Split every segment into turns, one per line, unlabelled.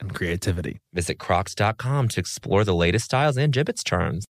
and creativity.
Visit crocs.com to explore the latest styles and gibbets charms.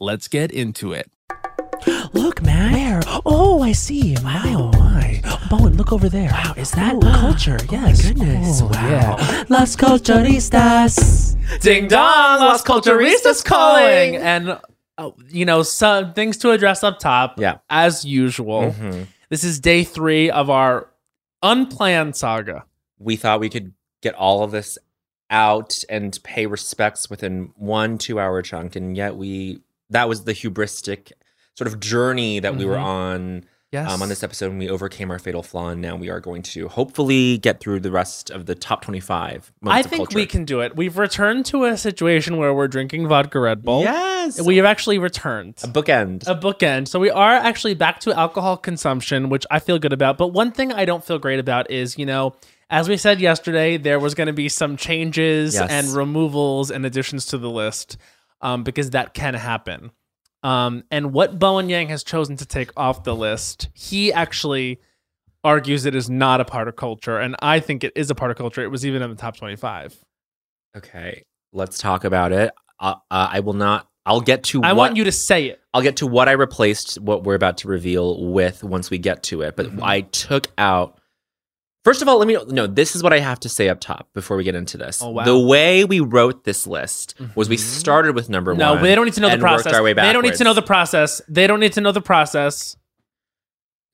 Let's get into it.
Look, man. Where? Oh, I see. Wow. Oh, my. Bowen, look over there.
Wow, is that
Ooh,
culture?
Oh,
yes.
my goodness.
Oh,
Wow.
yeah. Las Culturistas.
Ding dong, Los Culturistas calling. And, uh, you know, some things to address up top.
Yeah.
As usual.
Mhm.
This is day three of our unplanned saga.
We thought we could get all of this out and pay respects within one two hour chunk. And yet, we that was the hubristic sort of journey that we were
Mhm.
on
Yes.
Um, on this episode, we overcame our fatal flaw, and now we are going to hopefully get through the rest of the top 25 moments
I
of
think
culture.
we can do it. We've returned to a situation where we're drinking vodka Red Bull.
Yes.
We have actually returned.
a bookend.
a bookend. So we are actually back to alcohol consumption, which I feel good about. But one thing I don't feel great about is, you know, as we said yesterday, there was going to be some changes
Yes.
and removals and additions to the list um, because that can happen. Um, and what Bowen Yang has chosen to take off the list, he actually argues it is not a part of culture. And I think it is a part of culture. It was even in the top 25.
okay, let's talk about it. Uh, uh, I will not. I'll get to.
I
what,
want you to say it.
I'll get to what I replaced what we're about to reveal with once we get to it. But
Mhm.
I took out. First of all, let me no. This is what I have to say up top before we get into this.
Oh, wow.
The way we wrote this list was we
Mhm.
started with number
No,
one.
but they don't need to know the
and worked
process.
our way
they don't need to know the
backwards.
process. They don't need to know the process.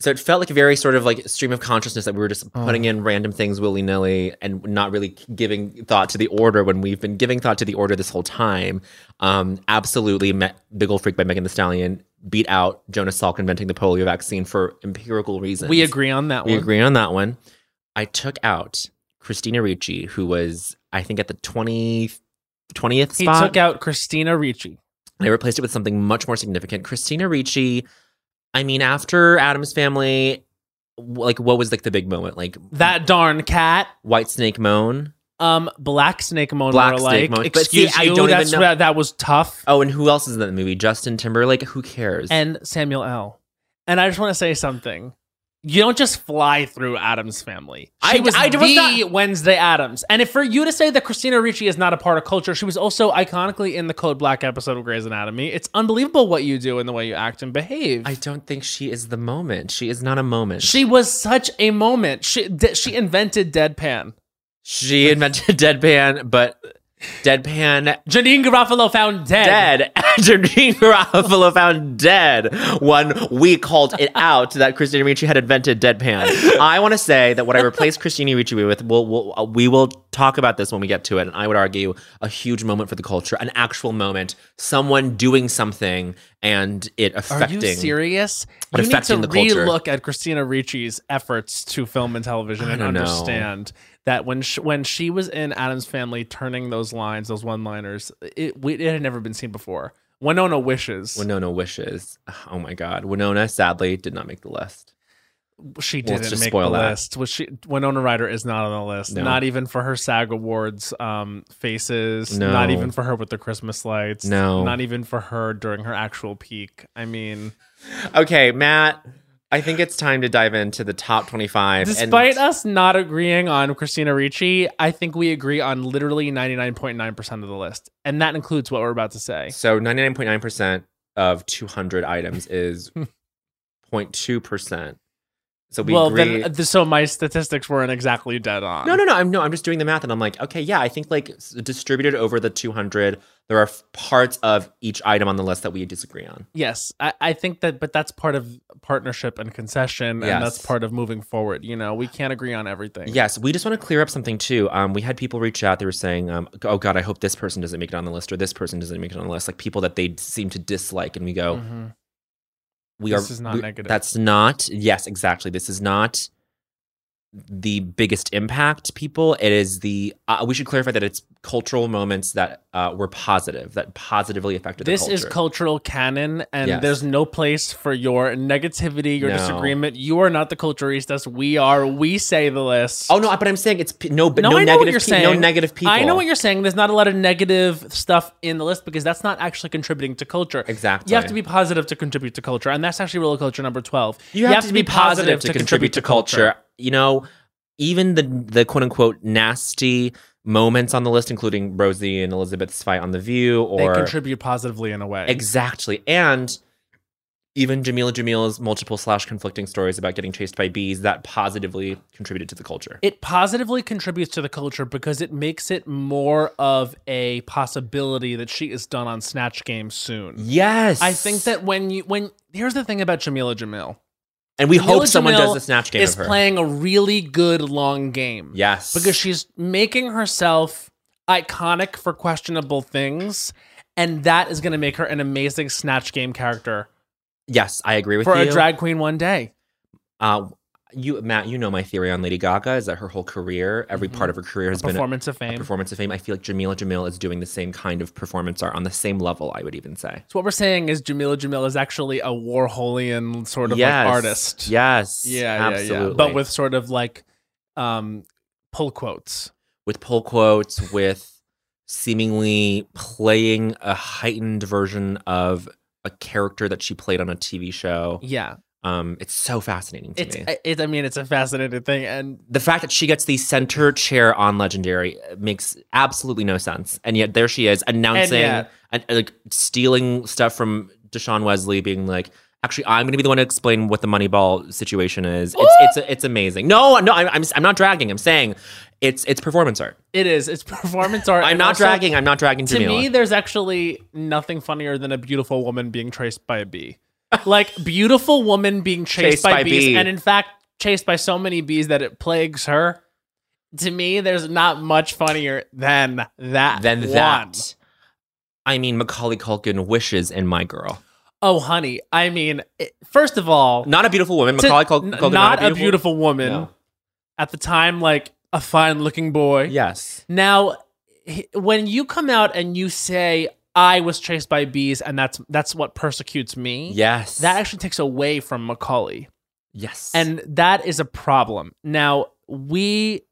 So it felt like a very sort of like stream of consciousness that we were just
Oh.
putting in random things willy nilly and not really giving thought to the order when we've been giving thought to the order this whole time. Um, absolutely, Me- Big Ol' Freak by Megan The Stallion beat out Jonas Salk inventing the polio vaccine for empirical reasons.
We agree on that
We
one.
agree on that one. I took out Christina Ricci, who was I think at the 20, 20th
He
spot.
took out Christina Ricci.
They replaced it with something much more significant. Christina Ricci, I mean, after Adam's family, w- like what was like the big moment? Like
That darn cat.
White Snake Moan.
Um, Black Snake Moan.
Black
were like,
Snake Moan. But
Excuse
see, I
you.
don't even
that's
know-
That, that was tough.
Oh, and who else is in the movie? Justin Timberlake. Who cares?
And Samuel L. And I just want to say something. You don't just fly through Adams family. She
I-
was
I
the
was not-
Wednesday Adams. And if for you to say that Christina Ricci is not a part of culture, she was also iconically in the Code Black episode of Grey's Anatomy. It's unbelievable what you do and the way you act and behave.
I don't think she is the moment. She is not a moment.
she was such a moment. She d- she invented deadpan.
she invented deadpan, but deadpan
Janine Garofalo found dead.
dead. Gene Garofalo found dead when we called it out that Christina Ricci had invented deadpan. I want to say that what I replaced Christina Ricci with, we'll, we'll, uh, we will talk about this when we get to it. And I would argue a huge moment for the culture, an actual moment, someone doing something and it
Are
affecting.
you serious?
but
you need to
affecting the culture.
relook at Christina Ricci's efforts to film and television
I
and
don't know.
understand that when she, when she was in Adam's Family, turning those lines, those one-liners, it we, it had never been seen before. Winona wishes
Winona wishes. Oh my God. Winona sadly did not make the list.
she
Well, let's
didn't
just
make
spoil
the
that.
list. Was she Winona Ryder is not on the list.
No.
Not even for her SAG Awards um, faces.
No.
Not even for her with the Christmas lights.
No.
Not even for her during her actual peak. I mean,
Okay, Matt, I think it's time to dive into the top 25. and-
Despite us not agreeing on Christina Ricci, I think we agree on literally 99.9% of the list. And that includes what we're about to say.
So 99.9% of 200 items is 0.2%. So we
well,
agree.
then, uh, th- so my statistics weren't exactly dead on.
no, no, no. I'm no. I'm just doing the math, and I'm like, okay, yeah. I think like s- distributed over the 200, there are f- parts of each item on the list that we disagree on.
Yes, I, I think that, but that's part of partnership and concession,
Yes.
and that's part of moving forward. You know, we can't agree on everything.
Yes, we just want to clear up something too. Um, we had people reach out. They were saying, um, "Oh God, I hope this person doesn't make it on the list, or this person doesn't make it on the list." Like people that they seem to dislike, and we go,
Mhm.
we
This
are
is not
we-
negative.
That's not yes, exactly. This is not the biggest impact people it is the uh, we should clarify that it's cultural moments that uh, were positive that positively affected
This
the
is
culture.
cultural canon, and
Yes.
there's no place for your negativity, your
No.
disagreement. You are not the culturistas. We are. We say the list.
oh no but i'm saying it's p- no but
no,
no,
I know
negative
what you're
pe-
saying.
no negative people
I know what you're saying. There's not a lot of negative stuff in the list because that's not actually contributing to culture.
Exactly.
You have to be positive to contribute to culture, and that's actually real culture number twelve.
you have, to, be positive, to, contribute, to culture. You know, even the the quote unquote nasty moments on the list, including Rosie and Elizabeth's fight on the View,
They
or
contribute positively in a way.
exactly, and even Jamila Jamila's multiple slash conflicting stories about getting chased by bees that positively contributed to the culture.
it positively contributes to the culture because it makes it more of a possibility that she is done on Snatch Game soon.
yes,
I think that when you when here's the thing about Jamila Jamil
and we hope
Jamila
someone
Jamil
does the snatch game
is
of her.
playing a really good long game.
yes,
because she's making herself iconic for questionable things and that is going to make her an amazing snatch game character
yes, I agree with
for
you.
a drag queen one day
uh, you Matt, you know my theory on Lady Gaga is that her whole career, every part of her career, has been
Mm-hmm. performance of
a
fame
performance of fame. I feel like Jamila Jamil is doing the same kind of performance art on the same level, I would even say.
so what we're saying is jamila jamil is actually a warholian sort of
Yes.
like artist
Yes.
yeah yeah,
absolutely.
yeah but with sort of like um pull quotes
with pull quotes, with seemingly playing a heightened version of a character that she played on a TV show.
yeah
Um, it's so fascinating to
it's
me.
it, i mean it's a fascinating thing and
the fact that she gets the center chair on Legendary makes absolutely no sense, and yet there she is announcing
yet-
and, and, like stealing stuff from Deshaun Wesley, being like, "Actually, I'm going to be the one to explain what the Moneyball situation is." It's it's it's amazing. No, no, I'm I'm, I'm not dragging. I'm saying it's it's performance art.
it is it's performance art
I'm
and
not
also-
dragging. I'm not dragging
to
Jamila.
me, there's actually nothing funnier than a beautiful woman being chased by a bee. Like beautiful woman being chased,
Chased
by,
by
bees,
bee.
and in fact chased by so many bees that it plagues her. To me, there's not much funnier than that.
than
one.
that. I mean, Macaulay Culkin wishes in My Girl.
Oh, honey. I mean, it, first of all,
Not a beautiful woman.
to-
Macaulay Cul-
n-
Culkin.
not, a beautiful woman
No.
at the time, like a fine-looking boy.
Yes.
Now, h- when you come out and you say, "I was chased by bees," and that's that's what persecutes me.
Yes.
that actually takes away from Macaulay.
yes.
And that is a problem. Now, we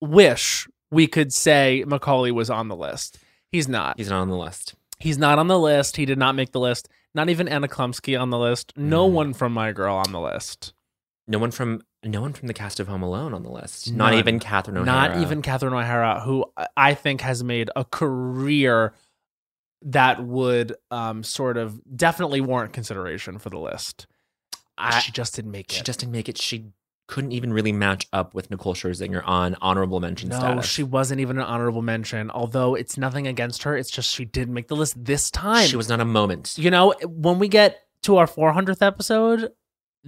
wish we could say Macaulay was on the list. He's not.
he's not on the list.
He's not on the list. He did not make the list. Not even Anna Klumsky on the list. No
Mm.
one from My Girl on the list.
No one from no one from the cast of Home Alone on the list. Not
None.
even Catherine O'Hara.
Not even Catherine O'Hara, who I- I think has made a career that would um, sort of definitely warrant consideration for the list.
I-
she just didn't make it.
She just didn't make it. She couldn't even really match up with Nicole Scherzinger on honorable mention
No,
status.
she wasn't even an honorable mention. Although it's nothing against her, it's just she did make the list this time.
she was not a moment.
You know, when we get to our 400th episode,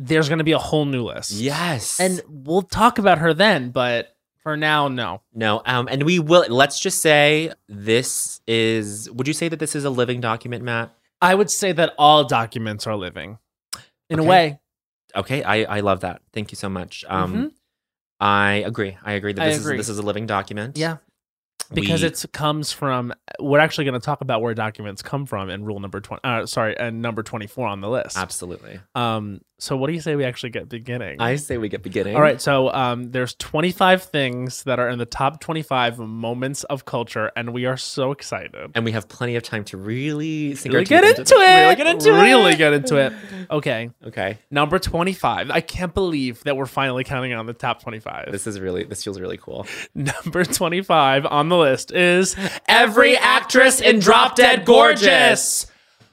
there's going to be a whole new list.
Yes.
and we'll talk about her then. But for now, no.
no, um, and we will let's just say this is would you say that this is a living document, Matt?
I would say that all documents are living, in
Okay.
a way.
Okay, I, I love that. Thank you so much. Um I agree. I agree that
Mm-hmm. I
this
agree.
is this is a living document.
Yeah, because
We-
it comes from. We're actually going to talk about where documents come from in rule number twenty. Uh, sorry, and number twenty-four on the list.
absolutely.
Um. So what do you say we actually get beginning?
I say we get beginning.
All right. So um, there's 25 things that are in the top 25 moments of culture, and we are so excited.
and we have plenty of time to really sink
Really
our
get
teeth
into it.
Really get into it.
Really get into it. Okay.
Okay,
Number 25. I can't believe that we're finally counting on the top 25.
this is really this feels really cool.
Number 25 on the list is
Every actress in Drop Dead Gorgeous.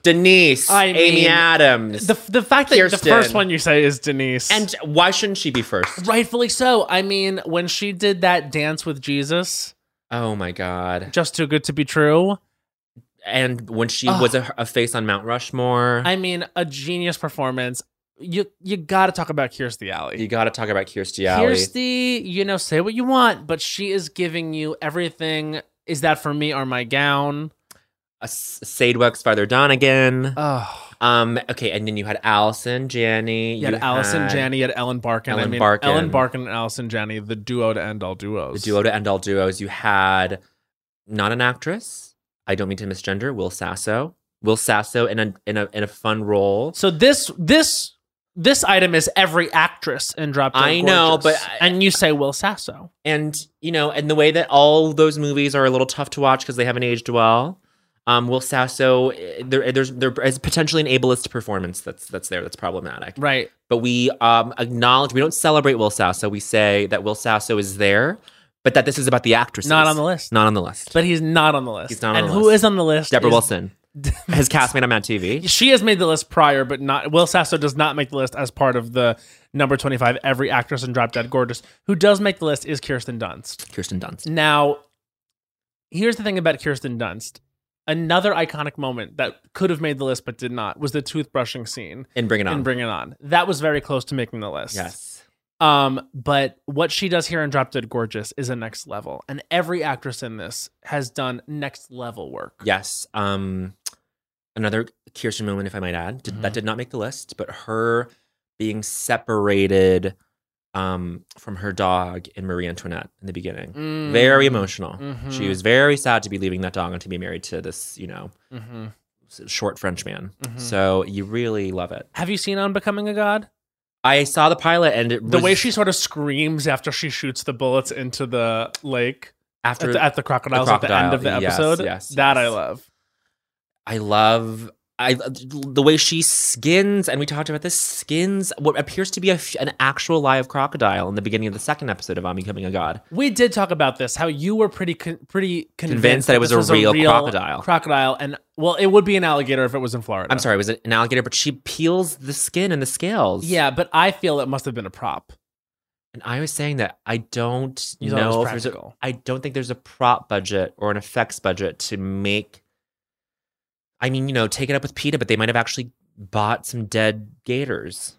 Denise,
I
Amy
mean,
Adams,
The, the fact that the
Kirsten.
first one you say is Denise.
and why shouldn't she be first?
rightfully so. I mean, when she did that dance with Jesus,
Oh my god!
just too good to be true.
And when she
Ugh.
was a, a face on Mount Rushmore,
I mean, a genius performance. You you got to talk about Kirstie
you
Alley.
got to talk about Kirstie Alley.
Kirstie, you know, say what you want, but she is giving you everything. Is that for me or my gown?
A S- Sadewek's Father Donegan.
Oh,
Um, okay, and then you had Allison, Janney.
you had Allison Janney, you had Ellen Barkin. I
Ellen
mean,
Barkin.
Ellen Barkin and Allison Janney, the duo to end all
the
duos.
duo to end all duos. You had not an actress. I don't mean to misgender. Will Sasso. Will Sasso in a in a in a fun role.
So this this this item is every actress in Drop Dead
I know,
Gorgeous.
but I-
and you say Will Sasso.
and you know, and the way that all those movies are a little tough to watch because they haven't aged well. Um, Will Sasso, eh, there, there's there is potentially an ableist performance that's that's there that's problematic.
Right.
But we um, acknowledge we don't celebrate Will Sasso. We say that Will Sasso is there, but that this is about the actresses,
Not on the list.
Not on the list.
But he's not on the list.
He's not on
and
the
who
list.
is on the list?
Deborah
is-
Wilson, his castmate on Mad TV.
She has made the list prior, but not Will Sasso does not make the list as part of the number twenty five. Every actress in Drop Dead Gorgeous who does make the list is Kirsten Dunst.
Kirsten Dunst.
Now, here's the thing about Kirsten Dunst. Another iconic moment that could have made the list but did not was the toothbrushing scene
And bring it on.
in Bring It On. That was very close to making the list.
yes.
Um, but what she does here in Drop Dead Gorgeous is a next level, and every actress in this has done next level work.
Yes. Um, another Kirsten moment, if I might add, did,
Mm-hmm.
that did not make the list, but her being separated um, from her dog in Marie Antoinette in the beginning.
Mm. Mm-hmm.
Very emotional. She was very sad to be leaving that dog and to be married to this, you know,
Mhm.
s- short French man.
Mm-hmm.
So you really love it.
Have you seen On Becoming a God?
I saw the pilot and it
The way
was-
she sort of screams after she shoots the bullets into the lake
after
at the, at the crocodiles at the end of the
crocodile, yes,
episode.
yes,
that I
yes.
love.
I love I the way she skins, and we talked about this skins what appears to be a f an actual live crocodile in the beginning of the second episode of I'm Becoming a God.
We did talk about this. How you were pretty con- pretty convinced,
Convinced that it was
this
a real crocodile.
Crocodile, and well, it would be an alligator if it was in Florida.
I'm sorry, it was an alligator, but she peels the skin and the scales.
Yeah, but I feel it must have been a prop.
and I was saying that I don't
You thought it was
know if there's a,
practical.
I don't think there's a prop budget or an effects budget to make. I mean, you know, take it up with PETA, but they might have actually bought some dead gators.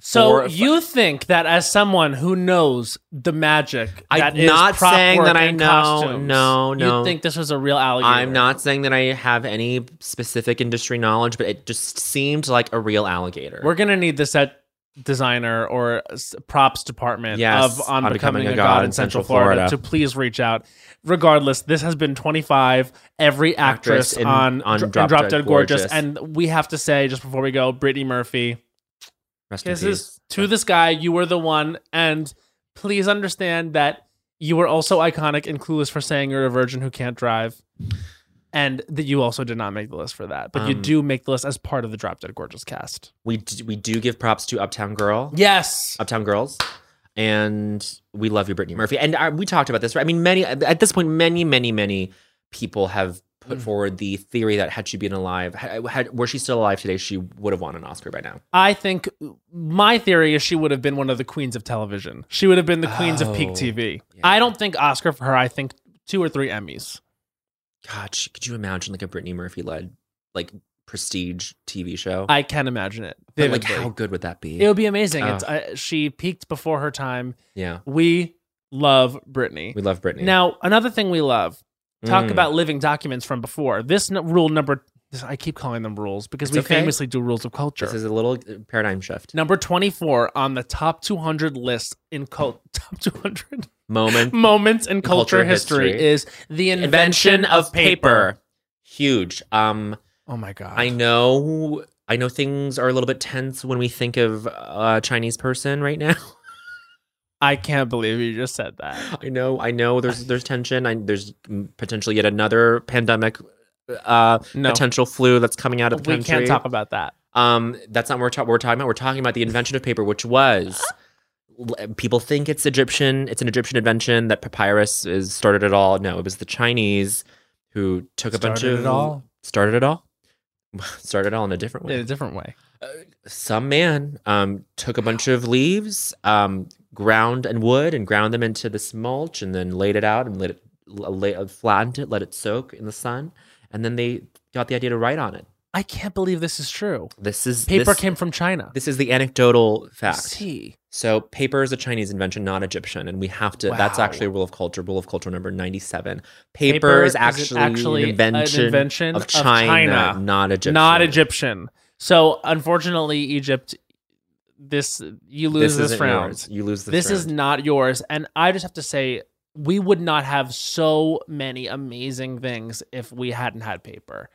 So
Or if-
you think that as someone who knows the magic,
I'm
that is
not
prop
saying
work
that I
and
know.
costumes,
No, no.
you think this was a real alligator?
I'm not saying that I have any specific industry knowledge, but it just seemed like a real alligator.
We're gonna need the set designer or s- props department
Yes,
of on, becoming, a god, in Central
Central
Florida,
Florida.
to please reach out. Regardless, this has been 25 every actress,
Actress in-
on
on
Dr- in
Drop
Drop
Dead
Dead Gorgeous.
Gorgeous.
and we have to say just before we go, Brittany Murphy,
Rest in
kisses
peace.
to this guy. You were the one, and please understand that you were also iconic and clueless for saying you're a virgin who can't drive, and that you also did not make the list for that. But you
Um,
do make the list as part of the Drop Dead Gorgeous cast.
We d- we do give props to Uptown Girl,
Yes,
Uptown Girls, and we love you, Brittany Murphy. And uh, we talked about this. Right? I mean, many at this point, many, many, many people have
Mm.
put forward the theory that had she been alive, had, had, were she still alive today, she would have won an Oscar by now.
I think my theory is she would have been one of the queens of television. She would have been the queens of peak
Oh,
TV.
yeah.
I don't think Oscar for her. I think two or three Emmys.
God, she- could you imagine like a Brittany Murphy led like prestige TV show?
I can imagine it.
But, like,
vividly.
how good would that be?
it would be amazing.
Oh.
It's uh, she peaked before her time.
yeah,
We love Britney.
we love Brittany.
Now another thing we love. Talk
Mm.
about living documents from before. This n- rule number. this- I keep calling them rules because
It's
we
okay.
famously do rules of culture.
this is a little uh, paradigm shift
Number 24 on the top 200 list in cult top 200
moment.
moments in culture,
Culture
history,
history.
is the invention, of paper.
Huge. Um,
Oh my god.
I know. I know things are a little bit tense when we think of a Chinese person right now.
I can't believe you just said that.
I know. I know. There's there's tension. I, there's potentially yet another pandemic. Uh,
No.
potential flu that's coming out of the
We
country.
can't talk about that.
Um, that's not what we're, ta- we're talking about. We're talking about the invention of paper, which was uh, people think it's Egyptian. It's an Egyptian invention that papyrus is started it all. No, it was the Chinese who took a bunch
Started
of
it all?
started it all. Started it all in a different way
In a different way.
some man um, took a bunch of leaves, um, ground and wood, and ground them into this mulch, and then laid it out and let it la- lay, uh, flattened it, let it soak in the sun, and then they got the idea to write on it.
I can't believe this is true.
This is
Paper
this,
came from China.
This is the anecdotal fact.
See.
So paper is a Chinese invention, not Egyptian, and we have to. That's
Wow.
actually a rule of culture. Rule of culture number ninety-seven. Paper,
Paper
is
is
actually,
actually
an
an
invention,
invention
of
of
China,
China,
not Egyptian.
Not Egyptian. So unfortunately, Egypt this you lose this,
isn't
round.
yours. You lose this.
this is
round.
not yours and i just have to say we would not have so many amazing things if we hadn't had paper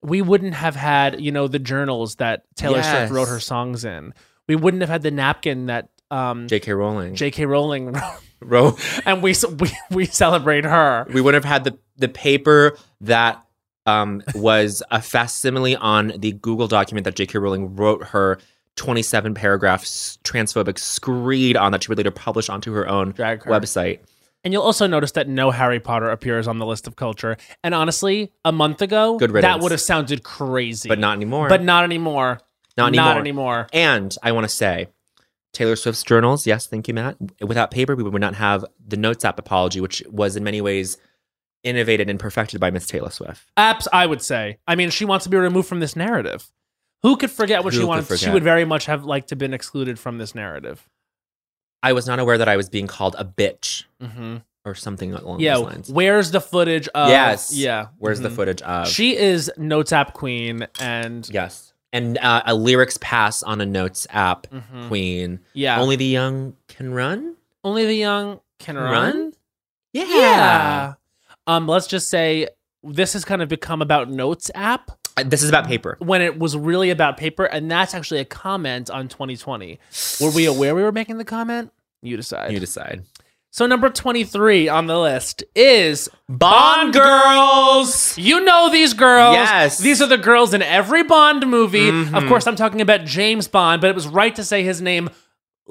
we wouldn't have had you know the journals that taylor
Yes.
swift wrote her songs in we wouldn't have had the napkin that um,
J.K. Rowling.
jk rowling wrote.
Row-
and we, we we celebrate her
we would have had the the paper that um, was a facsimile on the Google document that J.K. Rowling wrote her 27 paragraph s- transphobic screed on that she would later publish onto her own
Drag her.
website.
and you'll also notice that no harry potter appears on the list of culture and honestly a month ago
Good
that
riddance.
would have sounded crazy
But not anymore.
but not anymore
Not
not
anymore.
anymore
and I want to say, Taylor Swift's journals. Yes, thank you, Matt. Without paper, we would not have the Notes app apology, which was in many ways innovated and perfected by Miss Taylor Swift.
Apps, I would say. I mean, she wants to be removed from this narrative. Who could forget what
Who
she
could
wanted? She
forget?
would very much have liked to been excluded from this narrative.
I was not aware that I was being called a bitch
Mm-hmm.
or something along
Yeah.
those lines.
Where's the footage of?
yes.
Yeah.
Where's the
Mhm.
footage of?
She is notes app queen, and
Yes. And uh, a lyrics pass on a notes app,
Mhm.
Queen.
yeah, only,
Only the young can run.
the young can run.
Run? Yeah.
Yeah. Um, let's just say this has kind of become about notes app
Uh, This is about paper.
when it was really about paper, and that's actually a comment on 2020. Were we aware we were making the comment? You decide.
You decide.
So number 23 on the list is
Bond girls.
you know these girls.
Yes.
These are the girls in every Bond movie. Of
Mhm.
course, I'm talking about James Bond, but it was right to say his name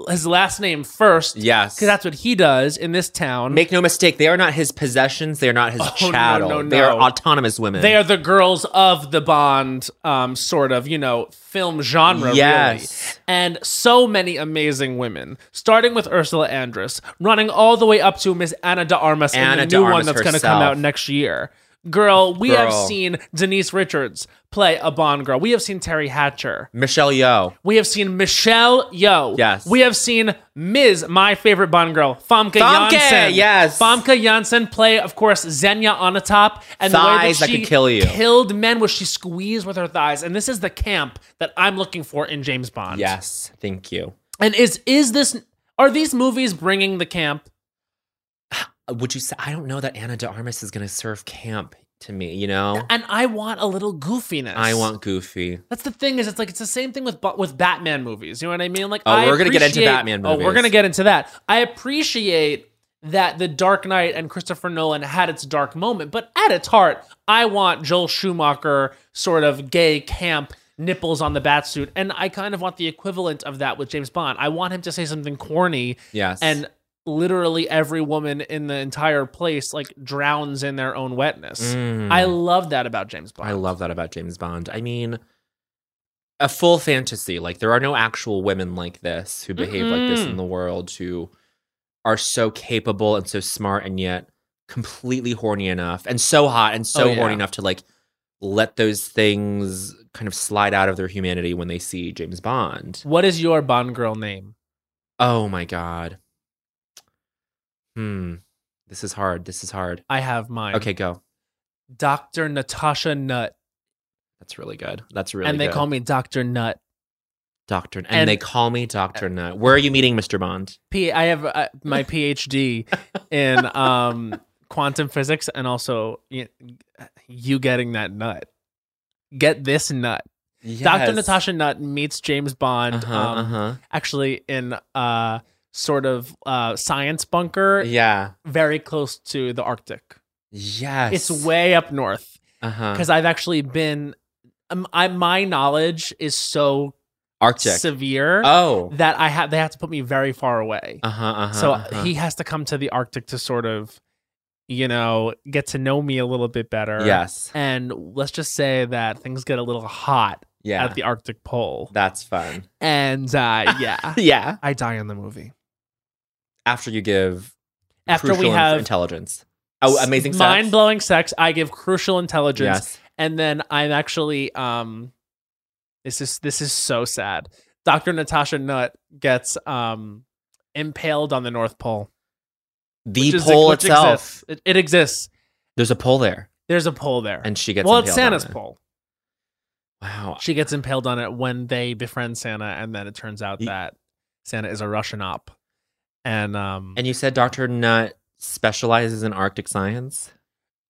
his last name first because
Yes.
that's what he does in this town.
Make no mistake, they are not his possessions. They are not his
Oh, no,
chattel.
no,
They are
no.
autonomous women.
they are the girls of the Bond um, sort of, you know, film genre really.
Yes.
and so many amazing women, starting with Ursula Andress, running all the way up to Miss Anna de Armas
Ana
in
de
the new one
Armas
that's going to come
herself.
out next year. Girl, we have
Girl.
seen Denise Richards play a Bond girl. We have seen Terry Hatcher.
Michelle Yeoh.
We have seen Michelle Yeoh.
Yes.
We have seen Ms. My favorite Bond girl, Famke,
Famke,
Janssen.
yes.
Famke Janssen play, of course, Xenia on the top, and the way that,
Thighs that
she
could kill you.
killed men was she squeezed with her thighs, and this is the camp that I'm looking for in James Bond.
Yes. Thank you.
And is is this are these movies bringing the camp?
Uh, Would you say I don't know that Anna de Armas is going to serve camp to me? You know,
And I want a little goofiness.
I want Goofy.
That's the thing is it's like it's the same thing with Ba- with Batman movies. You know what I mean? Like
Oh,
I
we're gonna get into
appreciate-
Batman
Oh, we're
movies.
gonna get into that. I appreciate that The Dark Knight and Christopher Nolan had its dark moment, but at its heart, I want Joel Schumacher sort of gay camp nipples on the bat suit, and I kind of want the equivalent of that with James Bond. I want him to say something corny
Yes.
and literally every woman in the entire place like drowns in their own wetness.
Mm.
I love that about James Bond.
I love that about James Bond. I mean, a full fantasy. Like there are no actual women like this who behave like this
Mm-mm.
in the world who are so capable and so smart and yet completely horny enough and so hot and so
Oh, yeah.
horny enough to like let those things kind of slide out of their humanity when they see James Bond.
What is your Bond girl name?
Oh my god. Hmm. This is hard. This is hard.
I have mine.
Okay, go.
Dr. Natasha Nut.
That's really good. That's really
and they
good.
call me Dr. Nut.
Doctor, and,
And- Uh,
they call me Doctor Nut. Where are you meeting Mr. Bond?
P I have uh, my PhD in um quantum physics and also you, you getting that nut. Get this nut. Dr. Natasha Nutt meets James Bond
Uh huh.
um, actually in a sort of uh, science bunker
Yeah.
very close to the Arctic.
Yes.
It's way up north
uh huh.
because I've actually been. Um, I, my knowledge is so
Arctic.
severe
oh.
that I have they have to put me very far away.
Uh huh. Uh-huh,
so
uh-huh.
he has to come to the Arctic to sort of, you know, get to know me a little bit better.
Yes.
And let's just say that things get a little hot
Yeah.
at the Arctic Pole.
That's fun.
And uh, yeah,
Yeah.
I die in the movie.
After you give.
After we
crucial in-
have
intelligence. Oh, amazing. sex.
Mind blowing sex. I give crucial intelligence.
Yes.
and then I'm actually um this is this is so sad. Dr. Natasha Nutt gets um impaled on the North Pole.
The
which is-
pole
which
itself.
exists. It, it exists.
There's a pole there,
There's a pole there.
and she gets.
well, it's
impaled on
Santa's
it.
pole.
Wow.
She gets impaled on it when they befriend Santa and then it turns out
Ye-
that Santa is a Russian op. And um
And you said Doctor Nut specializes in Arctic science,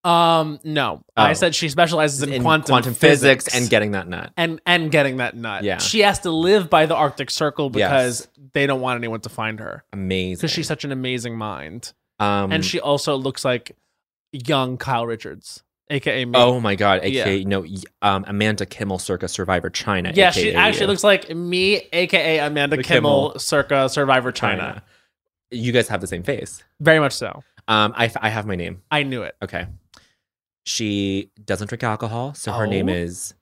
um no, I
Oh.
said she specializes in, quantum,
physics, and getting that nut.
and and getting that nut.
Yeah.
She has to live by the Arctic Circle
Yes.
because they don't want anyone to find her.
Amazing.
because she's such an amazing mind,
um,
and she also looks like young Kyle Richards, aka me.
Oh my god,
Yeah.
aka no, y- um, Amanda Kimmel circa Survivor China.
yeah,
aka
she actually
you.
looks like me, aka Amanda
The
Kimmel,
Kimmel.
circa Survivor China.
You guys have the same face.
Very much so.
Um, I, f- I have my name.
I knew it.
Okay. She doesn't drink alcohol, so her name
Oh.
is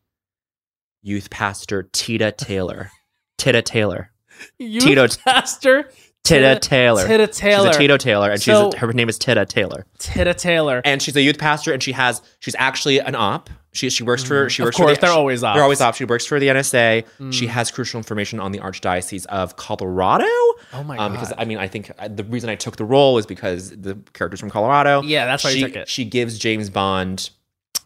Youth Pastor Tita Taylor. Tita Taylor.
You
Tito-
Taster, Tita-
Tita Taylor.
Tita Taylor,
She's a Tito Taylor, and
So-
she's a, her name is Tita Taylor,
Tita Taylor.
and she's a youth pastor, and she has she's actually an op. She she works for she
Mm-hmm. of
works
course,
for the,
they're always off.
They're always off. She works for the NSA. She
Mm.
has crucial information on the Archdiocese of Colorado.
Oh my
Um,
god.
because I mean, I think uh, the reason I took the role is because the character's from Colorado.
yeah, that's why
she,
you took it.
She gives James Bond.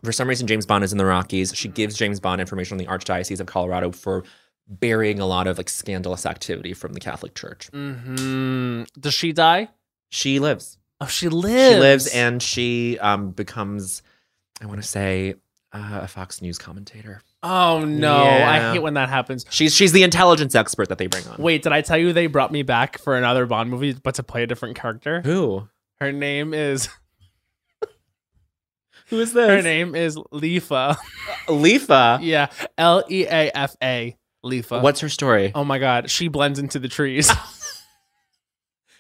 For some reason, James Bond is in the Rockies.
Mm-hmm.
She gives James Bond information on the Archdiocese of Colorado for burying a lot of like scandalous activity from the Catholic Church.
Mm. hmm Does she die?
She lives.
Oh, she lives.
She lives, and she um, becomes, I want to say, uh, a Fox News commentator.
oh no, I
Yeah.
hate when that happens.
She's she's the intelligence expert that they bring on.
Wait, did I tell you they brought me back for another Bond movie, but to play a different character?
who?
Her name is
Who is
her
this?
name is Leafa.
Leafa.
yeah, L E A F A. Leafa.
What's her story?
Oh my god, she blends into the trees.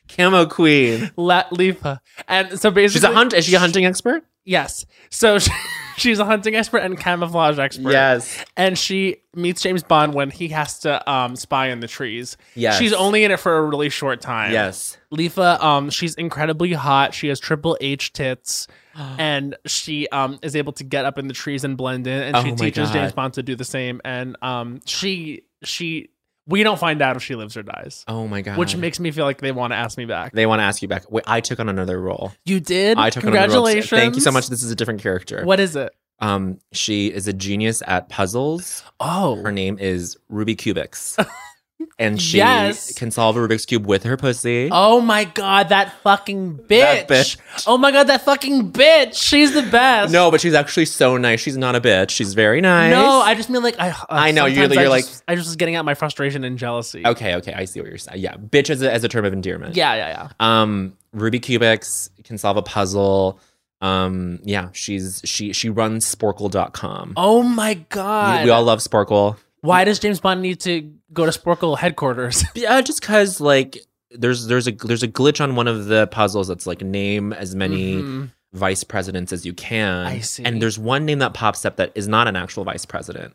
Camo Queen.
La- Leafa. And so basically
She's a hunt. Is she a hunting expert?
Yes. So she, she's a hunting expert and camouflage expert.
Yes.
And she meets James Bond when he has to um, spy in the trees.
Yes.
She's only in it for a really short time.
Yes.
Leafa, um, she's incredibly hot. She has triple H tits, and she um is able to get up in the trees and blend in. And
Oh
she
my
teaches James
God.
Bond to do the same. And um, she she we don't find out if she lives or dies,
Oh my god.
which makes me feel like they want to ask me back.
they want to ask you back. Wait, I took on another role.
You did.
I took
Congratulations.
On another role. Thank you so much. This is a different character.
What is it?
Um, she is a genius at puzzles.
Oh,
Her name is Ruby Cubics, and she
Yes.
can solve a Rubik's cube with her pussy.
oh my god, that fucking bitch.
That bitch.
Oh my god, that fucking bitch. She's the best.
No, but she's actually so nice. She's not a bitch. She's very nice.
No, I just mean like I. Uh,
I know, you're-
sometimes I
you're like-
just- I just was getting out my frustration and jealousy.
Okay, okay, I see what you're saying. Yeah, bitch as a, as a term of endearment.
Yeah, yeah, yeah.
Um, Ruby Cubics can solve a puzzle. Um, yeah, she's she she runs Sporkle.com.
Oh my
We-
god!
we all love Sparkle.
Why does James Bond need to go to Sporkle headquarters?
Yeah, just cause like there's there's a there's a glitch on one of the puzzles that's like name as many
Mhm.
vice presidents as you can.
I see.
And there's one name that pops up that is not an actual vice president.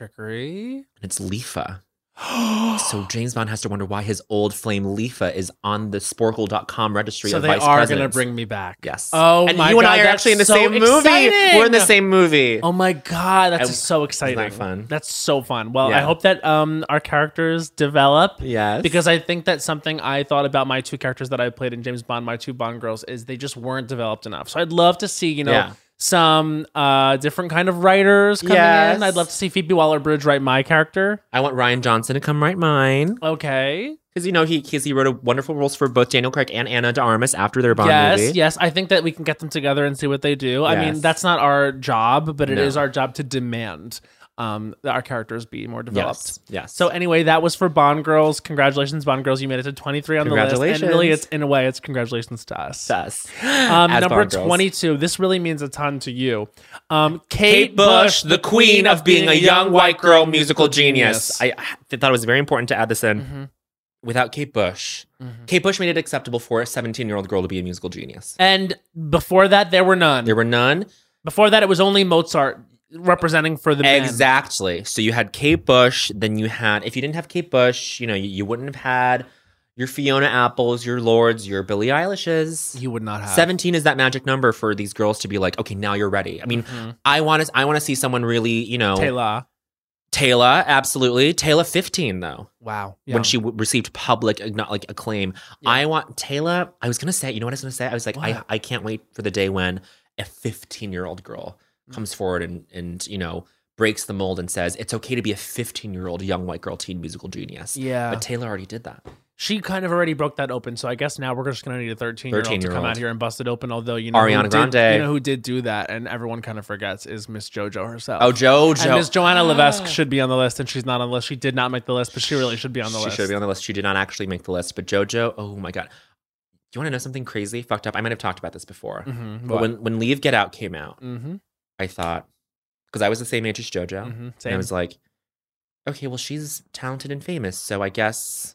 trickery.
And it's Leafa. so James Bond has to wonder why his old flame Leafa is on the Sporkle.com registry
So
of
they
vice
are going to
presidents.
bring me back.
Yes.
Oh
and
my
you and
God,
I are
that's
actually in the
so
same movie. We're in the
exciting!
same movie.
Oh my god, that's
I-
so exciting!
fun?
That's so fun. Well, I
Yeah.
hope that um our characters develop.
Yes.
Because I think that's something I thought about my two characters that I played in James Bond, my two Bond girls, is they just weren't developed enough. So I'd love to see, you know,
Yeah.
some uh different kind of writers coming
Yes.
in. I'd love to see Phoebe Waller Bridge write my character.
I want Ryan Johnson to come write
Oh.
mine.
Okay.
Because you know he 'cause he wrote a wonderful rules for both Daniel Craig and Anna De Armas after their Bond
yes,
movie.
yes. I think that we can get them together and see what they do. I mean,
Yes.
that's not our job, but it is
No.
our job to demand um that our characters be more developed.
Yes. Yes.
So anyway, that was for Bond Girls. Congratulations, Bond Girls! You made it to twenty three on the list, and
Congratulations.
really, it's in a way, it's congratulations to us.
us.
Um,
As
number
Bond girls.
twenty two. This really means a ton to you. Um, Kate,
Kate Bush, the queen of being a young white girl musical genius. Mm-hmm. I I thought it was very important to add this in. Without Kate Bush, Kate Bush made it acceptable for a 17 year old girl to be a musical genius.
and before that, there were none.
There were none.
Before that, it was only Mozart representing for the men.
Exactly. So you had Kate Bush, then you had, if you didn't have Kate Bush, you know, you, you wouldn't have had your Fiona Apples, your Lords, your Billie Eilishes.
You would not have
17 is that magic number for these girls to be like, okay, now you're ready. I mean, I want to, I want to see someone really, you know,
Mm-hmm. Taylor.
Taylor, absolutely. Taylor 15 though.
Wow.
When she w- received public agno- like acclaim, I want Taylor. I was gonna say, you know what I was gonna say? I was like, I,
What?
I can't wait for the day when a 15 year old girl
Mm.
comes forward and and you know breaks the mold and says it's okay to be a 15 year old young white girl teen musical genius.
Yeah. Oh,
but Taylor already did that.
she kind of already broke that open, so I guess now we're just gonna need a thirteen year old to come
13-year-old.
out here and bust it open. Although you know
Ariana
who Did,
Grande.
you know who did do that, and everyone kind of forgets is Miss JoJo herself.
Oh, JoJo.
And Miss Joanna Levesque should be on the list, and she's not on the list. She did not make the list, but she really should be on the
she
list.
should be on the list. She did not actually make the list, but JoJo. Oh my god. Do you want to know something crazy? Fucked up. I might have talked about this before.
Mm-hmm.
But when when Leave Get Out came out,
mm-hmm,
I thought because I was the same age as JoJo.
mm-hmm,
And I
same.
was like, okay, well, she's talented and famous, so I guess,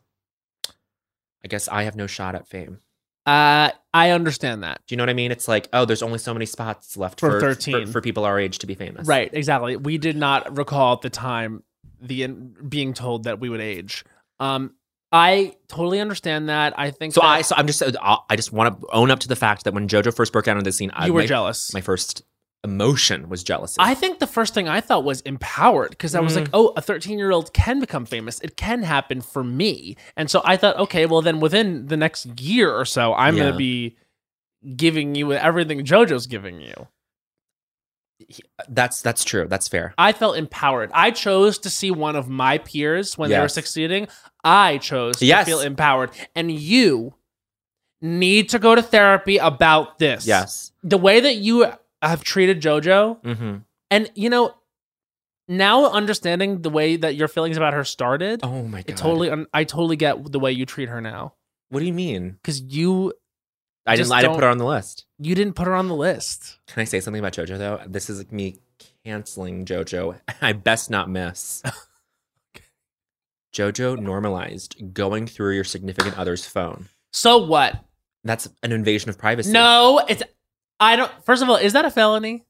I guess I have no shot at fame.
uh, I understand that.
Do you know what I mean? It's like, oh, there's only so many spots left
For
for
13.
for, for people our age to be famous,
Right, exactly. We did not recall at the time the being told that we would age. Um, I totally understand that. I think
So
that
I, so I'm just, I just want to own up to the fact that when JoJo first broke out on the scene, I,
you were
my,
jealous.
my first emotion was jealousy.
I think the first thing I thought was empowered because I was
Mm.
like, oh, a 13 year old can become famous. It can happen for me. And so I thought, okay, well, then within the next year or so, I'm going
Yeah.
to be giving you everything JoJo's giving you.
that's that's true. That's fair.
I felt empowered. I chose to see one of my peers when they were
Yes.
succeeding. I chose to
Yes.
feel empowered. And you need to go to therapy about this.
Yes.
The way that you have treated JoJo
Mm-hmm.
And you know, now understanding the way that your feelings about her started,
Oh my god.
it totally un- I totally get the way you treat her now
What do you mean?
cuz you
I
Just
didn't. I didn't put
don't-
her on the list.
you didn't put her on the list.
Can I say something about JoJo though? This is like me canceling JoJo. I best not miss. JoJo normalized going through your significant other's phone.
So what?
That's an invasion of privacy.
No, it's I don't First of all, is that a felony?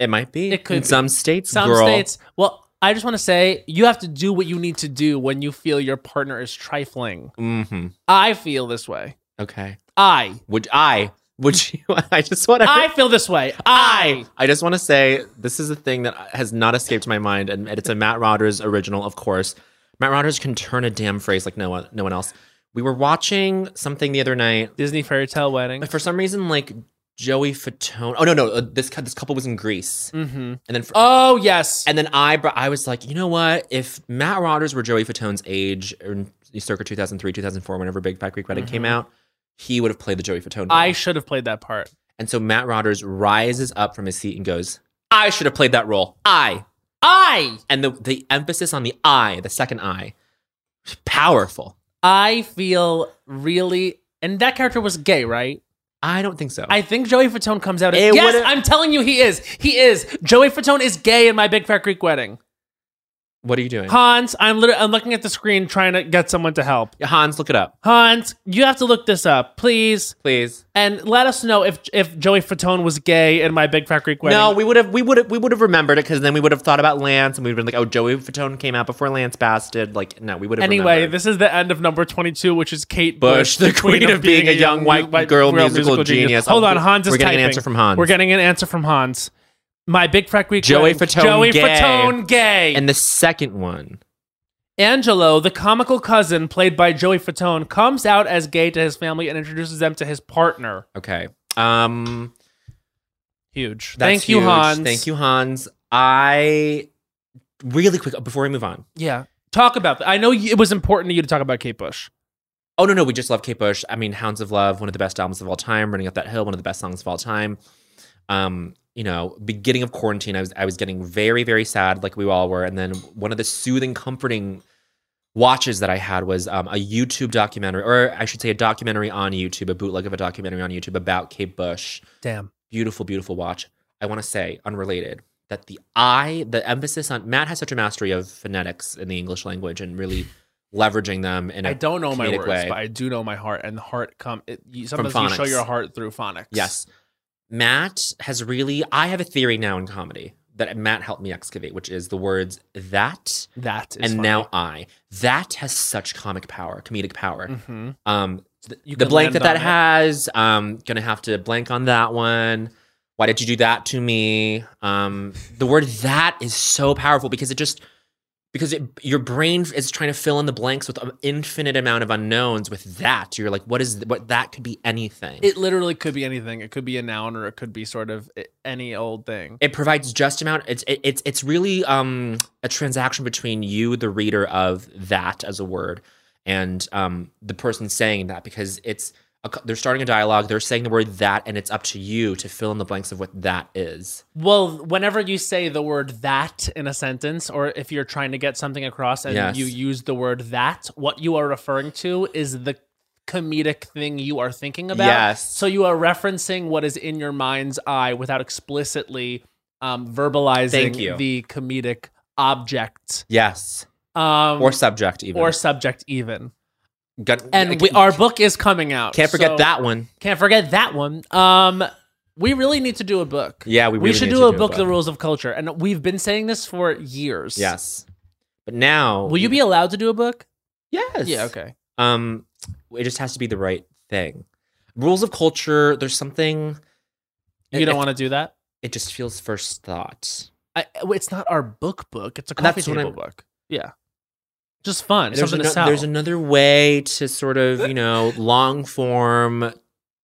it might be.
It could
in
be.
some states.
Some
girl.
states. Well, I just want to say you have to do what you need to do when you feel your partner is trifling.
hmm
I feel this way.
Okay.
I
Would I? Would you? I just want to.
I feel this way. I
I just want to say this is a thing that has not escaped my mind, and it's a Matt Rodgers original, of course. Matt Rodgers can turn a damn phrase like no one, no one else. We were watching something the other night.
Disney fairy tale wedding.
But for some reason, like Joey Fatone. Oh no, no, uh, this cou- this couple was in Greece,
Mhm.
and then for,
Oh, yes.
and then I br- I was like, you know what? If Matt Rodgers were Joey Fatone's age, or circa two thousand three, two thousand four, whenever Big Fat Greek Wedding came out, he would have played the Joey Fatone.
Mm-hmm. I
role.
should have played that part.
and so Matt Rodgers rises up from his seat and goes, "I should have played that role. I."
I
And the the emphasis on the I, the second I, powerful.
I feel really, and that character was gay, right?
I don't think so.
I think Joey Fatone comes out as
It
yes.
would've-
I'm telling you, he is. He is. Joey Fatone is gay in my Big Fat Greek Wedding.
What are you doing?
Hans, I'm literally, I'm looking at the screen trying to get someone to help.
Hans, look it up,
Hans, you have to look this up, please,
please.
and let us know if if Joey Fatone was gay in my Big Fat Greek wedding.
No, we would have, we would have, we would have remembered it because then we would have thought about Lance, and we'd been like, oh, Joey Fatone came out before Lance Bass did. Like, no, we would have.
Anyway,
remembered.
this is the end of number 22, which is Kate Bush,
Bush, the queen of being a young white girl musical genius.
Hold on,
Oh,
Hans is
we're getting an
typing.
answer from Hans.
We're getting an answer from Hans. My Big Fat Greek
Joey
wedding.
Fatone
Joey
gay.
Fatone gay.
and the second one.
Angelo, the comical cousin played by Joey Fatone, comes out as gay to his family and introduces them to his partner.
Okay. Um.
Huge.
That's
Thank you,
huge.
Hans.
Thank you, Hans. I really quick before we move on.
Yeah. Talk about that. I know y- it was important to you to talk about Kate Bush.
Oh no, no, we just love Kate Bush. I mean, Hounds of Love, one of the best albums of all time. Running Up That Hill, one of the best songs of all time. Um, you know, beginning of quarantine, I was I was getting very very sad, like we all were. And then one of the soothing, comforting watches that I had was um, a YouTube documentary, or I should say, a documentary on YouTube, a bootleg of a documentary on YouTube about Kate Bush.
Damn.
beautiful, beautiful watch. I want to say, unrelated, that the I, the emphasis on Matt has such a mastery of phonetics in the English language and really leveraging them. And
I don't know my
comedic
words,
way.
but I do know my heart, and the heart come. It, you, sometimes you show
phonics.
your heart through phonics.
yes, Matt has really. I have a theory now in comedy that Matt helped me excavate, which is the words that
that is
and
funny.
now I. That has such comic power, comedic power.
Mhm.
Um, th-
You
the
can
blank that that
land
has. Um, gonna have to blank on that one. Why did you do that to me? Um, the word that is so powerful because it just because it, your brain is trying to fill in the blanks with an infinite amount of unknowns. With that, you're like, what is th- what? That could be anything. It,
It literally could be anything. It could be a noun, or it could be sort of i- any old thing.
provides just amount. It's it, it's it's really um a transaction between you, the reader of that as a word, and um the person saying that because it's a, co- they're starting a dialogue. They're saying the word that, and it's up to you to fill in the blanks of what that is.
Well, whenever you say the word that in a sentence, or if you're trying to get something across and
Yes.
you use the word that, what you are referring to is the comedic thing you are thinking about.
Yes.
So you are referencing what is in your mind's eye without explicitly um, verbalizing
Thank you.
the comedic object
Yes,
um,
or subject even.
or subject even.
Got-
And we, our book is coming out.
can't forget
so-
that one.
Can't forget that one. Um, we really need to do a book.
Yeah, we
we,
really
should
need
do
to
a book, The
one.
Rules of Culture, and we've been saying this for years.
Yes, but now
Will you be allowed to do a book?
Yes.
Yeah. Okay.
Um, it just has to be the right thing. Rules of culture. There's something.
You don't
it-
want to do that.
It just feels first thought.
I, it's not our book book. It's a coffee
That's what
table
I'm-
book. Yeah. Just fun.
There's,
something
ano-
to sell.
there's another way to sort of you know long form,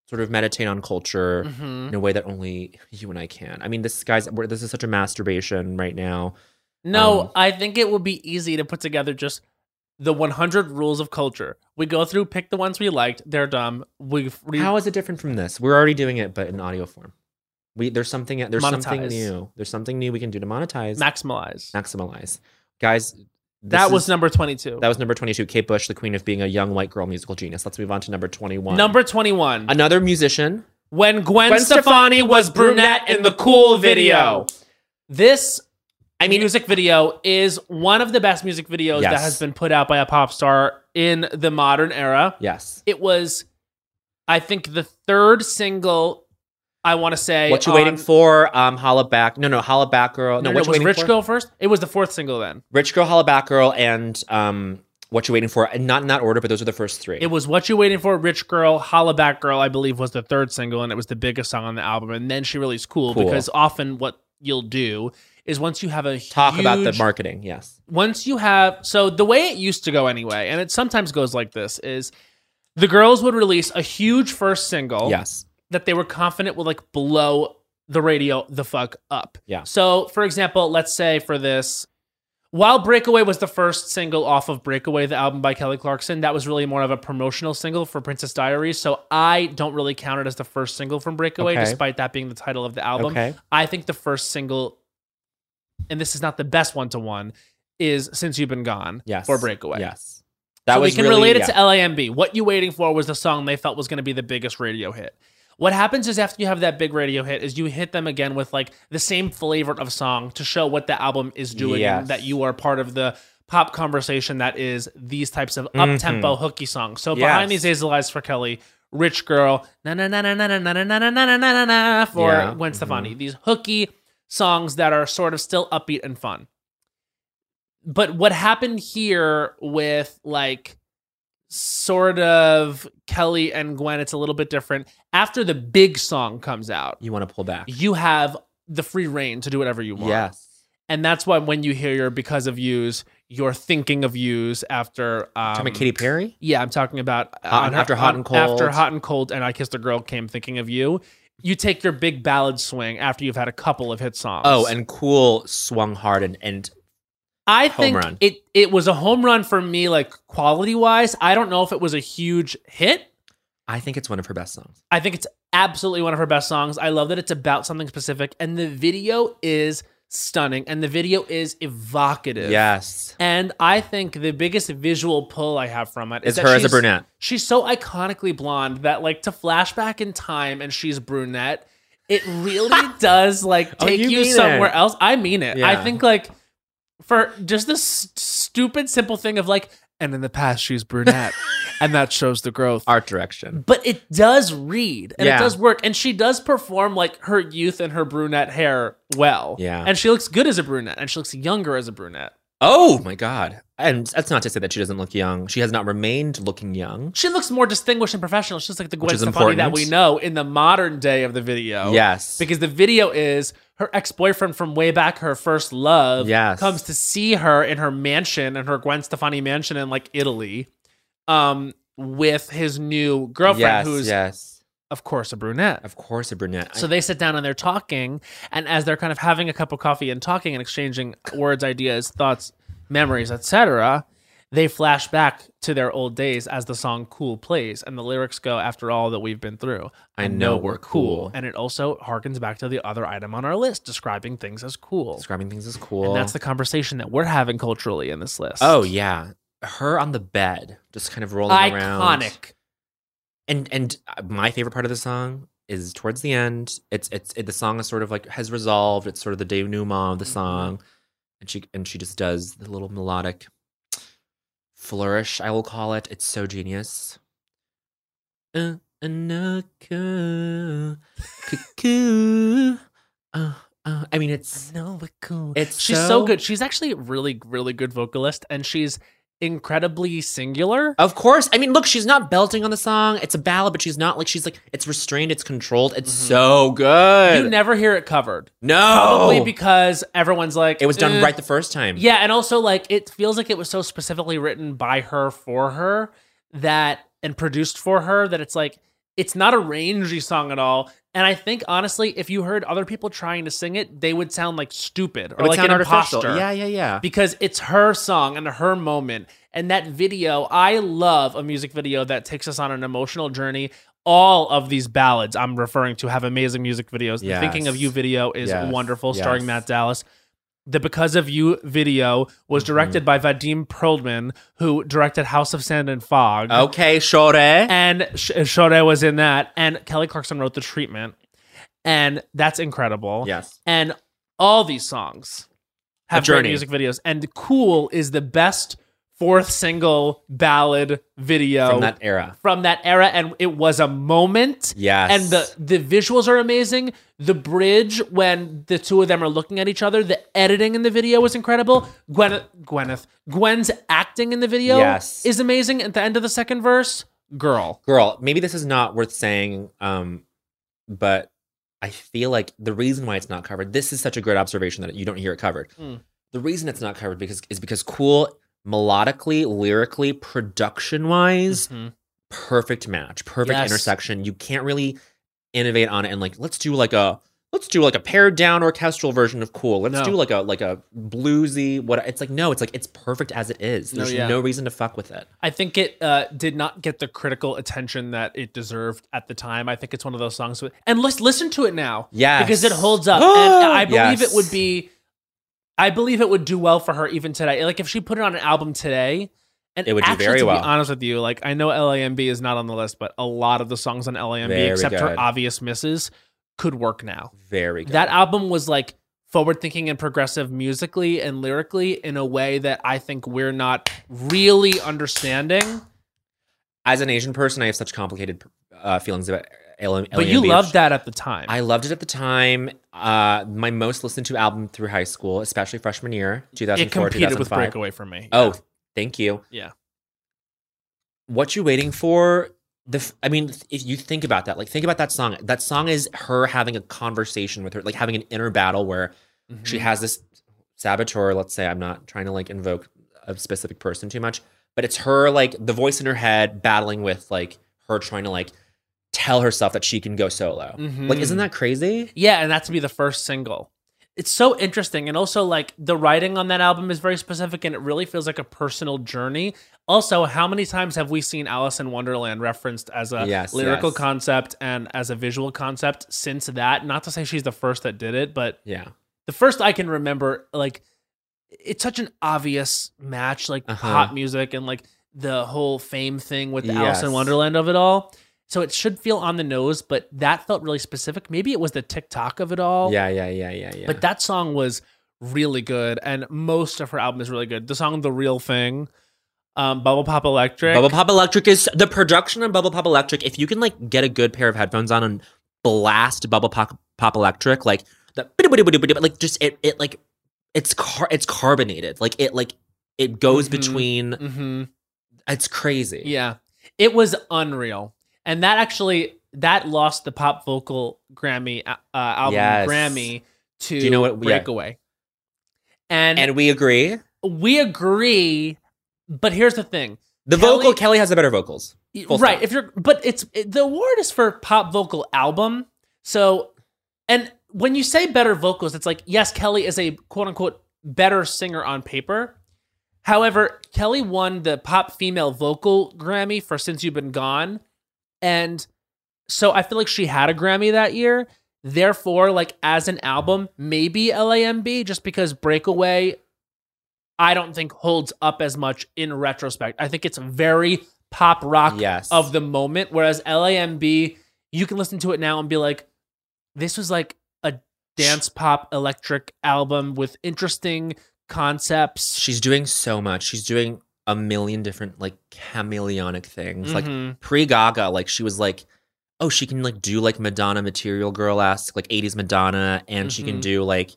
sort of meditate on culture
Mhm.
in a way that only you and I can. I mean, this guys, we're, this is such a masturbation right now.
No,
Um,
I think it would be easy to put together just the 100 rules of culture. We go through, pick the ones we liked. They're dumb. We re-
How is it different from this? We're already doing it, but in audio form. We there's something there's something
Monetize.
new. There's something new we can do to monetize,
maximize.
maximalize, guys.
That
this
was
is-
number 22.
That was number 22, Kate Bush, the queen of being a young white girl musical genius. Let's move on to number 21.
number 21.
another musician.
when Gwen,
Gwen
Stefani was brunette in the cool video.
video.
This I mean, music video is one of the best music videos that
Yes.
has been put out by a pop star in the modern era.
Yes.
It was, I think, the third single. I want to say
What you
on-
waiting for? Um, holla back. No, no, holla back girl.
No,
No,
no,
what
it
you
was
waiting
Rich
for?
Girl first. It was the fourth single then.
Rich girl, holla back girl, and um, what you waiting for? And not in that order, but those are the first three.
It was What You Waiting For, Rich Girl, Holla Back Girl, I believe was the third single, and it was the biggest song on the album. And then she released Cool,
Cool.
because often what you'll do is once you have a
Talk about the
huge-
marketing. Yes.
once you have so the way it used to go anyway and it sometimes goes like this is the girls would release a huge first single
Yes.
that they were confident would like blow the radio the fuck up
Yeah.
so for example let's say for this while breakaway was the first single off of breakaway the album by kelly clarkson that was really more of a promotional single for princess diaries so i don't really count it as the first single from breakaway
Okay.
despite that being the title of the album
Okay.
I think the first single, and this is not the best one to one, is Since You've Been Gone
Yes.
for Breakaway.
Yes. That
so
was
we can
really-
relate it
yeah.
to LAMB. What You Waiting For was the song they felt was going to be the biggest radio hit. What happens is after you have that big radio hit is you hit them again with like the same flavor of song to show what the album is doing
Yes.
and that you are part of the pop conversation that is these types of up tempo hooky songs. So behind
Yes.
these hazel eyes for Kelly, Rich Girl, na na na na na na na na na na na na na na for
Yeah.
Gwen Stefani. These hooky songs that are sort of still upbeat and fun. But what happened here with like sort of Kelly and Gwen, it's a little bit different. After the big song comes out,
You want to pull back.
you have the free reign to do whatever you want.
Yes.
And that's why when you hear your because of yous, you're thinking of yous after um,
Talking about Katy Perry?
yeah, I'm talking about
Hot-
on
after Hot and Cold.
After hot and cold, and I kissed a girl. Came thinking of you. You take your big ballad swing after you've had a couple of hit songs.
Oh, and Cool swung hard and, and
I
home
think
run.
it it was a home run for me, like quality wise. I don't know if it was a huge hit.
I think it's one of her best songs.
I think it's absolutely one of her best songs. I love that it's about something specific, and the video is stunning, and the video is evocative.
Yes.
And I think the biggest visual pull I have from it is
It's
that
her as a
she's-
brunette.
She's so iconically blonde that like to flash back in time and she's brunette, it really does like
Oh,
take
you
you,
mean
somewhere
it.
else. I mean it. I
Yeah.
think like for just this st- stupid simple thing of like and in the past she's brunette and that shows the growth.
Art direction.
But it does read and
Yeah.
it does work and she does perform like her youth and her brunette hair well.
Yeah.
And she looks good as a brunette and she looks younger as a brunette.
Oh my God. And that's not to say that she doesn't look young. She has not remained looking young.
She looks more distinguished and professional. She's like the Gwen
is
Stefani that
important.
we know in the modern day of the video.
Yes.
Because the video is her ex boyfriend from way back, her first love,
Yes.
comes to see her in her mansion, in her Gwen Stefani mansion in like Italy, um, with his new girlfriend,
yes,
who's,
yes.
of course, a brunette.
Of course, a brunette.
So they sit down and they're talking, and as they're kind of having a cup of coffee and talking and exchanging words, ideas, thoughts, memories, etc., they flash back to their old days as the song "Cool" plays, and the lyrics go, "After all that we've been through,
I know we're cool."
and it also harkens back to the other item on our list, describing things as cool.
describing things as cool.
And that's the conversation that we're having culturally in this list.
Oh yeah, her on the bed, just kind of rolling around.
iconic.
And and uh, my favorite part of the song is towards the end. It's it's it, the song is sort of like has resolved. It's sort of the denouement of
Mm-hmm.
the song, and she and she just does the little melodic flourish. I will call it. It's so genius. Uh, and a coo- cuckoo. Uh, uh, I mean, it's
No, but cool.
it's
She's so, good. She's actually a really, really good vocalist, and she's incredibly singular.
Of course. I mean, look, she's not belting on the song. It's a ballad, but she's not like she's like it's restrained, it's controlled. It's so good.
Mm-hmm. You never hear it covered. Probably
no.
because everyone's like
it was done
"Eh."
right the first time.
Yeah, and also like it feels like it was so specifically written by her for her that and produced for her that it's like it's not a rangy song at all. And I think honestly, if you heard other people trying to sing it, they would sound like stupid
It
or
would
like
sound
an
artificial.
imposter.
Yeah, yeah, yeah.
because it's her song and her moment. And that video, I love a music video that takes us on an emotional journey. All of these ballads I'm referring to have amazing music videos. The
Yes.
Thinking of You video is
Yes.
wonderful, starring
Yes.
Matt Dallas. The Because of You video was
Mm-hmm.
directed by Vadim Perlman, who directed House of Sand and Fog.
okay, Shore.
And Sh- Shore was in that. And Kelly Clarkson wrote The Treatment. And that's incredible
yes.
and all these songs have great
journey.
music videos. And "Cool" is the best fourth single ballad video
From that era.
from that era, and it was a moment.
Yes.
And the the visuals are amazing. The bridge when the two of them are looking at each other, the editing in the video is incredible. Gwen, Gwyneth, Gwen's acting in the video
Yes.
is amazing. At the end of the second verse, girl,
girl, maybe this is not worth saying, um, but I feel like the reason why it's not covered, this is such a great observation that you don't hear it covered.
Mm.
The reason it's not covered because is because cool melodically, lyrically, production wise,
Mhm.
perfect match, perfect
Yes.
intersection. You can't really innovate on it and like let's do like a let's do like a pared down orchestral version of cool. Let's
No.
do like a like a bluesy what it's like no, it's like it's perfect as it is.
No,
There's no,
yeah.
reason to fuck with it.
I think it uh, did not get the critical attention that it deserved at the time. I think it's one of those songs. With, and let's listen to it now.
Yes.
Because it holds up. and I believe
Yes.
it would be, I believe it would do well for her even today. Like if she put it on an album today, And
It would do
actually,
very
to
well.
be honest with you, like I know LAMB is not on the list, but a lot of the songs on LAMB,
Very
except
good.
her obvious misses, could work now.
Very good.
That album was like forward thinking and progressive musically and lyrically in a way that I think we're not really understanding.
As an Asian person, I have such complicated uh, feelings about LM.
But you loved that at the time.
I loved it at the time. Uh, my most listened to album through high school, especially freshman year, 2004,
it competed with
2005.
Breakaway for me.
Oh, thank you.
Yeah.
What you waiting for? The f- I mean, if you think about that, like think about that song. That song is her having a conversation with her, like having an inner battle where
Mhm.
she has this saboteur. Let's say I'm not trying to like invoke a specific person too much, but it's her like the voice in her head battling with like her trying to like tell herself that she can go solo. Like, isn't
Mhm.
that crazy?
Yeah, and that's to be the first single. It's so interesting. And also, like, the writing on that album is very specific and it really feels like a personal journey. Also, how many times have we seen Alice in Wonderland referenced as a
Yes,
lyrical
yes.
concept and as a visual concept since that? Not to say she's the first that did it, but
Yeah.
the first I can remember, like, it's such an obvious match, like
Uh-huh.
pop music and like the whole fame thing with the Alice in
Yes.
Wonderland of it all. So it should feel on the nose, but that felt really specific. Maybe it was the TikTok of it all.
Yeah, yeah, yeah, yeah, yeah.
But that song was really good, and most of her album is really good. The song "The Real Thing," um, "Bubble Pop Electric,"
Bubble Pop Electric is the production of Bubble Pop Electric. If you can like get a good pair of headphones on and blast Bubble Pop Pop Electric, like the like just it it like it's car it's carbonated. Like it like it goes
Mhm.
between
hmm
it's crazy.
Yeah. It was unreal. And that actually that lost the pop vocal Grammy uh, uh, album
Yes.
Grammy to
you know what- yeah.
Breakaway. And,
And we agree.
we agree, but here's the thing.
The
Kelly-
vocal Kelly has the better vocals. Full
right,
stop.
if you're but it's it- the award is for pop vocal album. So and when you say better vocals, it's like yes, Kelly is a quote unquote better singer on paper. However, Kelly won the pop female vocal Grammy for Since You've Been Gone. And so I feel like she had a Grammy that year. Therefore, like as an album, maybe LAMB, just because Breakaway, I don't think holds up as much in retrospect. I think it's very pop rock
Yes.
of the moment. Whereas LAMB, you can listen to it now and be like, this was like a dance pop electric album with interesting concepts.
she's doing so much. She's doing a million different like chameleonic things. Like
Mhm.
pre Gaga, like she was like, oh, she can like do like Madonna Material Girl esque, like eighties Madonna, and she can
Mhm.
do like,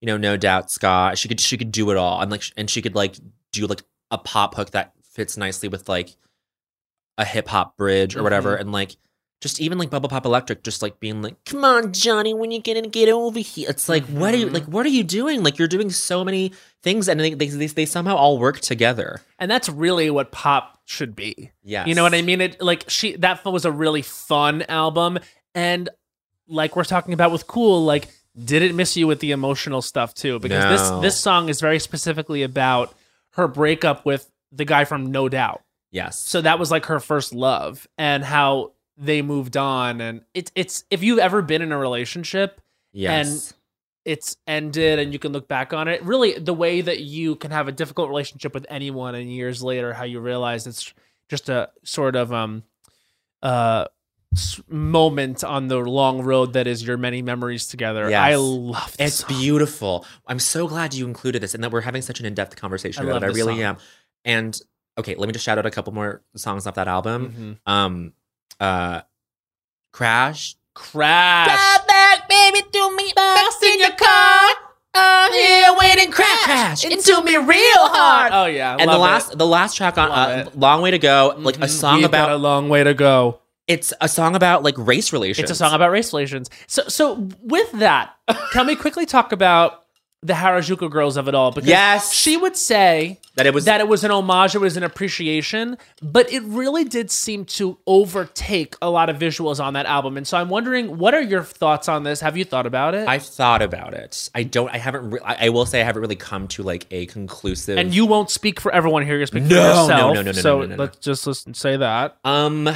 you know, no doubt ska. She could she could do it all, and like sh- and she could like do like a pop hook that fits nicely with like a hip hop bridge or whatever, and like. Just even like Bubble Pop Electric, just like being like, "Come on, Johnny, when you gonna get over here?" It's like, what are you
Mhm.
like? What are you doing? Like, you're doing so many things, and they they, they, they somehow all work together.
and that's really what pop should be.
Yeah,
You know what I mean? It like she that was a really fun album, and like we're talking about with Cool, like didn't miss you with the emotional stuff too, because
No.
this this song is very specifically about her breakup with the guy from No Doubt.
Yes.
So that was like her first love, and how they moved on, and it's it's if you've ever been in a relationship
yes,
it's ended and you can look back on it really the way that you can have a difficult relationship with anyone and years later how you realize it's just a sort of um uh s- moment on the long road that is your many memories together
Yes.
i love this
it's beautiful. I'm so glad you included this and that we're having such an in-depth conversation
I
about
love
it. I
this
really
song.
am. And okay, let me just shout out a couple more songs off that album.
Mm-hmm.
Um, uh, Crash.
crash
back, baby, do me fast in your car. I'm here waiting, crash, crash into me real hard.
oh yeah
and the last, the last track on
Love Mm-hmm.
uh, "Long Way to Go," like Mm-hmm. a song about
a long way to go
it's a song about like race relations.
It's a song about race relations. So, so with that, can we quickly talk about the Harajuku girls of it all? Because
Yes.
she would say
that it was
that it was an homage, it was an appreciation, but it really did seem to overtake a lot of visuals on that album. And so, I'm wondering, what are your thoughts on this? Have you thought about it?
I've thought about it. I don't. I haven't. Re- I, I will say I haven't really come to like a conclusive.
and you won't speak for everyone here. You speak for
No, no,
yourself.
no, no, no,
so
no, no, no.
let's just listen, say that.
um,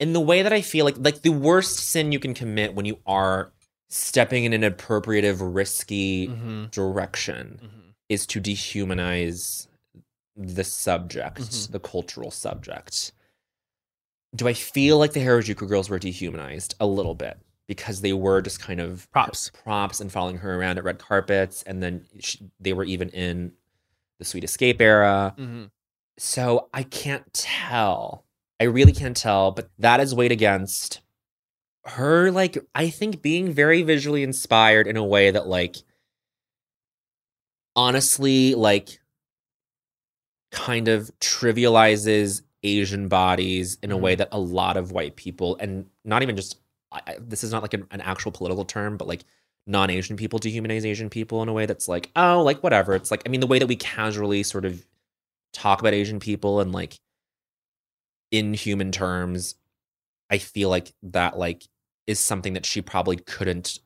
in the way that I feel like like the worst sin you can commit when you are stepping in an appropriative, risky
Mhm,
direction
mhm.
is to dehumanize the subject, the cultural subject. Do I feel like the Harajuku girls were dehumanized a little bit because they were just kind of
Props.
props and following her around at red carpets, and then sh they were even in the Sweet Escape era.
Mhm.
So I can't tell. I really can't tell, but that is weighed against her, like, I think being very visually inspired in a way that, like, honestly, like, kind of trivializes Asian bodies in a way that a lot of white people, and not even just, I, I- this is not like an, an actual political term, but like, Non Asian people dehumanize Asian people in a way that's like, oh, like whatever. It's like, I mean, the way that we casually sort of talk about Asian people and like in human terms, I feel like that like is something that she probably couldn't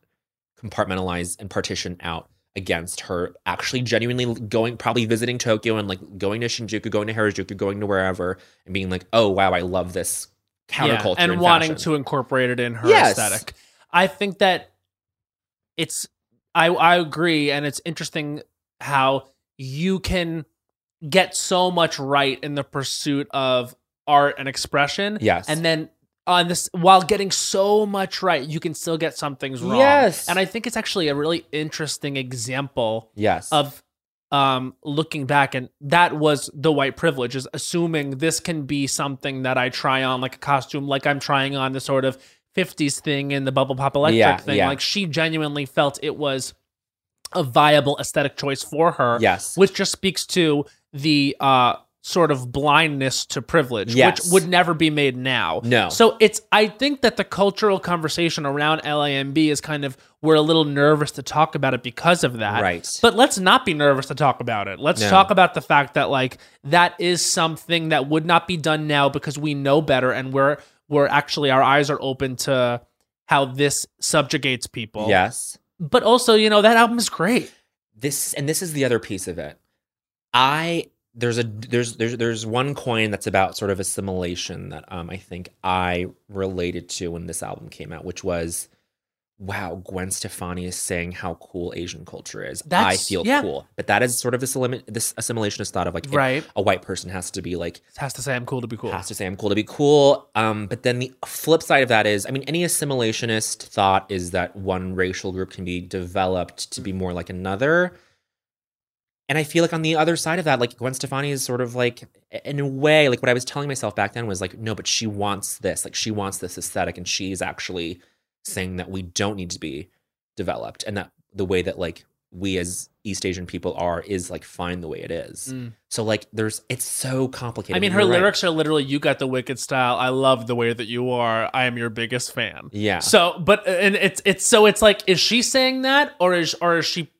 compartmentalize and partition out against her actually genuinely going probably visiting Tokyo and like going to Shinjuku, going to Harajuku, going to wherever and being like, oh wow, I love this counterculture
and,
in
wanting
fashion.
to incorporate it in her
Yes.
aesthetic. I think that it's I I agree, and it's interesting how you can get so much right in the pursuit of art and expression,
yes
and then on this while getting so much right, you can still get some things wrong.
Yes.
and I think it's actually a really interesting example
yes
of um looking back and that was the white privilege is assuming this can be something that I try on like a costume like I'm trying on the sort of 50s thing in the bubble pop electric
Yeah,
thing
yeah.
like she genuinely felt it was a viable aesthetic choice for her
yes
which just speaks to the uh sort of blindness to privilege
Yes.
which would never be made now
no
so it's I think that the cultural conversation around LAMB is kind of we're a little nervous to talk about it because of that.
right
But let's not be nervous to talk about it. Let's
No.
talk about the fact that like that is something that would not be done now because we know better and we're we're actually our eyes are open to how this subjugates people.
yes
But also, you know, that album is great.
this and this is the other piece of it i there's a there's there's there's one coin that's about sort of assimilation that um i think i related to when this album came out which was wow gwen stefani is saying how cool asian culture is i
That's-
feel
yeah.
cool but that is sort of this elim- this assimilationist thought of like
Right.
a white person has to be like
Has to say I'm cool to be cool.
has to say I'm cool to be cool. Um, but then the flip side of that is, I mean, any assimilationist thought is that one racial group can be developed to be more like another. And I feel like on the other side of that, like Gwen Stefani is sort of like, in a way, like what I was telling myself back then was like, no, but she wants this. Like she wants this aesthetic, and she's actually saying that we don't need to be developed, and that the way that like we as East Asian people are is like fine the way it is.
Mm.
So like, there's it's so complicated.
I mean,
and
her
you're right.
lyrics are literally "You got the wicked style. I love the way that you are. I am your biggest fan."
Yeah.
So, but and it's it's so it's like is she saying that or is or is she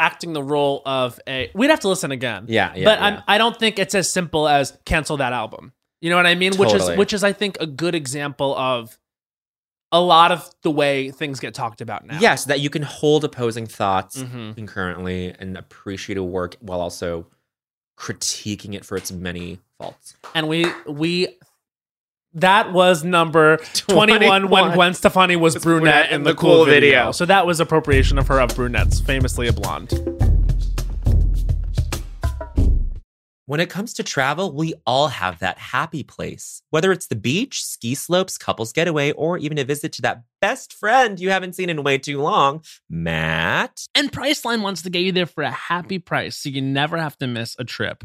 acting the role of a? We'd have to listen again.
Yeah, yeah.
but
yeah.
I'm, I don't think it's as simple as cancel that album. You know what I mean? Which
Totally.
is which is I think a good example of a lot of the way things get talked about now.
yes, that you can hold opposing thoughts
Mhm.
concurrently and appreciate a work while also critiquing it for its many faults.
and we we that was number 21,
21.
when Gwen Stefani was brunette,
brunette
in the, cool, video. So that was appropriation of her of brunettes, famously a blonde.
When it comes to travel, we all have that happy place. Whether it's the beach, ski slopes, couples getaway, or even a visit to that best friend you haven't seen in way too long, Matt.
And Priceline wants to get you there for a happy price so you never have to miss a trip.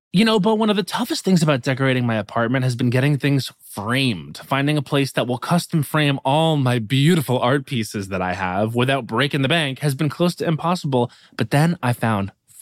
You know, but one of the toughest things about decorating my apartment has been getting things framed, finding a place that will custom frame all my beautiful art pieces that I have without breaking the bank has been close to impossible, but then I found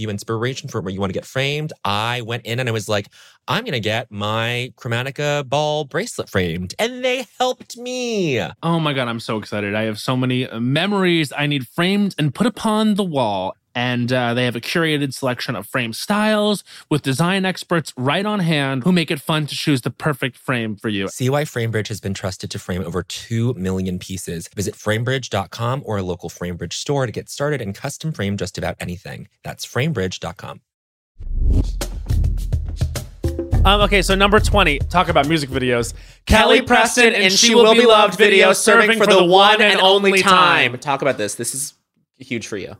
you inspiration for where you want to get framed. I went in and I was like, I'm going to get my Chromatica ball bracelet framed. And they helped me.
Oh my God, I'm so excited. I have so many uh, memories I need framed and put upon the wall. And uh, they have a curated selection of frame styles with design experts right on hand who make it fun to choose the perfect frame for you.
See why FrameBridge has been trusted to frame over 2 million pieces. Visit framebridge.com or a local FrameBridge store to get started and custom frame just about anything. That's framebridge.com.
Um, okay, so number 20, talk about music videos. Kelly Preston and She Will Be Loved video serving for the one and only time.
Talk about this. This is huge for you.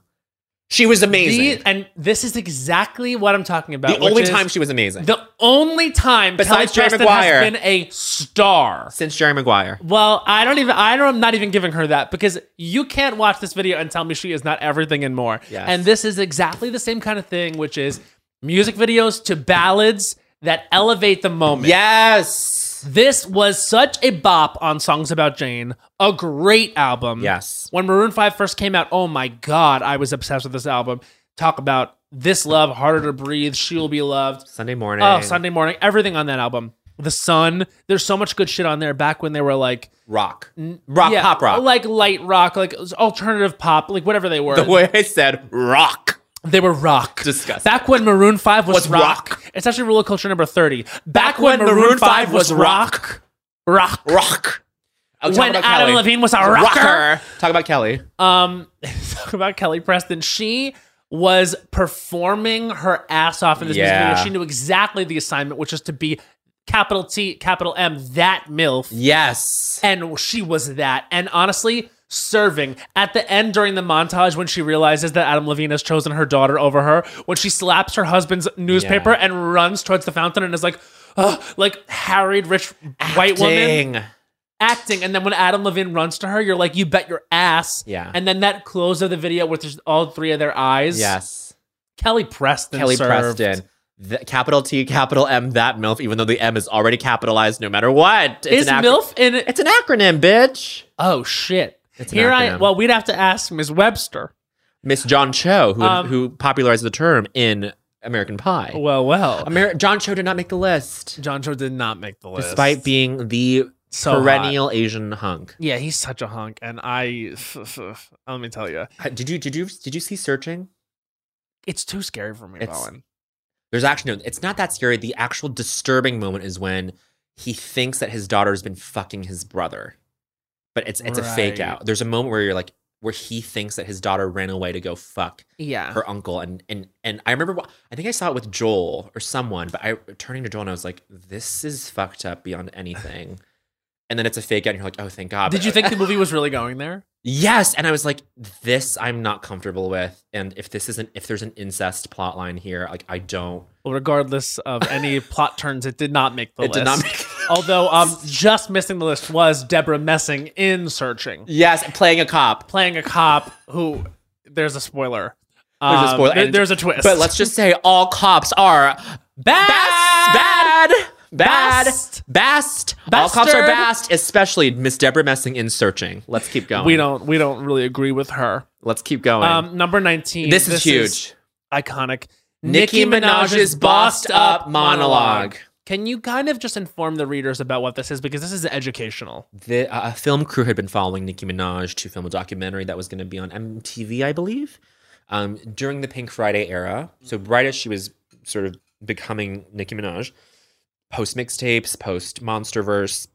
She was
The-
amazing. The,
and this is exactly what I'm talking about. which
only
is
time she was amazing.
The only time
Besides
Kelly
Jerry
Preston has
Maguire.
been a star.
Since Jerry Maguire.
Well, I don't even. I don't. I'm not even giving her that because you can't watch this video and tell me she is not everything and more.
Yes.
And this is exactly the same kind of thing, which is music videos to ballads that elevate the moment.
Yes.
This was such a bop on Songs About Jane, a great album.
Yes.
When Maroon 5 first came out, oh my God, I was obsessed with this album. Talk about This Love, Harder to Breathe, She'll Be Loved.
Sunday morning.
Oh, Sunday morning, everything on that album. The Sun, there's so much good shit on there back when they were like
Rock. Rock,
yeah,
pop rock.
Like light rock, like alternative pop, like whatever they were.
the way I said rock.
They were rock.
Disgusting.
Back when Maroon 5 was,
Was
rock.
rock.
It's actually Rule of Culture number 30. Back,
when
when, Maroon
Maroon
5,
5
was
was
rock. Rock.
Rock. I was
When
talking about
Adam
Kelly.
Levine was a rocker.
Talk about Kelly.
Um, talk about Kelly Preston. She was performing her ass off in this music
Yeah.
video. She knew exactly the assignment, which is to be capital T, capital M, that MILF.
Yes.
and she was that. And honestly, serving at the end during the montage when she realizes that Adam Levine has chosen her daughter over her, when she slaps her husband's newspaper and runs towards the fountain and is like, Ugh, like harried rich white woman
Dang.
acting. And then when Adam Levine runs to her, you're like, you bet your ass.
Yeah.
And then that close of the video with just all three of their eyes.
Yes.
Kelly Preston.
Kelly
served.
Preston. The, capital T, capital M, that MILF, even though the M is already capitalized no matter what. It's
Is
an ac-
MILF in it?
It's an acronym, bitch.
Oh, shit.
It's an
Here I,
acronym.
well, we'd have to ask Ms. Webster.
Miss John Cho, who,
Um, Oh.
who popularized the term in American Pie.
Well, well.
Amer- John Cho did not make the list,
John Cho did not make the list.
despite being the
So
perennial Asian hunk.
Yeah, he's such a hunk, and I let me tell Uh, you,
Did you did you did you see searching?
it's too scary for me,
It's-
Bowen.
There's actually no, it's not that scary. The actual disturbing moment is when he thinks that his daughter's been fucking his brother. But it's it's a fake
Right.
out. There's a moment where you're like where he thinks that his daughter ran away to go fuck
Yeah.
her uncle and and and I remember wa- I think I saw it with Joel or someone, but I turning to Joel and I was like, this is fucked up beyond anything. And then it's a fake out, and you're like, oh, thank God.
Did
But-
you think the movie was really going there?
Yes, and I was like, this I'm not comfortable with, and if this isn't if there's an incest plot line here, like I don't.
Well, regardless of any plot turns, it did not make the
It
list.
did not make-
Although, um, just missing the list was Deborah messing in searching,
Yes, playing a cop.
playing a cop who. There's a spoiler.
There's a
Um,
spoiler
there-
and-
there's a twist.
But let's just say all cops are
Bad!
bad, bad,
Bast!
bast. All cops are
Bastard!
bast, especially Miss Deborah Messing in searching. Let's keep going.
We don't. We don't really agree with her.
Let's keep going.
Um, number nineteen.
this, is huge.
iconic.
Nicki Minaj's bossed up monologue.
Can you kind of just inform the readers about what this is because this is educational?
the, uh, a film crew had been following Nicki Minaj to film a documentary that was going to be on MTV, I believe, um, during the Pink Friday era. So right as she was sort of becoming Nicki Minaj, post mixtapes, post MonsterVerse,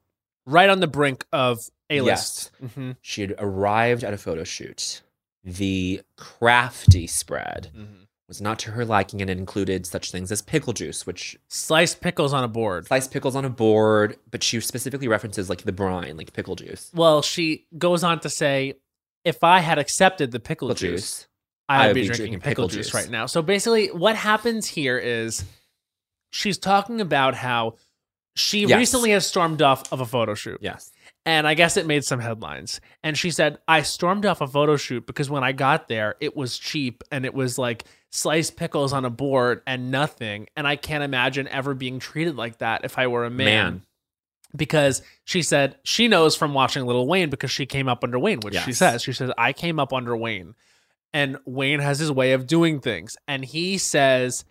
Right on the brink of a list. hmm
she had arrived at a photo shoot. The crafty spread was not to her liking and included such things as pickle juice, which
Sliced pickles on a board.
sliced pickles on a board, but she specifically references like the brine, like pickle juice.
Well, she goes on to say, "If I had accepted the pickle,
Pickle
juice,
juice.
I'd be, drinking, pickle, juice right now." So basically, what happens here is she's talking about how she
Yes.
recently has stormed off of a photo shoot.
Yes.
and I guess it made some headlines. And she said, I stormed off a photo shoot because when I got there, it was cheap and it was like sliced pickles on a board and nothing. And I can't imagine ever being treated like that if I were a man.
Man.
Because she said she knows from watching Little Wayne because she came up under Wayne, which she
Yes.
says. She says, I came up under Wayne. And Wayne has his way of doing things. And he says,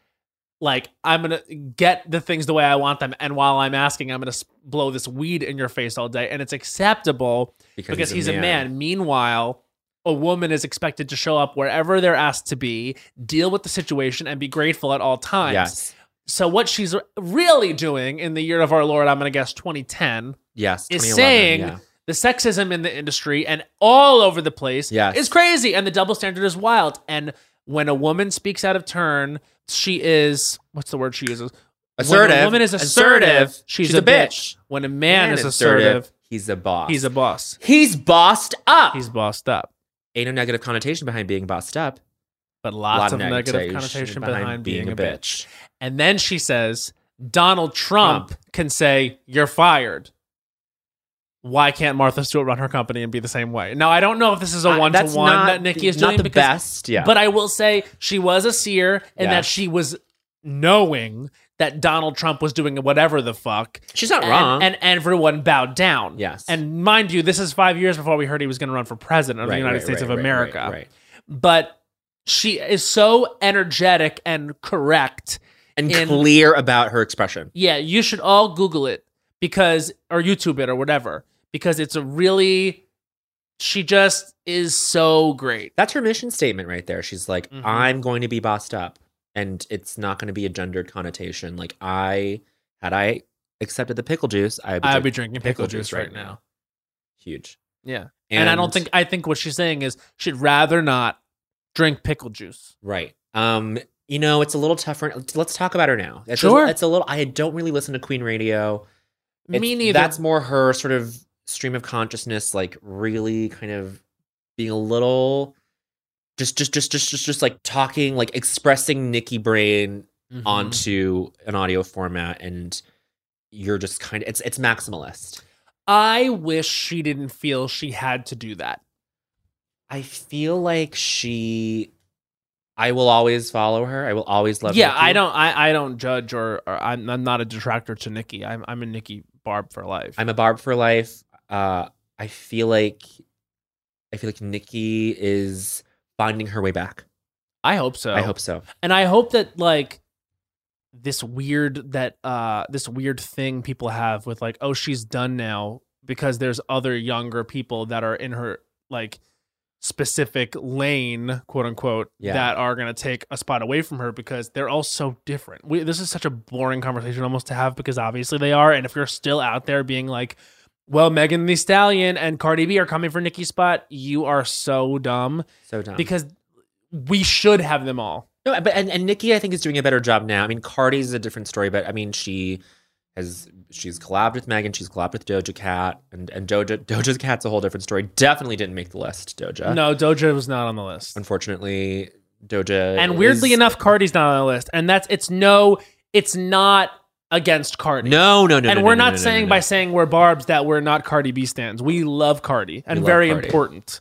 like I'm gonna get the things the way I want them, and while I'm asking, I'm gonna s- blow this weed in your face all day, and it's acceptable because, he's, a, man. Meanwhile, a woman is expected to show up wherever they're asked to be, deal with the situation, and be grateful at all times.
Yes.
So what she's really doing in the year of our Lord, I'm gonna guess 2010,
Yes.
is
2011,
saying
yeah.
the sexism in the industry and all over the place
Yes.
is crazy, and the double standard is wild. And when a woman speaks out of turn, she is what's the word she uses?
assertive.
When a woman is assertive, she's, a, bitch. When a man, is assertive,
He's a boss.
he's a boss.
he's bossed up.
He's bossed up.
Ain't no negative connotation behind being bossed up.
But
A
lots
lot
of negative connotation behind, being, a bitch.
bitch.
And then she says, Donald Trump, can say, You're fired. Why can't Martha Stewart run her company and be the same way? Now, I don't know if this is a
Uh,
one to
that's
one
not
that Nikki
the-
is
not
doing.
the
because,
best, yeah.
But I will say she was a seer and that
Yes.
she was knowing that Donald Trump was doing whatever the fuck
She's not
and,
wrong.
And everyone bowed down.
Yes.
And mind you, this is five years before we heard he was going to run for president of
Right,
the United
right,
States of
right, right,
America.
Right, right.
But she is so energetic and correct.
And
In-
clear about her expression.
Yeah, you should all Google it because, or YouTube it or whatever, because it's a really, she just is so great.
That's her mission statement right there. She's like,
Mhm.
I'm going to be bossed up, and it's not going to be a gendered connotation. Like I had I accepted the pickle juice, I'd be,
I'd
drinking
be drinking pickle, juice right now.
Huge.
Yeah. And, I don't think, I think what she's saying is she'd rather not drink pickle juice.
Right. Um, you know, it's a little tougher. Let's talk about her now. It's
Sure.
A, it's a little. I don't really listen to Queen Radio. It's-
Me neither.
That's more her sort of stream of consciousness, like really kind of being a little, just, just, just, just, just, just like talking, like expressing Nikki Brain
Mhm.
onto an audio format, and you're just kind of it's it's maximalist.
I wish she didn't feel she had to do that.
I feel like she. I will always follow her. I will always love.
yeah,
Nikki.
I don't. I, I don't judge or, or I'm, I'm not a detractor to Nikki. I'm I'm a Nikki Barb for life.
I'm a barb for life. Uh, I feel like I feel like Nikki is finding her way back.
I hope so.
I hope so.
and I hope that like this weird that uh this weird thing people have with like oh she's done now because there's other younger people that are in her like specific lane, quote unquote,
Yeah.
that are going to take a spot away from her because they're all so different. We, this is such a boring conversation almost to have because obviously they are. And if you're still out there being like, well, Megan the Stallion and Cardi B are coming for Nicki's spot, you are so dumb
So dumb.
because we should have them all.
No, but and, and Nikki, I think, is doing a better job now. I mean, Cardi's a different story, but I mean, she has she's collabed with Megan, she's collabed with Doja Cat, and and Doja Doja Cat's a whole different story. Definitely didn't make the list, Doja.
No, Doja was not on the list.
unfortunately, Doja.
And weirdly
is-
enough, Cardi's not on the list. And that's it's no, it's not against Cardi.
no, no, no,
and
no,
we're
no, no,
not
no, no,
saying
no.
by saying we're barbs that we're not Cardi B stands. We love Cardi and
love
very
Cardi.
important.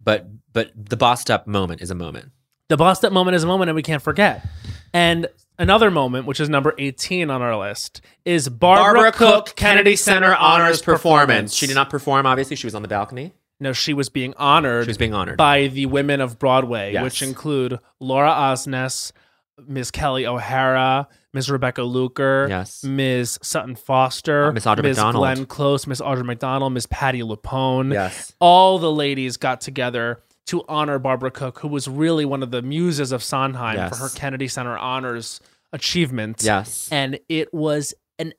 but but the bossed up moment is a moment.
The bust up moment is a moment and we can't forget. And another moment, which is number 18 on our list, is Barbara, Cook Kennedy Center Honors Performance.
She did not perform. Obviously, she was on the balcony.
No, she was being
She was
honored
being honored.
by the women of Broadway,
Yes.
which include Laura Osnes, Miss Kelly O'Hara, Miss Rebecca Luker,
Yes.
Ms. Sutton Foster,
Uh, Miss Audra McDonald.
Glenn Close, Miss Audra McDonald, Miss Patty Lapone.
Yes.
All the ladies got together to honor Barbara Cook, who was really one of the muses of Sondheim
Yes.
for her Kennedy Center Honors achievement.
Yes.
And it was an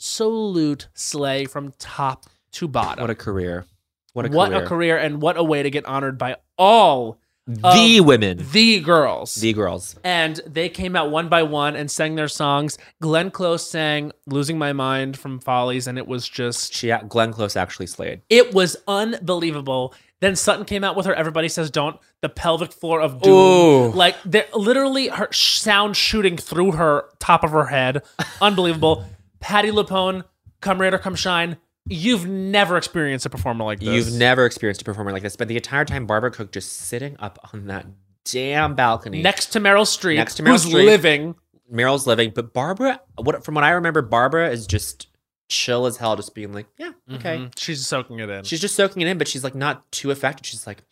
absolute slay from top to bottom.
What a career. What a
What
career.
and what a way to get honored by all Oh.
The women.
the girls.
The girls.
and they came out one by one and sang their songs. Glenn Close sang "Losing My Mind" from Follies, and it was just
She Glenn Close actually slayed.
It was unbelievable. Then Sutton came out with her "Everybody Says Don't." The pelvic floor of doom,
Ooh.
like they're- literally her sh- sound shooting through her top of her head, unbelievable. Patty Lapone, "Come Rain or Come Shine." You've never experienced a performer like this.
You've never experienced a performer like this, but the entire time Barbara Cook just sitting up on that damn balcony.
next to Meryl Streep,
Next to Meryl
who's
Streep.
living.
Meryl's living, but Barbara, what from what I remember, Barbara is just chill as hell, just being like, yeah, okay.
Mhm. she's soaking it in.
She's just soaking it in, but she's like not too affected. She's like,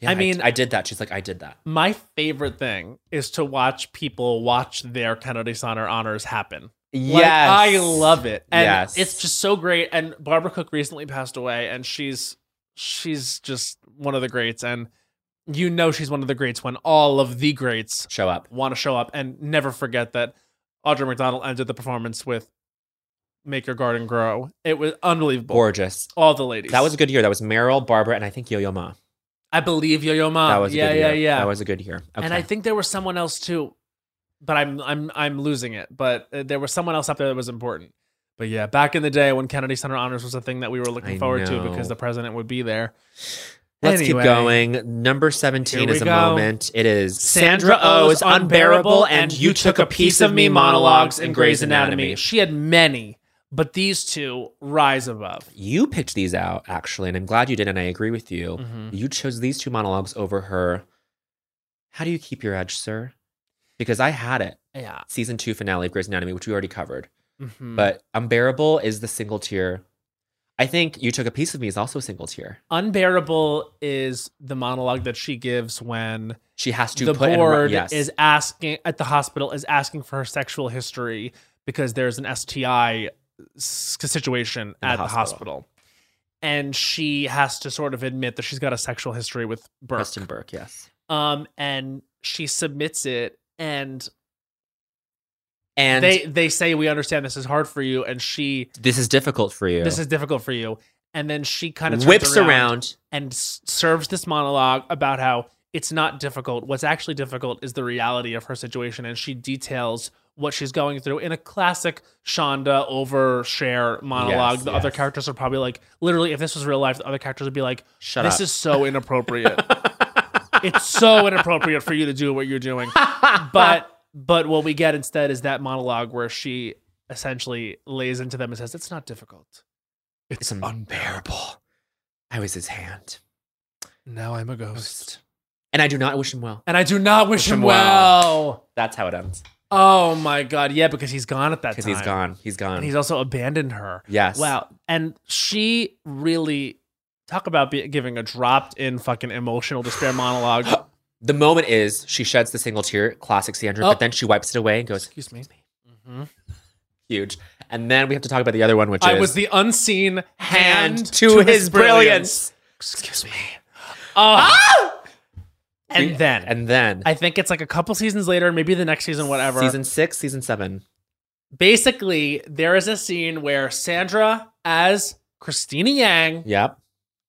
yeah,
I
I
mean-
mean, I, did that. She's like, I did that.
My favorite thing is to watch people watch their Kennedy Center honors happen. Like, I love it. And
Yes.
it's just so great. And Barbara Cook recently passed away, and she's she's just one of the greats. And you know she's one of the greats when all of the greats
Show up.
want to show up. And never forget that Audra McDonald ended the performance with Make Your Garden Grow. It was unbelievable.
Gorgeous.
all the ladies.
That was a good year. That was Meryl, Barbara, and I think Yo Yo Ma.
I believe Yo Yo Ma.
that was a
Uh, yeah,
good
yeah,
year.
yeah.
That was a good year. Okay.
And I think there was someone else too, but I'm I'm I'm losing it. But uh, there was someone else up there that was important. But yeah, back in the day when Kennedy Center Honors was a thing that we were looking
I
forward to
know.
because the president would be there.
Let's
Anyway,
keep going. Number 17
Here
is
we
a
go.
moment. It is
Sandra O's unbearable, and you took a piece of me monologues in Grey's Anatomy. She had many, but these two rise above.
You picked these out, actually, and I'm glad you did, and I agree with you.
Mm-hmm.
You chose these two monologues over her. How do you keep your edge, sir? Because I had it.
Yeah.
Season two finale of Grey's Anatomy, which we already covered.
Mhm.
But Unbearable is the single tier. I think You Took a Piece of Me is also a single tier.
unbearable is the monologue that she gives when
She has to
the
put in a
board
re- yes.
is asking at the hospital is asking for her sexual history because there's an STI s- situation
the
at the hospital.
hospital.
and she has to sort of admit that she's got a sexual history with Burke.
Preston Burke, yes.
Um, and she submits it, and,
And
they they say we understand this is hard for you, and she
this is difficult for you.
this is difficult for you, and then she kind of
whips around.
and s- serves this monologue about how it's not difficult. What's actually difficult is the reality of her situation, and she details what she's going through in a classic Shonda overshare monologue.
Yes,
the other
yes.
characters are probably like, literally, if this was real life, the other characters would be like,
Shut
"This
up.
is so inappropriate. it's so inappropriate for you to do what you're doing." But but what we get instead is that monologue where she essentially lays into them and says, "It's not difficult.
It's unbearable. I was his hand.
Now I'm a ghost."
Ghost. And I do not wish him well.
And I do not wish, him
him
well.
That's how it ends.
Oh my god, yeah, because he's gone at that
Because
time.
he's gone. He's gone.
And he's also abandoned her.
yes.
Wow. And she really talk about be, giving a dropped in fucking emotional despair monologue.
The moment is she sheds the single tear, classic Sandra,
Oh.
but then she wipes it away and goes
Excuse me.
huge. And then we have to talk about the other one, which
I
is
was the unseen hand,
hand to his brilliance.
Excuse me. Uh, and then
Ah! and then
I think it's like a couple seasons later, maybe the next season, whatever.
season six, season seven.
Basically, there is a scene where Sandra, as Christina Yang,
Yep.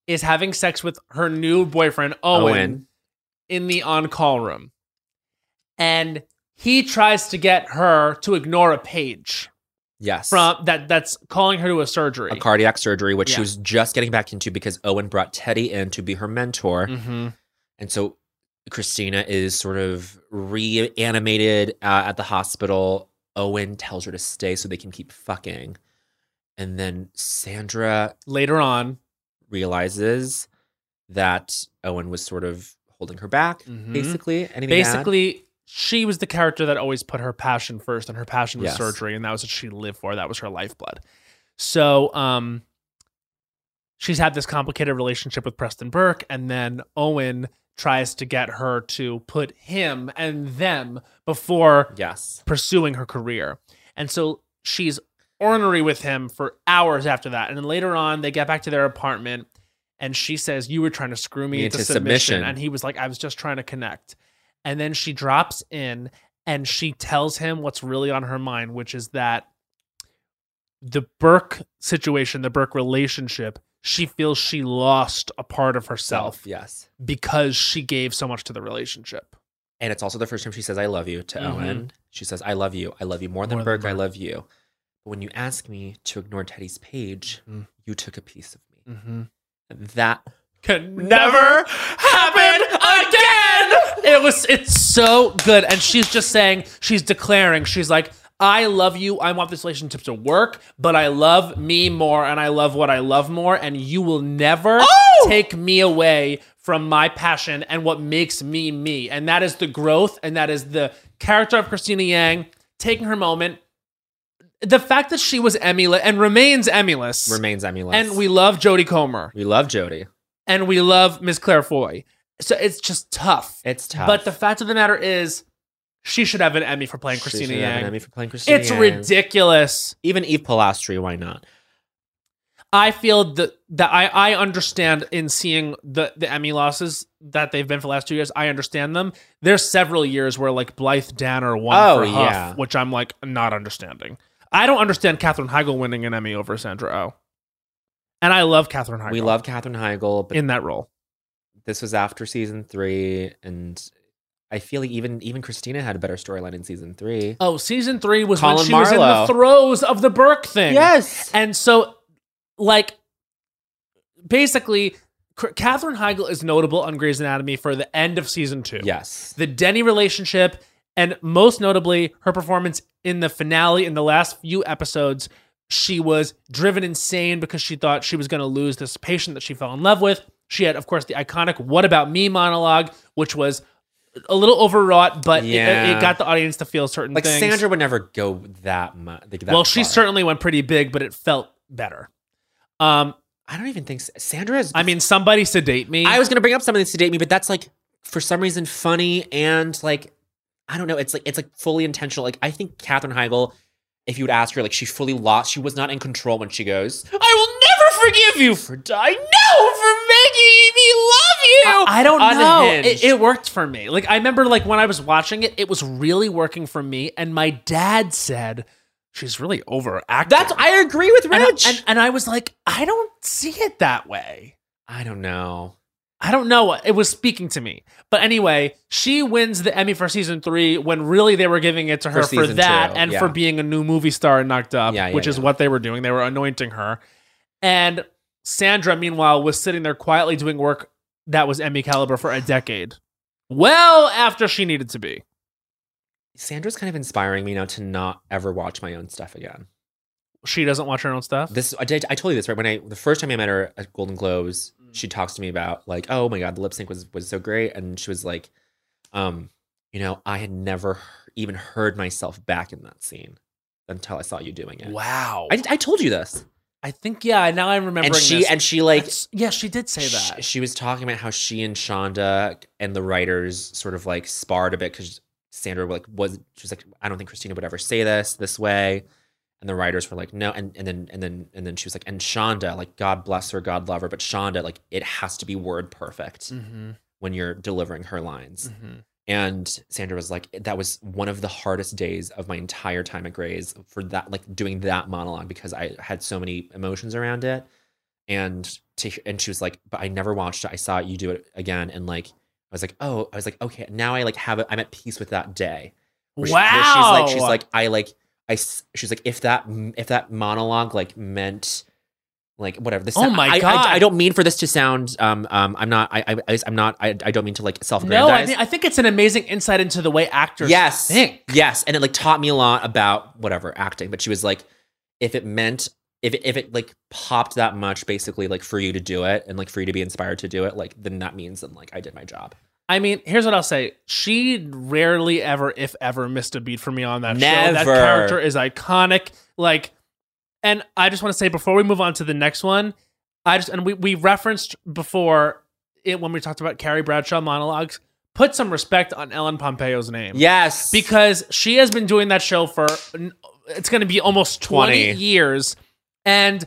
is having sex with her new boyfriend, Owen, in the on call room. And he tries to get her to ignore a page
Yes.
from that that's calling her to a surgery.
a cardiac surgery, which
Yeah.
she was just getting back into because Owen brought Teddy in to be her mentor.
hmm
And so Christina is sort of reanimated uh, at the hospital. Owen tells her to stay so they can keep fucking. And then Sandra
Later on,
realizes that Owen was sort of holding her back,
Mhm.
basically. Anything to add?
basically, she was the character that always put her passion first, and her passion was
Yes.
surgery, and that was what she lived for. That was her lifeblood. So, um, she's had this complicated relationship with Preston Burke, and then Owen tries to get her to put him and them before
Yes.
pursuing her career. And so she's ornery with him for hours after that. And then later on, they get back to their apartment and she says, You were trying to screw me into, submission. And he was like, I was just trying to connect. And then she drops in and she tells him what's really on her mind, which is that the Burke situation, the Burke relationship, she feels she lost a part of herself
Yes.
because she gave so much to the relationship.
And it's also the first time she says, I love you to
Mhm.
Owen. She says, I love you. I love you more than Burke. I love you. But when you ask me to ignore Teddy's page,
Mhm.
you took a piece of me.
Mm-hmm.
That
can never happen again. It was it's so good, and she's just saying she's declaring she's like. I love you. I want this relationship to work, but I love me more and I love what I love more. And you will never take me away from my passion and what makes me me. And that is the growth and that is the character of Christina Yang taking her moment. The fact that she was emulous and remains emulous.
remains emulous.
and we love Jodie Comer
we love Jody.
and we love Miss Claire Foy. So it's just tough.
It's tough.
But the fact of the matter is, she should have an Emmy for playing
She
Christina
should have an
Yang.
Emmy for playing Christina
It's
Yang.
ridiculous.
Even Eve Pilastri, why not?
I feel that that I, I understand in seeing the, the Emmy losses that they've been for the last two years. I understand them. There's several years where like Blythe Danner won
Oh,
for Huff,
yeah.
which I'm like not understanding. I don't understand Katherine Heigl winning an Emmy over Sandra Oh. And I love Katherine Heigl
We love Katherine Heigl, but
in that role.
this was after season three, and I feel like even even Christina had a better storyline in season three.
Oh, season three was when
Colin
she was in the
Marlowe.
throes of the Burke thing.
Yes.
And so, like, basically, K- Katherine Heigl is notable on Grey's Anatomy for the end of season two.
Yes.
The Denny relationship, and most notably, her performance in the finale in the last few episodes. She was driven insane because she thought she was going to lose this patient that she fell in love with. She had, of course, the iconic What About Me monologue, which was a little overwrought, but it- it,
Yeah.
got the audience to feel certain
Like
things
Sandra would never go that much.
well, she certainly went pretty big, but it felt better. Um,
I don't even think S- Sandra is.
I mean, somebody sedate me.
I was gonna bring up something to date me, but that's like for some reason funny and like I don't know. It's like it's like fully intentional. Like I think Katherine Heigl, if you would ask her, like she fully lost. She was not in control when she goes. I will never forgive you for dying. No, for making me love you.
I don't know. It,
Unhinged.
it worked for me. Like I remember, like when I was watching it, it was really working for me. And my dad said, "She's really overacting."
that's. I agree with
and, I-
Rich.
and, and I was like, I don't see it that way.
I don't know.
I don't know. It was speaking to me. But anyway, she wins the Emmy for season three when really they were giving it to her
For
for,
season
that
two,
and
yeah.
for being a new movie star in knocked up,
Yeah, yeah,
which is
yeah.
what they were doing. They were anointing her. And Sandra, meanwhile, was sitting there quietly doing work that was Emmy caliber for a decade. Well, after she needed to be.
Sandra's kind of inspiring me now to not ever watch my own stuff again.
She doesn't watch her own stuff.
This I did. I told you this right when I the first time I met her at Golden Globes.
Mm.
She talks to me about like, oh my god, the lip sync was was so great, and she was like, um, you know, I had never he- even heard myself back in that scene until I saw you doing it.
Wow.
I, I told you this,
I think, yeah, now I'm remembering.
and she
this.
and she like
That's- yeah, she did say
sh-
that.
She, was talking about how she and Shonda and the writers sort of like sparred a bit because Sandra like was she was like I don't think Christina would ever say this this way, And the writers were like, no, and, and then and then and then she was like, and Shonda, like God bless her, God love her, but Shonda, like it has to be word perfect
Mm-hmm.
when you're delivering her lines.
Mm-hmm.
And Sandra was like, that was one of the hardest days of my entire time at Gray's for that, like doing that monologue because I had so many emotions around it. And to and she was like, but I never watched it. I saw it. You do it again. And like, I was like, oh, I was like, okay, now I like have it. I'm at peace with that day. Where she- where
Wow.
she's like, she's like, I like, I. s- She's like, if that if that monologue like meant. Like whatever. This
Oh my
I, I-
God.
I, don't mean for this to sound. Um. Um. I'm not. I. I I'm not. I. I don't mean to like self-aggrandize.
No, I think, I think it's an amazing insight into the way actors
Yes.
think.
Yes, and it like taught me a lot about whatever acting. But she was like, if it meant, if it, if it like popped that much, basically like for you to do it and like for you to be inspired to do it, like then that means then like I did my job.
I mean, here's what I'll say. She rarely ever, if ever, missed a beat for me on that show. That
Never.
character is iconic. Like, and I just want to say before we move on to the next one, I just and we we referenced before it when we talked about Carrie Bradshaw monologues, put some respect on Ellen Pompeo's name.
Yes,
Because she has been doing that show for it's gonna be almost 20,
20.
years and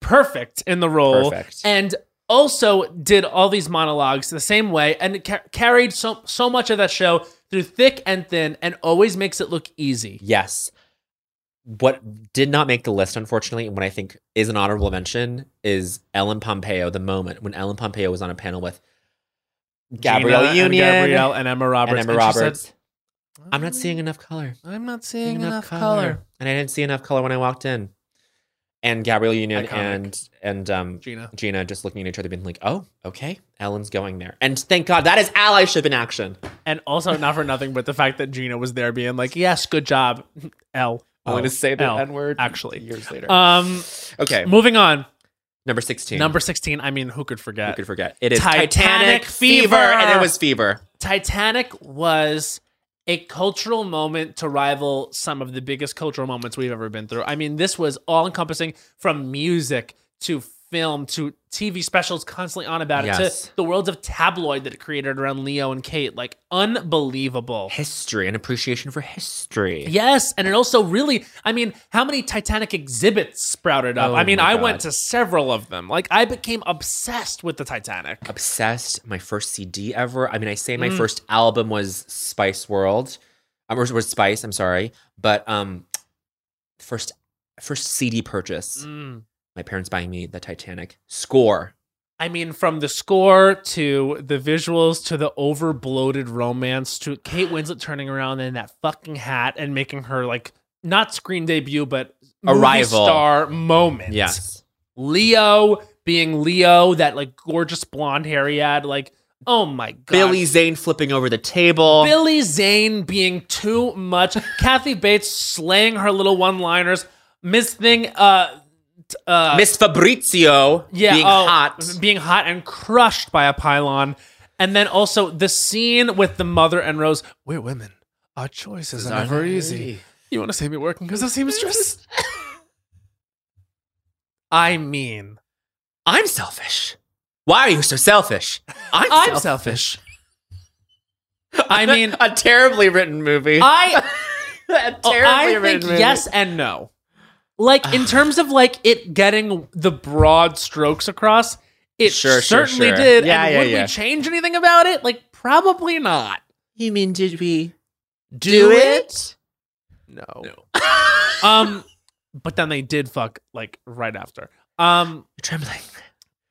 perfect in the role
perfect.
and also did all these monologues the same way and it ca- carried so so much of that show through thick and thin and always makes it look easy.
yes. What did not make the list, unfortunately, and what I think is an honorable mention is Ellen Pompeo. The moment when Ellen Pompeo was on a panel with Gabrielle
Gina
Union
and Gabrielle and Emma Roberts.
and Emma
and she said, "Mm."
Roberts. I'm not seeing enough color.
I'm not seeing
Seeing
enough, color.
And I didn't see enough color when I walked in. And Gabrielle Union
Iconic.
and and um,
Gina.
Gina just looking at each other, being like, "Oh, okay, Ellen's going there." And thank God that is allyship in action.
And also not for nothing, but the fact that Gina was there being like, "Yes, good job, L." Oh,
I'm going to say the
L,
N word
actually.
years later.
Um,
okay,
moving on.
number sixteen.
Number sixteen. I mean, who could
you
forget?
could forget it is
Titanic
Titanic,
Fever.
fever, and it was fever.
Titanic was a cultural moment to rival some of the biggest cultural moments we've ever been through. I mean, this was all encompassing from music to film to TV specials constantly on about
Yes.
it to the worlds of tabloid that it created around Leo and Kate. Like, unbelievable.
History and appreciation for history.
Yes, and it also really, I mean, how many Titanic exhibits sprouted up?
Oh
I mean,
my
I
God.
went to several of them. Like, I became obsessed with the Titanic.
obsessed. My first CD ever. I mean, I say my
Mm.
first album was Spice World, um, or was Spice. I'm sorry, but um, first first CD purchase.
Mm.
My parents buying me the Titanic score.
I mean, from the score to the visuals to the over bloated romance to Kate Winslet turning around in that fucking hat and making her like not screen debut but movie
Arrival.
star moment.
Yes,
Leo being Leo, that like gorgeous blonde hair he had, like oh my god,
Billy Zane flipping over the table.
Billy Zane being too much. Kathy Bates slaying her little one liners. Miss Thing, uh, t- uh,
Miss Fabrizio
yeah,
being
oh,
hot.
being hot and crushed by a pylon, and then also the scene with the mother and Rose. We're women. Our choices are never easy. You want to save me working because I'm seamstress? I mean,
I'm selfish. Why are you so selfish? I'm,
I'm
selfish.
selfish. I mean,
a terribly written movie.
I
A
Oh,
terribly
I
written
think
movie.
yes and no. Like in terms of like it getting the broad strokes across, it
Sure, sure,
certainly
sure.
did.
Yeah,
and
yeah,
would
yeah.
we change anything about it? Like probably not.
You mean did we
Do
it?
No. um but then they did fuck like right after. Um
You're trembling.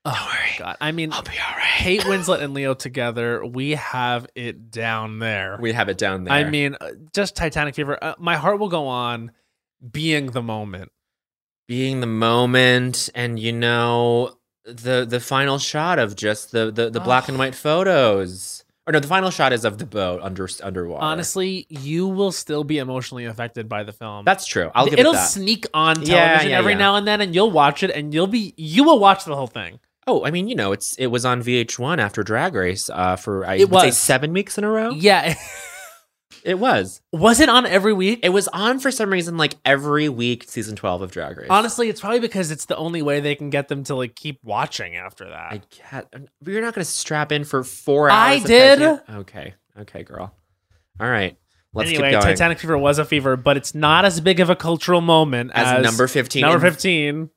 oh God. I mean
I'll be all right.
Kate Winslet and Leo together, we have it down there.
We have it down there.
I mean, uh, just Titanic fever. Uh, my heart will go on being the moment.
being the moment, and you know the the final shot of just the the, the black and white photos, or no, the final shot is of the boat under underwater.
Honestly, you will still be emotionally affected by the film.
that's true. I'll give
It'll
it that.
sneak on television
Yeah, yeah,
every
yeah.
now and then, and you'll watch it, and you'll be you will watch the whole thing.
oh, I mean, you know, it's it was on VH1 after Drag Race uh, for I
It
would say
was.
seven weeks in a row.
Yeah,
It was.
was it on every week?
It was on for some reason like every week, season twelve of Drag Race.
Honestly, it's probably because it's the only way they can get them to like keep watching after that.
I can't. You're not going to strap in for four
I
hours. of
did.
Titanic- Okay. Okay, girl. All right. Let's
anyway,
keep going.
Titanic fever was a fever, but it's not as big of a cultural moment
As,
as,
number 15.
Number
And
fifteen.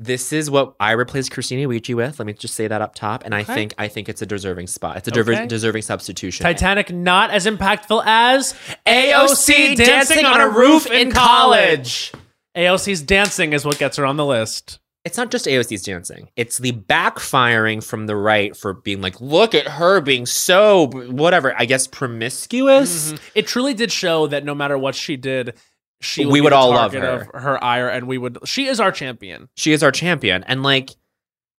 This is what I replaced Christina Ricci with. Let me just say that up top. And I think I think it's a deserving spot. It's a dever-
Okay.
deserving substitution.
Titanic not as impactful as
AOC dancing on a roof in college.
AOC's dancing is what gets her on the list.
It's not just AOC's dancing. It's the backfiring from the right for being like, look at her being so whatever, I guess promiscuous.
It truly did show that no matter what she did, she
We
be
would
the
all love
target
her.
of her ire, and we would. She is our champion.
She is our champion. And like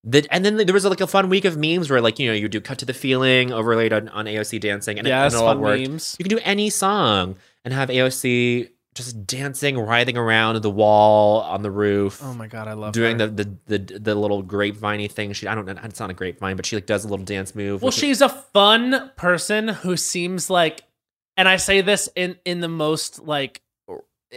the, and then there was like a fun week of memes where like, you know, you do cut to the feeling overlaid on, on AOC dancing and it-
yes,
and it all
fun
worked.
memes.
You can do any song and have AOC just dancing, writhing around the wall on the roof.
Oh my god, I love
Doing
her.
the, the the the little grapeviney thing, she I don't know it's not a grapevine, but she like does a little dance move.
Well,
which is-
she's a fun person who seems like, and I say this in in the most like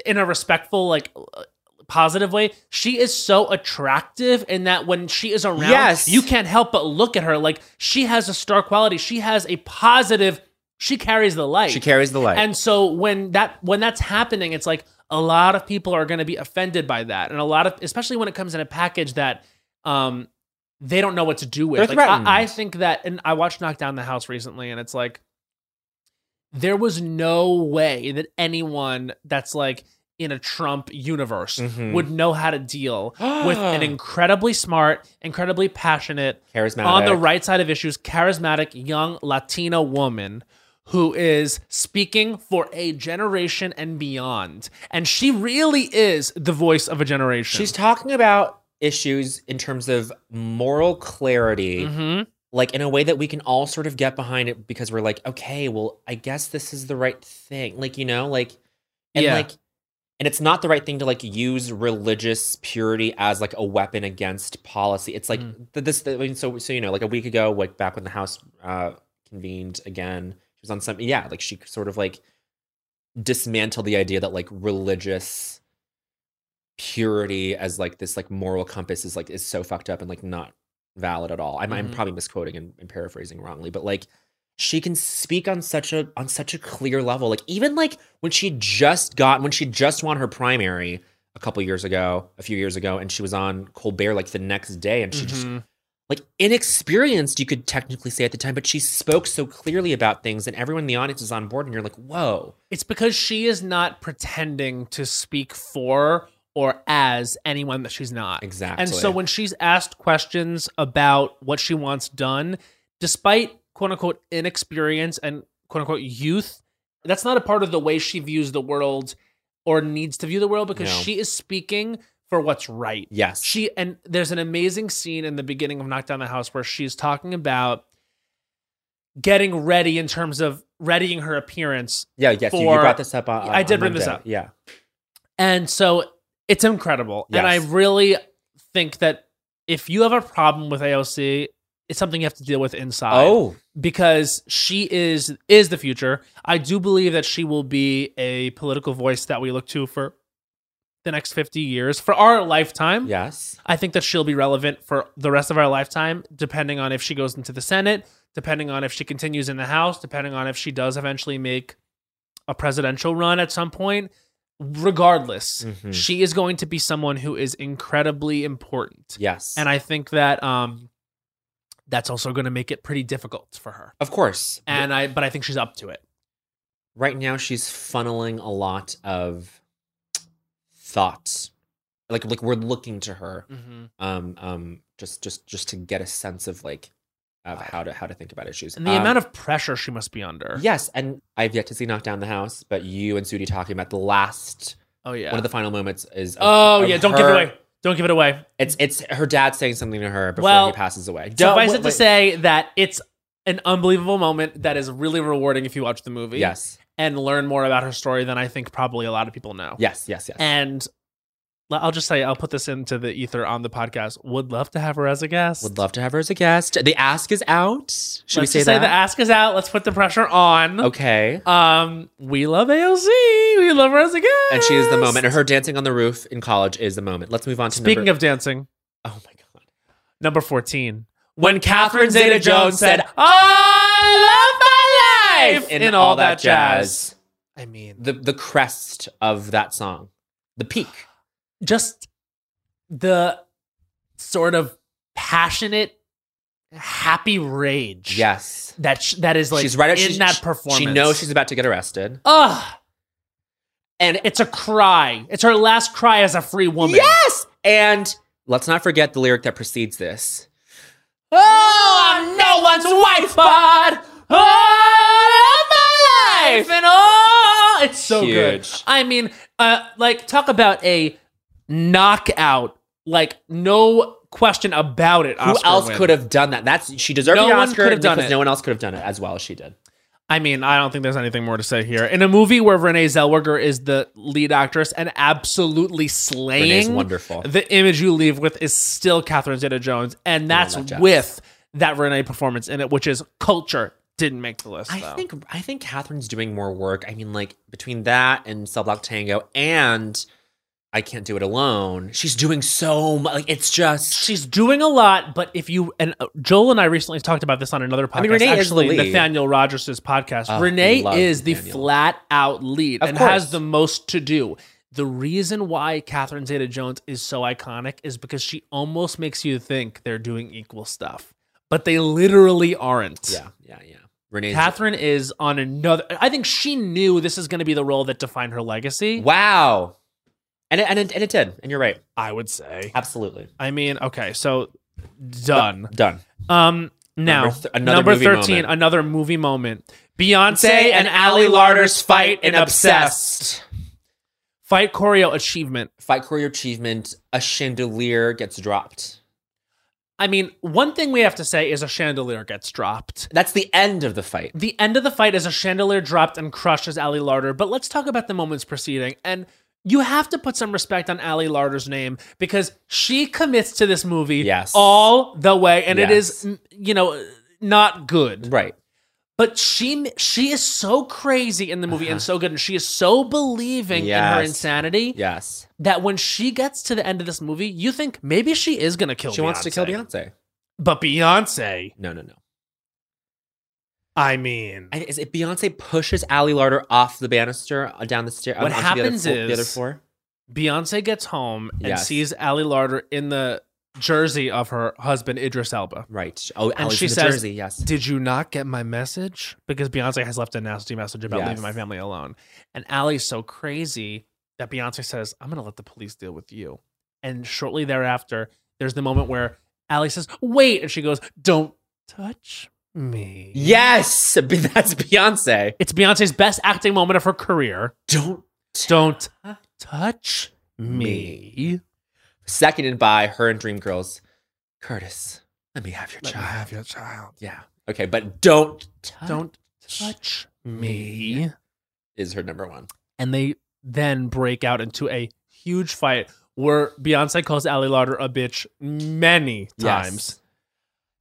in a respectful like uh, positive way. She is so attractive in that when she is around,
Yes.
you can't help but look at her. Like she has a star quality. She has a positive. She carries the light.
she carries the light.
And so when that when that's happening, it's like a lot of people are going to be offended by that, and a lot of especially when it comes in a package that um they don't know what to do with.
They're
Like,
threatened.
I, I think that, and I watched Knock Down the House recently, and it's like there was no way that anyone that's like in a Trump universe
Mhm.
would know how to deal with
Ah.
an incredibly smart, incredibly passionate,
charismatic
on the right side of issues, charismatic young Latina woman who is speaking for a generation and beyond. And she really is the voice of a generation.
She's talking about issues in terms of moral clarity,
Mhm.
like in a way that we can all sort of get behind it because we're like, okay, well, I guess this is the right thing. Like, you know, like, and
Yeah.
like, and it's not the right thing to like use religious purity as like a weapon against policy. It's like
Mm-hmm.
th- this. I mean, so so you know, like a week ago, like back when the House uh, convened again, she was on some. Yeah, like she sort of like dismantled the idea that like religious purity as like this like moral compass is like is so fucked up and like not valid at all. I'm I'm
Mhm.
probably misquoting and, and paraphrasing wrongly, but like she can speak on such a on such a clear level. Like even like when she just got when she just won her primary a couple years ago, a few years ago, and she was on Colbert like the next day, and she just
Mhm.
like inexperienced, you could technically say at the time, but she spoke so clearly about things, and everyone in the audience is on board, and you're like, whoa,
It's because she is not pretending to speak for or as anyone that she's not.
exactly.
And so when she's asked questions about what she wants done, despite quote unquote inexperience and quote unquote youth, that's not a part of the way she views the world or needs to view the world because
No.
she is speaking for what's right.
yes,
She and there's an amazing scene in the beginning of Knock Down the House where she's talking about getting ready in terms of readying her appearance
yeah, yes, you, you
for-
brought this up. On,
I
on
did bring this
Monday.
up.
Yeah,
And so it's incredible. And I
Yes.
really think that if you have a problem with AOC, it's something you have to deal with inside.
oh,
Because she is is the future. I do believe that she will be a political voice that we look to for the next 50 years. For our lifetime.
yes,
I think that she'll be relevant for the rest of our lifetime, depending on if she goes into the Senate, depending on if she continues in the House, depending on if she does eventually make a presidential run at some point. Regardless,
Mhm.
she is going to be someone who is incredibly important.
yes,
And I think that um, that's also going to make it pretty difficult for her.
of course.
And I, but I think she's up to it.
right now she's funneling a lot of thoughts like like we're looking to her um um just just just to get a sense of like of how to how to think about issues
And the amount of pressure she must be under.
yes and i've yet to see knock down the house but you and sudie talking about the last
Oh yeah.
one of the final moments is of-
oh
of
yeah. Don't give it
her-
away. Don't give it away.
it's it's her dad saying something to her before
Well,
he passes away Don't-
Suffice
wait,
it to
wait.
say that it's an unbelievable moment that is really rewarding if you watch the movie
yes
and learn more about her story than I think probably a lot of people know.
yes yes yes
And l- I'll just say, I'll put this into the ether on the podcast. Would love to have her as a guest.
would love to have her as a guest the ask is out
Let's
should we say
just
that
say the ask is out. Let's put the pressure on.
okay
Um, we love AOC. We love her as a guest.
and she is the moment. And her dancing on the roof in college is the moment. Let's move on to
Speaking
number-
of dancing,
oh my god,
number fourteen. When Catherine Zeta-Jones said,
"I love my
life," in All That Jazz. I mean,
the the crest of that song, the peak.
just the sort of passionate, happy rage.
Yes,
That sh- that is like
she's right
in
at she,
that
she-
performance.
She knows she's about to get arrested.
Ugh,
And
it's a cry. It's her last cry as a free woman.
yes, and let's not forget the lyric that precedes this.
Oh, I'm no one's wife, but all of my life and all. It's so good.
Huge.
I mean, uh, like talk about a knockout. Like no question about it.
Who else could have done that? That's she deserved
No
the
one
Oscar
could have done
because
it.
no one else could have done it as well as she did.
I mean, I don't think there's anything more to say here. In a movie where Renee Zellweger is the lead actress and absolutely slaying,
Renee's wonderful.
The image you leave with is still Catherine Zeta-Jones, and that's
love Jess.
with that Renee performance in it, which is culture. Didn't make the list.
I
though.
think I think Catherine's doing more work. I mean, like between that and Cell Block Tango and I Can't Do It Alone, she's doing so much. Like it's just
she's doing a lot, but if you and uh, Joel and I recently talked about this on another podcast,
I mean, Renee is the
actually
lead.
Nathaniel Rogers' podcast.
Oh,
Renee
love
is the
Nathaniel.
flat out lead
Of
and
course.
has the most to do. The reason why Catherine Zeta Jones is so iconic is because she almost makes you think they're doing equal stuff, but they literally aren't.
yeah, yeah, yeah. Renee's
Catherine is on another. I think she knew this is going to be the role that defined her legacy.
wow, and it, and it, and it did. And you're right,
I would say.
absolutely
I mean, okay, so done.
done.
Um, now number,
Number th- another movie
thirteen,
moment.
another movie moment. Beyonce and, Ali Larder's fight in Obsessed. Fight choreo achievement.
Fight choreo achievement. A chandelier gets dropped.
I mean, one thing we have to say is a chandelier gets dropped.
That's the end of the fight.
The end of the fight is a chandelier dropped and crushes Ali Larder. But let's talk about the moments preceding. And you have to put some respect on Ali Larder's name because she commits to this movie
Yes.
all the way, and it
Yes.
is, mm, you know, not good.
Right.
But she she is so crazy in the movie and so good, and she is so believing in her
Uh-huh. Yes.
insanity
Yes.
that when she gets to the end of this movie, you think maybe she is gonna kill.
she wants to kill
Beyonce.
Beyonce.
But Beyonce,
No, no, no.
I mean,
And is it Beyonce pushes Ali Larder off the banister uh, down the stair?
What
onto
happens
the other, flo- the
is-
other floor?
Beyonce gets home and
Yes.
sees Ali Larder in the jersey of her husband Idris Elba.
Right. Oh,
And
Ali's
she
in the
says,
Jersey. Yes.
Did you not get my message? Because Beyonce has left a nasty message about
Yes.
leaving my family alone. And Allie's so crazy that Beyonce says, I'm going to let the police deal with you. And shortly thereafter, there's the moment where Allie says, Wait. And she goes, Don't touch me.
Yes, Be- that's Beyonce.
It's Beyonce's best acting moment of her career.
Don't
Don't touch me.
me. Seconded by her and Dreamgirls. Curtis, let me have your child.
your child.
yeah. Okay, but don't
Don't touch me.
is her number one.
and they then break out into a huge fight where Beyonce calls Ali Larder a bitch many times.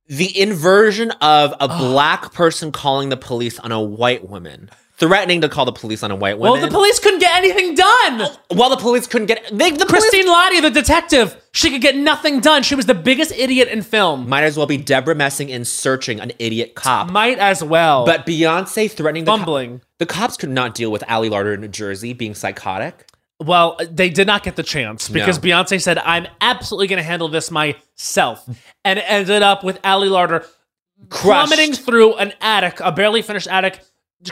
Yes. The inversion of a black person calling the police on a white woman, threatening to call the police on a white
Well,
woman.
Oh, the police couldn't get anything done.
Well, the police couldn't get they, the
Christine Lottie, the detective, she could get nothing done. She was the biggest idiot in film.
police might as well be Deborah Messing in searching an idiot cop.
Might as well.
but Beyonce threatening the cop-
fumbling.
the cops could not deal with Ali Larder in New Jersey being psychotic.
Well, they did not get the chance because
No.
Beyonce said, "I'm absolutely going to handle this myself," and it ended up with Ali Larder
Crushed.
plummeting through an attic, a barely finished attic,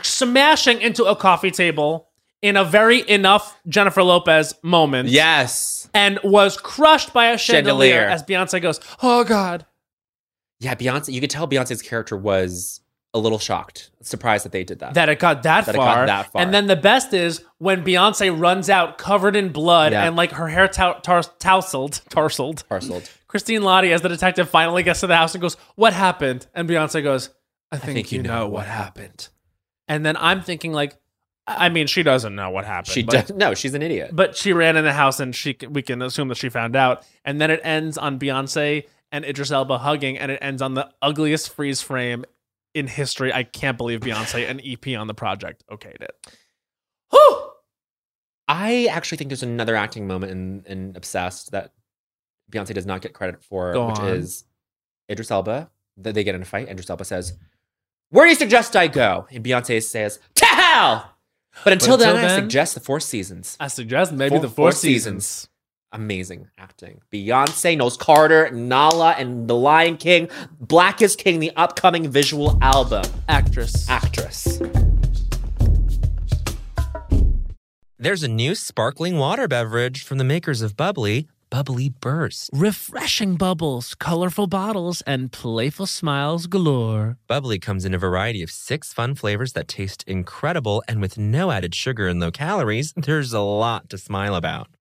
smashing into a coffee table in a very enough Jennifer Lopez moment.
Yes.
And was crushed by a chandelier,
Chandelier.
as Beyonce goes, Oh God.
Yeah, Beyonce. You could tell Beyonce's character was a little shocked, surprised that they did that.
That it got that,
That it got
far.
that far.
And then the best is when Beyonce runs out covered in blood
Yeah.
and like her hair tou- tar- tousled, tousled.
parceled.
Christine Lottie, as the detective, finally gets to the house and goes, What happened? And Beyonce goes, I think, you, know, what happened. And then I'm thinking, like, I I mean, she doesn't know what happened.
She
but,
does. No, she's an idiot.
But she ran in the house and she c- we can assume that she found out. And then it ends on Beyonce and Idris Elba hugging, and it ends on the ugliest freeze frame in history. I can't believe Beyonce, an EP on the project, okayed it. Whew!
I actually think there's another acting moment in, in Obsessed that Beyonce does not get credit for,
Go
which
on.
is Idris Elba. That they get in a fight. Idris Elba says, "Where do you suggest I go?" And Beyonce says, "To hell." But until,
until
then, I
then-
suggest the Four Seasons.
I suggest maybe
Four-
the Four,
Four Seasons.
seasons.
Amazing acting. Beyonce, Knowles Carter, Nala, and The Lion King. Black is King, the upcoming visual album.
Actress.
Actress.
There's a new sparkling water beverage from the makers of Bubbly, Bubbly Burst.
Refreshing bubbles, colorful bottles, and playful smiles galore.
Bubbly comes in a variety of six fun flavors that taste incredible, and with no added sugar and low calories, there's a lot to smile about.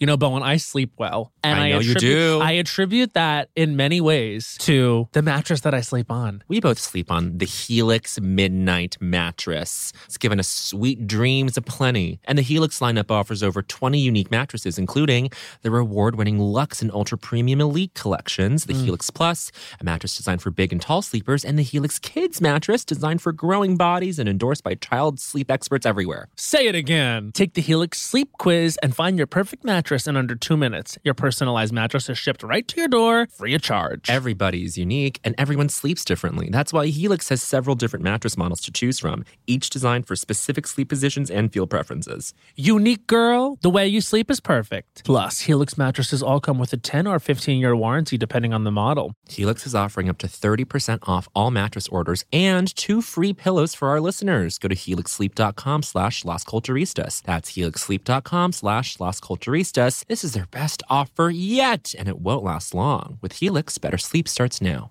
You know, Bowen, I sleep well. And
I know you
attribute-
do.
I attribute that in many ways to the mattress that I sleep on.
We both sleep on the Helix Midnight Mattress. It's given us sweet dreams aplenty. And the Helix lineup offers over 20 unique mattresses, including their award winning Luxe and Ultra Premium Elite collections, the Helix Plus, a mattress designed for big and tall sleepers, and the Helix Kids mattress designed for growing bodies and endorsed by child sleep experts everywhere.
Say it again. Take the Helix sleep quiz and find your perfect mattress in under two minutes. Your personalized mattress is shipped right to your door, free of charge.
Everybody is unique and everyone sleeps differently. That's why Helix has several different mattress models to choose from, each designed for specific sleep positions and feel preferences.
Unique girl, the way you sleep is perfect. Plus, Helix mattresses all come with a 10 or 15 year warranty depending on the model.
Helix is offering up to 30% off all mattress orders and two free pillows for our listeners. Go to helixsleep.com slash losculturistas. That's helixsleep.com slash losculturistas. This is their best offer yet, and it won't last long. With Helix, better sleep starts now.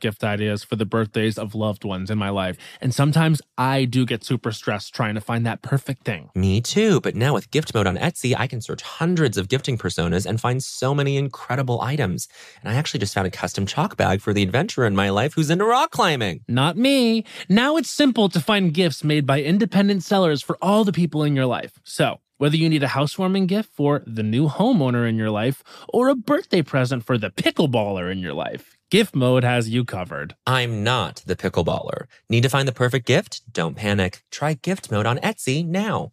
gift ideas for the birthdays of loved ones in my life. And sometimes I do get super stressed trying to find that perfect thing.
Me too, but now with gift mode on Etsy, I can search hundreds of gifting personas and find so many incredible items. And I actually just found a custom chalk bag for the adventurer in my life who's into rock climbing.
Not me. Now it's simple to find gifts made by independent sellers for all the people in your life. So, whether you need a housewarming gift for the new homeowner in your life or a birthday present for the pickleballer in your life, gift mode has you covered.
I'm not the pickleballer. Need to find the perfect gift? Don't panic. Try gift mode on Etsy now.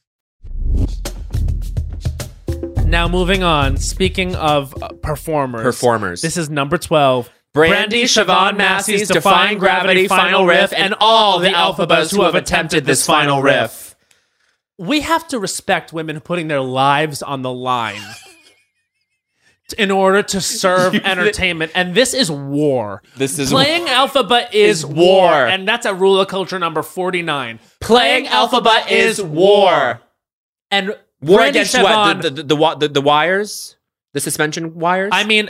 Now moving on. Speaking of uh, performers,
Performers.
This is number twelve.
Brandy Siobhan Massey's Defying Gravity final riff and all the alphabets who have attempted this final riff.
We have to respect women putting their lives on the line in order to serve entertainment, and this is war.
This is
Playing alphabet is,
is
war.
war.
and that's at Rule of Culture number forty-nine.
Playing alphabet is war.
and
War
Brandy
against
Siobhan,
what? The, the, the, wa- the, the wires? The suspension wires?
I mean,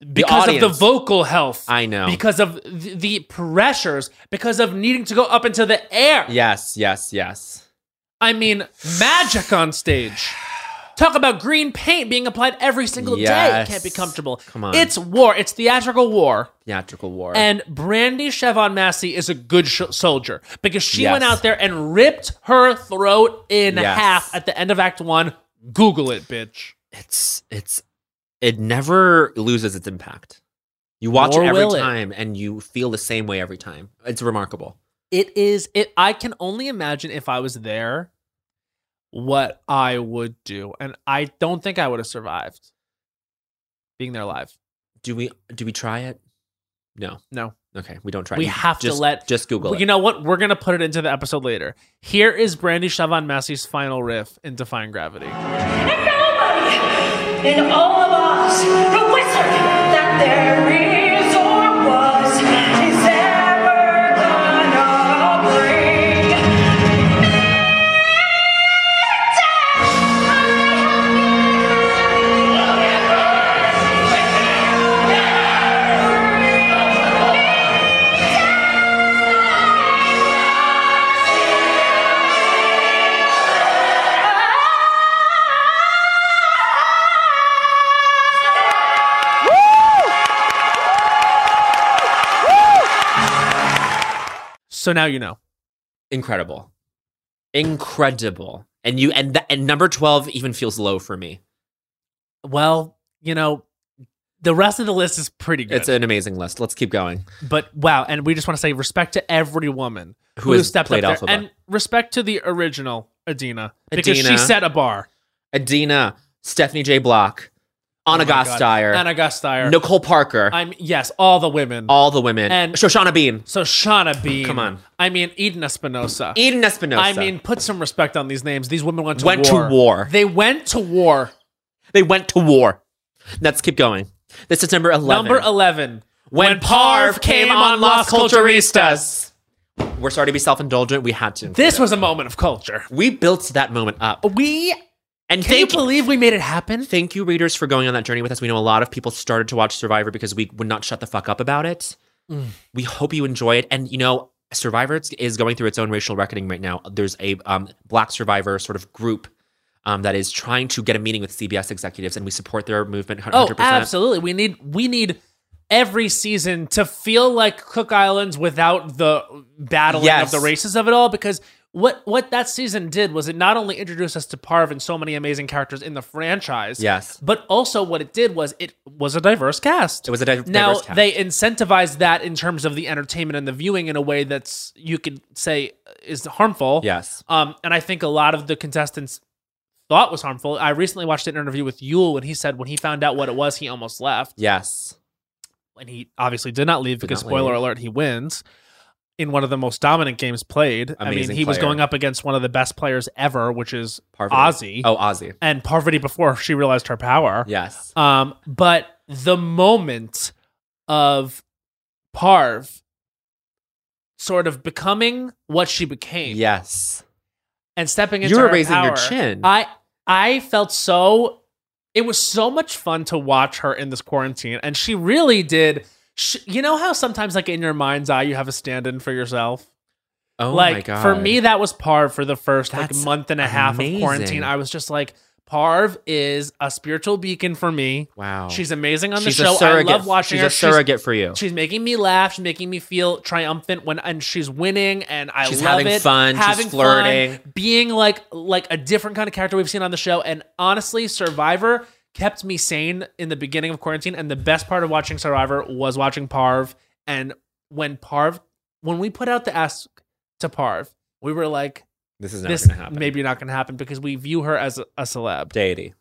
because of the
audience.
vocal health.
I know.
Because of th- the pressures, because of needing to go up into the air.
yes, yes, yes.
I mean, magic on stage.
Talk about green paint being applied every single day.
Yes.
It can't be comfortable.
Come on.
It's war. It's theatrical war.
Theatrical war.
And Brandy Chevon Massey is a good sh- soldier because she
Yes.
went out there and ripped her throat in
Yes.
half at the end of Act One. Google it, bitch.
it's it's it never loses its impact. You watch
Nor
it
will
every
it.
time and you feel the same way every time. It's remarkable.
It is. It. I can only imagine if I was there, what I would do, and I don't think I would have survived being there live.
Do we do we try it? No.
No.
Okay, we don't try
We
it. You
have to
just,
let-
just Google it.
You know what? We're gonna put it into the episode later. Here is Brandy Chevon Massey's final riff in "Defying Gravity."
And nobody in all of us, the wizard that there is or was, is ever gonna bring. 아!
So now you know.
Incredible. Incredible. And you and th- and number 12 even feels low for me.
Well, you know, the rest of the list is pretty good.
It's an amazing list. Let's keep going.
but wow, and we just want to say respect to every woman
Who has played
there,
Alphaba.
and respect to the original Adina because she
Adina.
set a bar.
Adina, Stephanie J. Block, Anna Gasteyer,
Oh Anna Gasteyer.
Nicole Parker,
I'm yes, all the women.
all the women,
And-
and Shoshana Bean,
so Shauna Bean.
Come on.
I mean Eden Espinosa.
Eden Espinosa.
I mean, put some respect on these names. These women went to
Went to
war.
war.
They went to war.
they went to war. Let's keep going. This is number 11.
Number eleven.
When, Parv came on Las Culturistas. We're sorry to be self indulgent. We had to. include
This
it.
was a moment of culture.
We built that moment up.
We
And
Oh, can you
thank you.
believe we made it happen?
Thank you, readers, for going on that journey with us. We know a lot of people started to watch Survivor because we would not shut the fuck up about it.
Mm.
We hope you enjoy it. And, you know, Survivor is- is going through its own racial reckoning right now. There's a um, black survivor sort of group um, that is trying to get a meeting with CBS executives, and we support their movement 100%.
Oh, absolutely. We need we need every season to feel like Cook Islands without the battling
Yes.
of the races of it all because what what that season did was it not only introduced us to Parv and so many amazing characters in the franchise,
Yes.
but also what it did was it was a diverse cast.
It was a di-
now
diverse cast.
they incentivized that in terms of the entertainment and the viewing in a way that's you could say is harmful.
Yes.
Um, and I think a lot of the contestants thought was harmful. I recently watched an interview with Yule and he said when he found out what it was, he almost left.
Yes.
And he obviously did not leave because
not
spoiler
leave.
alert, he wins in one of the most dominant games played. I mean,
Amazing
he was
player.
going up against one of the best players ever, which is Ozzy.
Parvati. Oh, Ozzy.
And Parvati before she realized her power.
Yes.
Um, but the moment of Parv sort of becoming what she became
Yes.
and stepping into
You were
her
raising your
power,
chin.
I I felt so. It was so much fun to watch her in this quarantine, and she really did. She, you know how sometimes, like in your mind's eye, you have a stand-in for yourself.
Oh
like
my god.
for me, that was Parv for the first like
That's
month and a half
amazing.
of quarantine. I was just like, Parv is a spiritual beacon for me.
wow.
She's amazing on
She's
the
a
show. I
surrogate.
love watching
she's
her.
a surrogate for you.
She's, she's making me laugh. She's making me feel triumphant when and she's winning and I
She's
love
having
it.
fun. She's
Having fun,
flirting.
being like like a different kind of character we've seen on the show. And honestly, Survivor kept me sane in the beginning of quarantine. And the best part of watching Survivor was watching Parv. And when Parv, when we put out the ask to Parv, we were like,
this is never
this
gonna happen.
maybe not going to happen because we view her as a, a celeb.
deity.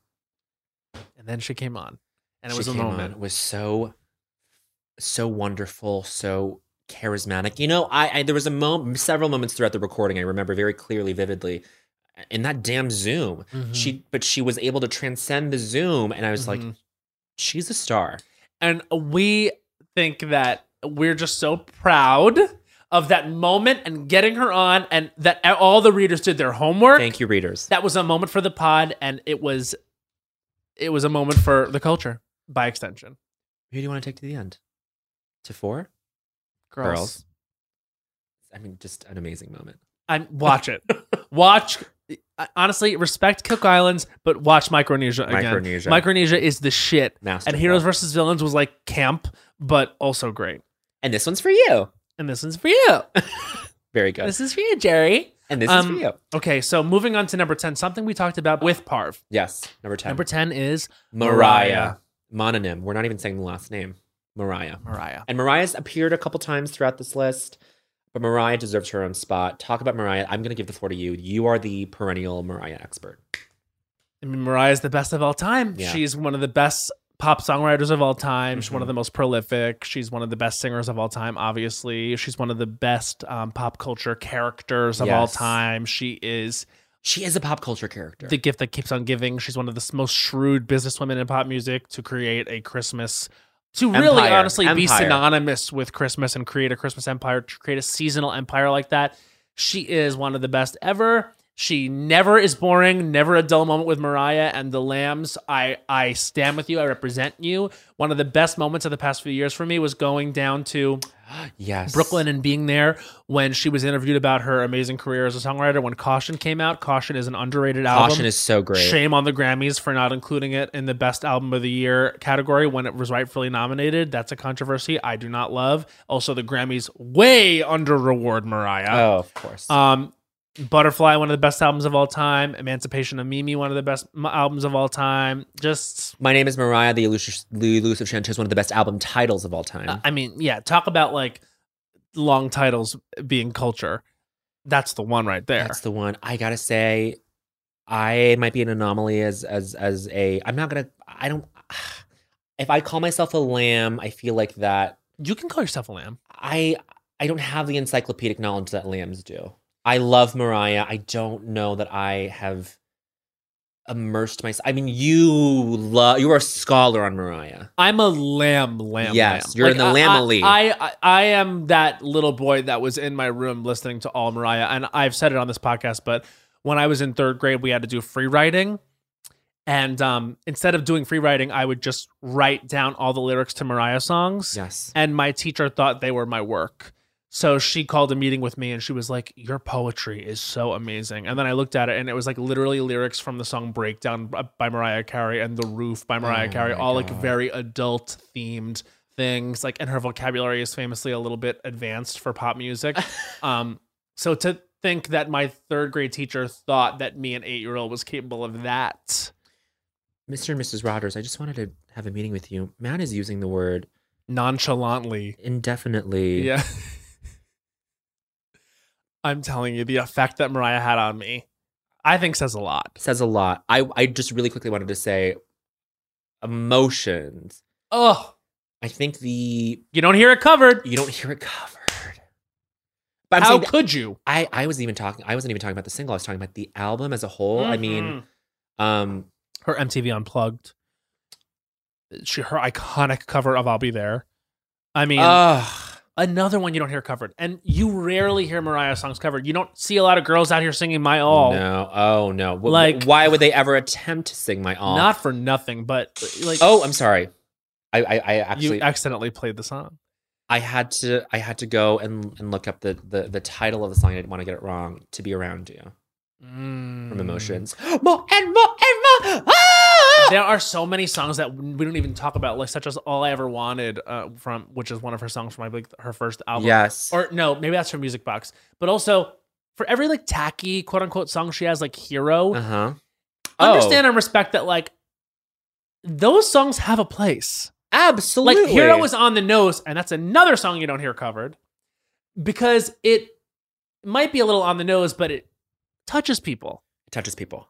And then she came on, and it
She
was a
came on.
moment.
It was so, so wonderful, so charismatic. You know, I, I there was a moment, several moments throughout the recording I remember very clearly, vividly. In that damn Zoom, she but she was able to transcend the Zoom, and I was like,
Mhm.
she's a star.
and we think that we're just so proud of that moment and getting her on and that all the readers did their homework
Thank you, readers.
that was a moment for the pod and it was it was a moment for the culture by extension
Who do you want to take to the end? To four
girls,
I mean, just an amazing moment.
i'm watch it watch I- honestly, respect Cook Islands, but watch Micronesia again.
Micronesia.
Micronesia is the shit.
Masterful.
And Heroes versus Villains was like camp, but also great.
And this one's for you.
And this one's for you.
Very good.
this is for you, Jerry.
and this
um,
is for you.
Okay, so moving on to number 10, something we talked about with Parv.
Yes. Number 10.
Number 10 is
Mariah. Mononym. We're not even saying the last name. Mariah.
Mariah.
And Mariah's appeared a couple times throughout this list, but Mariah deserves her own spot. Talk about Mariah. I'm going to give the floor to you. You are the perennial Mariah expert.
I mean, Mariah's the best of all time.
Yeah. Mm-hmm.
She's one of the best pop songwriters of all time. She's one of the most prolific. She's one of the best singers of all time, obviously. She's one of the best um, pop culture characters of all
Yes.
time. She is
She is a pop culture character.
the gift that keeps on giving. She's one of the s- most shrewd businesswomen in pop music to create a Christmas. To really
Empire.
honestly be
Empire.
synonymous with Christmas and create a Christmas empire, to create a seasonal empire like that, she is one of the best ever. She never is boring, never a dull moment with Mariah and the Lambs. I I stand with you. I represent you. One of the best moments of the past few years for me was going down to
yes.
Brooklyn and being there when she was interviewed about her amazing career as a songwriter when Caution came out. Caution is an underrated album.
Caution is so great.
Shame on the Grammys for not including it in the best album of the year category when it was rightfully nominated. That's a controversy I do not love. Also, the Grammys way under reward Mariah.
Oh, of course.
Um, Butterfly, one of the best albums of all time. Emancipation of Mimi, one of the best m- albums of all time. Just,
My name is Mariah. The elusive, the elusive Chanteuse, one of the best album titles of all time.
I mean, yeah, talk about like long titles being culture. That's the one right there.
That's the one. I gotta say, I might be an anomaly as as as a. I'm not gonna. I don't. If I call myself a lamb, I feel like that.
you can call yourself a lamb.
I I don't have the encyclopedic knowledge that lambs do. I love Mariah. I don't know that I have immersed myself. I mean, you love. You are a scholar on Mariah.
I'm a lamb, lamb.
Yes,
lamb.
you're in the
I-
lamely.
I, I I am that little boy that was in my room listening to all Mariah, and I've said it on this podcast, but when I was in third grade, we had to do free writing, and um, instead of doing free writing, I would just write down all the lyrics to Mariah songs,
Yes.
and my teacher thought they were my work. So she called a meeting with me and she was like, Your poetry is so amazing. And then I looked at it and it was like literally lyrics from the song Breakdown b- by Mariah Carey and The Roof by Mariah Carey, all like very adult themed things. Like, and her vocabulary is famously a little bit advanced for pop music. um, so to think that my third grade teacher thought that me, an eight year old, was capable of that,
Mr. and Mrs. Rogers, I just wanted to have a meeting with you. Matt is using the word
nonchalantly.
indefinitely.
Yeah. I'm telling you, the effect that Mariah had on me, I think says a lot.
says a lot. I I just really quickly wanted to say emotions.
Oh,
I think the
you don't hear it covered.
you don't hear it covered. But I'm
How
saying
could you?
I I was even talking I wasn't even talking about the single. I was talking about the album as a whole. I mean,
Mhm.
um
her MTV Unplugged, she her iconic cover of "I'll Be There." I mean,
ugh,
another one you don't hear covered, and you rarely hear Mariah songs covered. You don't see a lot of girls out here singing "My All."
no. Oh no. Wh- wh-
Like-
why would they ever attempt to sing my all?
Not for nothing, but like,
Oh, I'm sorry. I I, I actually
you accidentally played the song.
I had to I had to go and and look up the the, the title of the song. I didn't want to get it wrong. To be around you from
Mm.
emotions. More and more and more. Ah!
there are so many songs that we don't even talk about, like such as "All I Ever Wanted" uh, from, which is one of her songs from I believe her first album.
Yes.
Or no, maybe that's her music box. But also for every like tacky quote unquote song she has, like "Hero,"
uh huh. Oh,
understand and respect that like those songs have a place. Like
absolutely.
"Hero" was on the nose, and that's another song you don't hear covered because it might be a little on the nose, but it touches people.
touches people.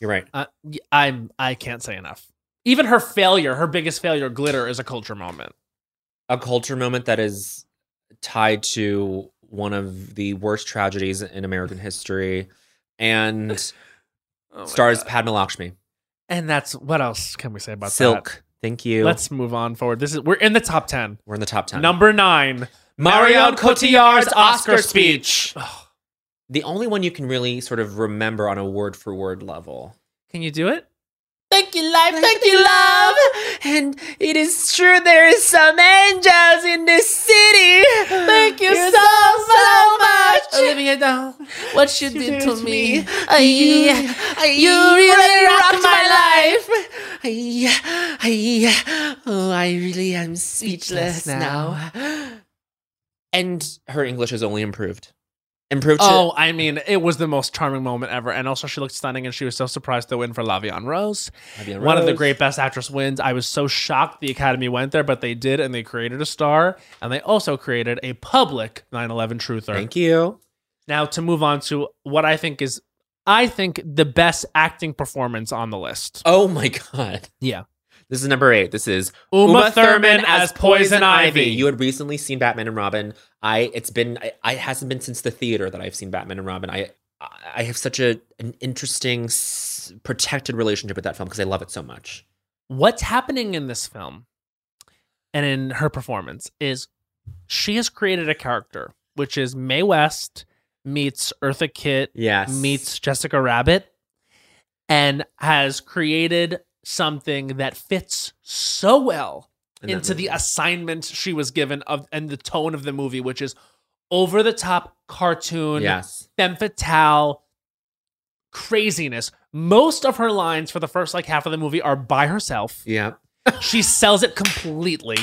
You're right.
Uh, y- I'm I can't say enough. Even her failure, her biggest failure, glitter is a culture moment.
A culture moment that is tied to one of the worst tragedies in American history, and stars Padma Lakshmi.
And that's what else can we say about
Silk. Thank
that?
you.
Let's move on forward. This is we're in the top ten.
We're in the top ten.
Number nine,
Marion Cotillard's Oscar speech.
Ugh.
The only one you can really sort of remember on a word for word level.
Can you do it?
Thank you, life. Thank you, love. And it is true there is some angels in this city. Thank
you so, so much.
Olivia Down. What you did to me. I,
You-
I, you really rocked my life.
I, I, oh, I really am speechless now.
And her English has only improved. Improved.
Oh, I mean, it was the most charming moment ever. And also, she looked stunning, and she was so surprised to win for Lavion Rose.
Lavion
One of the
Rose.
great Best Actress wins. I was so shocked the Academy went there, but they did, and they created a star, and they also created a public 9 11 truther.
Thank you.
Now, to move on to what I think is, I think, the best acting performance on the list.
Oh my God.
Yeah.
This is number eight. This is
Uma Thurman as Poison Ivy.
You had recently seen Batman and Robin. I it's been I, I it hasn't been since the theater that I've seen Batman and Robin. I I I have such a an interesting s- protected relationship with that film because I love it so much.
what's happening in this film and in her performance is she has created a character which is Mae West meets Eartha Kitt
Yes.
meets Jessica Rabbit and has created something that fits so well
In that
into the
movie.
assignment she was given of and the tone of the movie which is over the top cartoon
Yes.
femme fatale craziness most of her lines for the first like half of the movie are by herself
Yeah.
she sells it completely.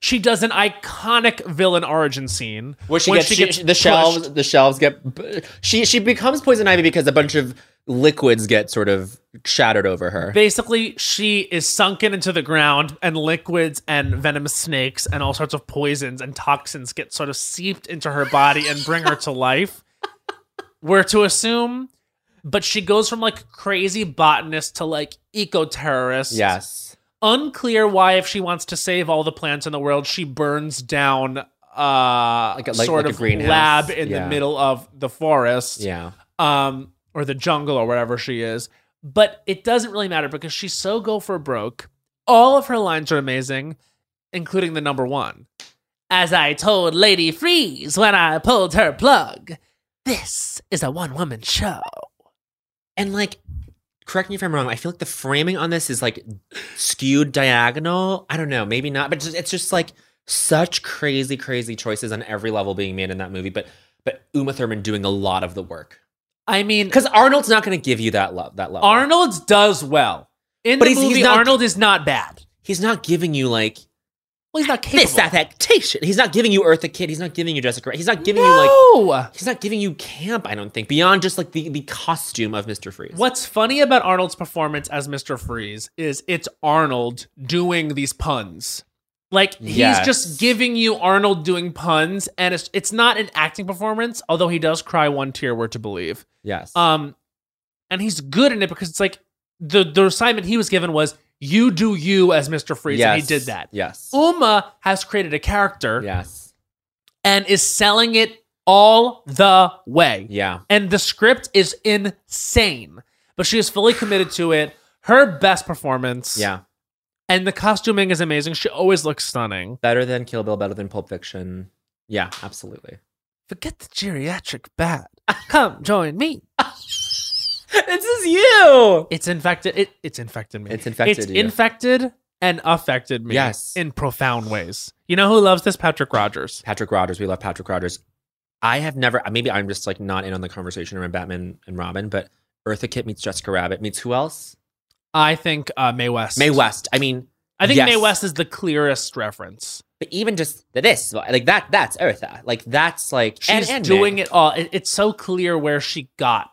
She does an iconic villain origin scene
Where she
when
gets, she- the shelves
pushed.
the shelves get b- she she becomes Poison Ivy because a bunch of liquids get sort of shattered over her.
Basically, she is sunken into the ground, and liquids and venomous snakes and all sorts of poisons and toxins get sort of seeped into her body and bring her to life. We're to assume, but she goes from like crazy botanist to like eco terrorist.
yes.
Unclear why, if she wants to save all the plants in the world, she burns down uh
a- like-
sort
like a
of
greenhouse.
lab in
Yeah.
the middle of the forest
Yeah.
um or the jungle or wherever she is but it doesn't really matter because she's so go for broke all of her lines are amazing including the number one
As I told Lady Freeze when I pulled her plug, this is a one woman show.
And like, correct me if I'm wrong. I feel like the framing on this is like skewed diagonal. I don't know, maybe not, but just, it's just like such crazy, crazy choices on every level being made in that movie. But but Uma Thurman doing a lot of the work
i mean
because Arnold's not going to give you that love. That love.
arnold's does well in
But
the
he's- he's
movie
not-
arnold is not bad
He's not giving you like
well he's not capable
this affectation. He's not giving you Eartha Kid. He's not giving you Jessica. He's not giving you like.
no
He's not giving you camp. I don't think beyond just like the the costume of Mister Freeze.
What's funny about Arnold's performance as Mr. Freeze is it's Arnold doing these puns. Like he's
Yes.
just giving you Arnold doing puns and it's it's not an acting performance, although he does cry one tear we're to believe.
Yes.
Um and he's good in it because it's like the the assignment he was given was you do you as Mr. Freeze and he
Yes.
did that.
Yes.
Uma has created a character
Yes.
and is selling it all the way
Yeah.
and the script is insane. But she is fully committed to it. Her best performance.
Yeah.
And the costuming is amazing. She always looks stunning.
better than Kill Bill, better than Pulp Fiction. Yeah, absolutely.
Forget the geriatric bat. Come join me.
this is you.
It's infected. It, it's infected me.
It's infected
It's
you.
infected and affected me.
Yes.
In profound ways. You know who loves this? Patrick Rogers.
Patrick Rogers. We love Patrick Rogers. I have never. Maybe I'm just like not in on the conversation around Batman and Robin, but Eartha Kitt meets Jessica Rabbit meets who else?
I think uh, May West.
Mae West. I mean,
I think
Yes.
May West is the clearest reference.
but even just this, like that. That's Eartha. Like that's like
She's doing it all. It- it's so clear where she got.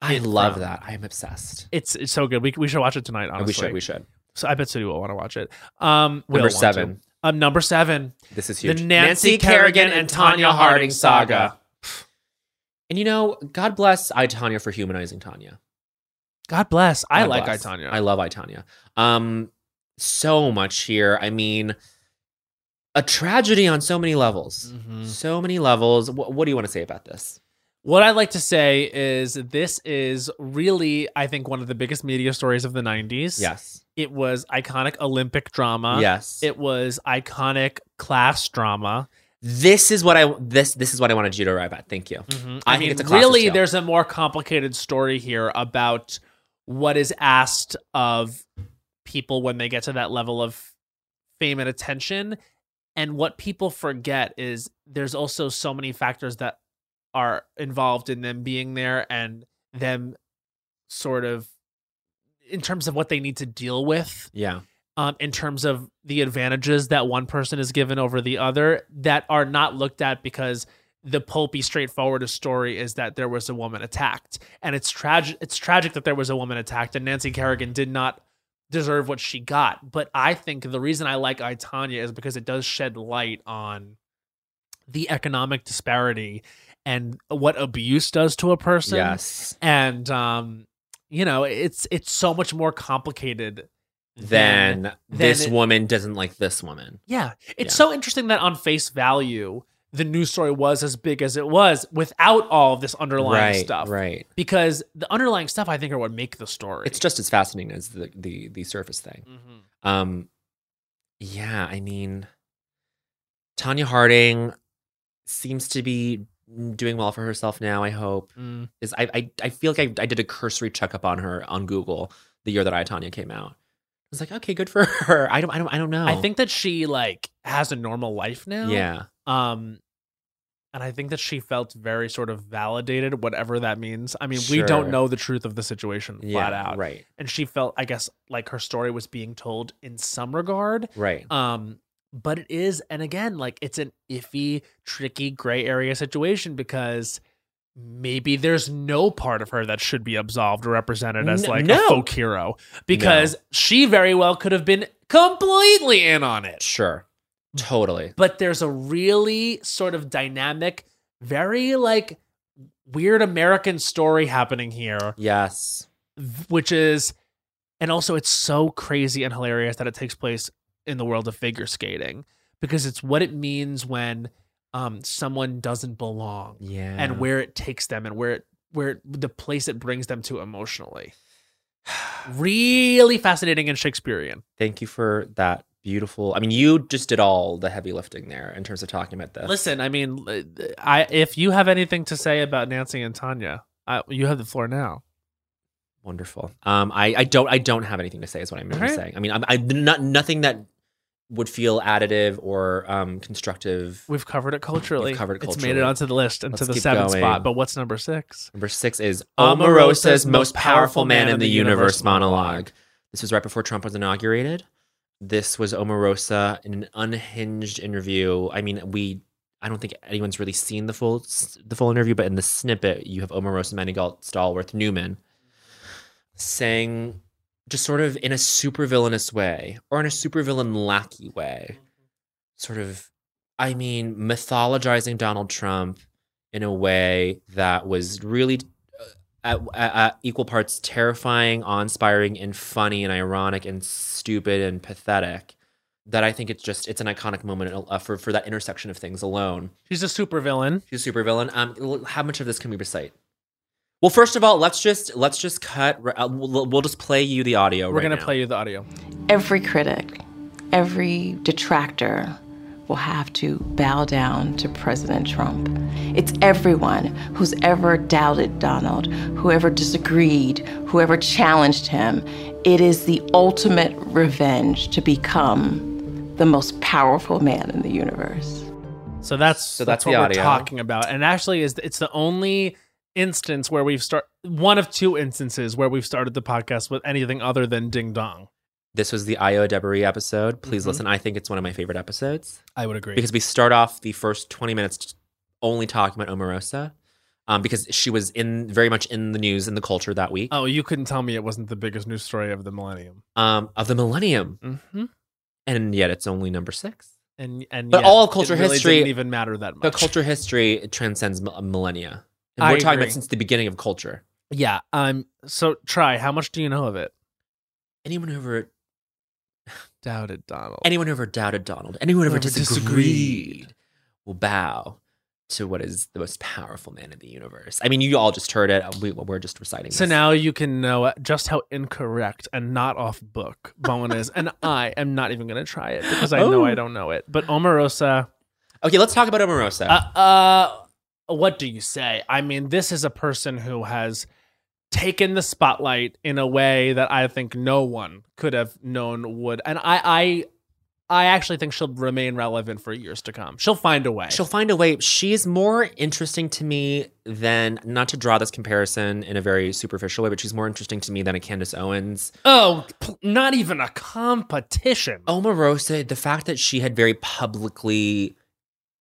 I
it
love
from.
that. I am obsessed.
It's, it's so good. We, we should watch it tonight. Honestly,
We should. We should.
So I bet City will want to watch it. Um, will
Number
want to.
seven.
Um, number seven.
This is huge.
The Nancy, Kerrigan and Tanya Harding saga.
And you know, God bless I Tanya for humanizing Tanya.
God bless. I
God
like
bless.
Itanya.
I love Itanya. Um, so much here. I mean, a tragedy on so many levels. So many levels. What, what do you want to say about this?
Mm-hmm. What I like to say is this is really, I think, one of the biggest media stories of the 90s.
Yes.
It was iconic Olympic drama.
yes.
uh, It was iconic class drama.
this is what I this this is what I wanted you to arrive at. Thank you.
Mhm.
I
I,
think
mean,
it's a class
really,
tale.
there's a more complicated story here about what is asked of people when they get to that level of fame and attention. And what people forget is there's also so many factors that are involved in them being there and them sort of in terms of what they need to deal with
Yeah.
um, in terms of the advantages that one person is given over the other that are not looked at because the pulpy straightforward story is that there was a woman attacked and it's tragic it's tragic that there was a woman attacked and nancy kerrigan did not deserve what she got but i think the reason i like itanya is because it does shed light on the economic disparity and what abuse does to a person
Yes.
and um you know it's it's so much more complicated
Then,
then
this
it-
woman doesn't like this woman.
yeah. It's
Yeah.
so interesting that on face value, the news story was as big as it was without all of this underlying
right.
stuff.
Right.
Because the underlying stuff, I think, are what make the story.
It's just as fascinating as the the the surface thing.
Mhm.
Um, yeah, I mean, Tanya Harding seems to be doing well for herself now. I hope
Mm.
is I I, I feel like I, I did a cursory checkup on her on Google the year that I Tanya came out. I was like, okay, good for her. I don't I don't I don't know.
I think that she like has a normal life now.
yeah,
Um, and I think that she felt very sort of validated, whatever that means. I mean, we don't
Sure.
know the truth of the situation
yeah,
flat out.
right,
And she felt, I guess, like her story was being told in some regard.
right,
Um, but it is, and again, like it's an iffy, tricky gray area situation because maybe there's no part of her that should be absolved or represented as
N-
like a
no.
folk hero because she very well could have been completely in on it.
sure, totally.
But there's a really sort of dynamic, very like weird American story happening here
Yes,
v- which is and also it's so crazy and hilarious that it takes place in the world of figure skating because it's what it means when um someone doesn't belong
yeah,
and where it takes them and where it where it- the place it brings them to emotionally really fascinating and shakespearean
Thank you for that beautiful. I mean, you just did all the heavy lifting there in terms of talking about this.
listen i mean l- i if you have anything to say about nancy and tanya I, you have the floor now
Wonderful. Um, I, I don't I don't have anything to say is what I'm really
Alright.
saying. I mean, I'm, I not nothing that would feel additive or um constructive.
we've covered it culturally
We've covered it
it's made it
culturally.
onto the list and to
Let's
the
keep
seventh
going.
spot but what's number six
Number six is
Omarosa's
Omarosa's most powerful man in the universe monologue. This was right before Trump was inaugurated. This was Omarosa in an unhinged interview. I mean, we I don't think anyone's really seen the full s- the full interview, but in the snippet, you have Omarosa Manigault Stallworth Newman saying just sort of in a supervillainous way or in a supervillain lackey way, sort of, I mean, mythologizing Donald Trump in a way that was really uh, at, at, at equal parts terrifying, awe-inspiring, and funny, and ironic, and stupid, and pathetic. That I think it's just it's an iconic moment uh, for for that intersection of things alone.
She's a supervillain.
She's a supervillain. Um, l- how much of this can we recite? Well, first of all, let's just let's just cut. ri- uh, We'll, we'll just play you the audio.
We're
right
gonna
now.
play you the audio.
every critic, every detractor will have to bow down to President Trump. It's everyone who's ever doubted Donald, whoever disagreed, whoever challenged him. It is the ultimate revenge to become the most powerful man in the universe.
So that's
So
that's,
that's
what
the
we're
audio.
talking about. And actually, is it's the only instance where we've start one of two instances where we've started the podcast with anything other than ding dong.
This was the Io Debris episode. Please
Mhm.
listen. I think it's one of my favorite episodes.
I would agree.
because we start off the first 20 minutes t- only talking about Omarosa um, because she was in very much in the news in the culture that week
oh, you couldn't tell me it wasn't the biggest news story of the millennium.
um, of the millennium.
Mm-hmm.
And yet it's only number six.
And and
But
yet,
all of culture
it really
history-
didn't even matter that much.
But culture history it transcends mi- millennia. And
I
we're talking
agree.
about since the beginning of culture.
yeah. Um. So try. How much do you know of it?
Anyone who ever,
Doubted Donald.
anyone who ever doubted Donald, anyone who ever
Whoever
disagreed, will bow to what is the most powerful man in the universe. I mean, you all just heard it. We, we're just reciting
So
this.
now you can know just how incorrect and not off book Bowen is, and I am not even going to try it because I know
Oh.
I don't know it. But Omarosa,
Okay, let's talk about Omarosa.
uh, uh, what do you say? I mean, this is a person who has taken the spotlight in a way that I think no one could have known would. And I, I, I actually think she'll remain relevant for years to come. She'll find a way.
She'll find a way. She's more interesting to me than not to draw this comparison in a very superficial way, but she's more interesting to me than a Candace Owens.
Oh, pl- not even a competition.
Oh, Omarosa, the fact that she had very publicly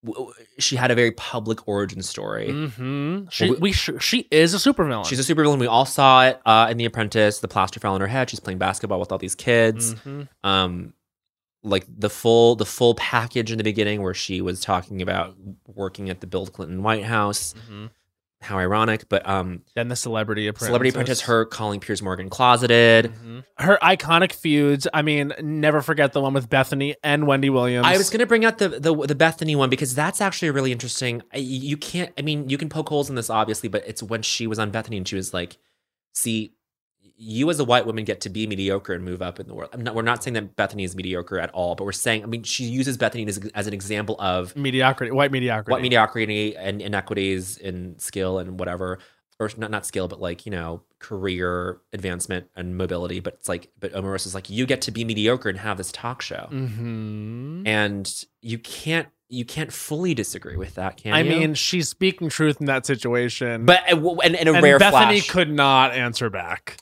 w- w- she had a very public origin story.
Mm-hmm. She, we, sh- she is a supervillain.
She's a supervillain. We all saw it uh, in The Apprentice. The plaster fell on her head. She's playing basketball with all these kids.
Mhm.
Um, like the full the full package in the beginning, where she was talking about working at the Bill Clinton White House.
Mhm.
How ironic, but um,
Then the celebrity apprentice.
Celebrity Apprentice, her calling Piers Morgan closeted.
her iconic feuds. I mean, never forget the one with Bethany and Wendy Williams.
I was going to bring out the, the the Bethany one because that's actually a really interesting. I- You can't. I mean, you can poke holes in this obviously, but it's when she was on Bethany and she was like, "See, you as a white woman get to be mediocre and move up in the world." I'm not, we're not saying that Bethany is mediocre at all, but we're saying. I mean, she uses Bethany as, as an example of
mediocrity, white mediocrity.
what mediocrity and inequities in skill and whatever or not not skill but like you know career advancement and mobility but it's like but omarosa is like you get to be mediocre and have this talk show
Mm-hmm. Mhm.
and you can't you can't fully disagree with that can
I
you?
mean, she's speaking truth in that situation.
but uh, and, and a rare
Bethany
flash
could not answer back.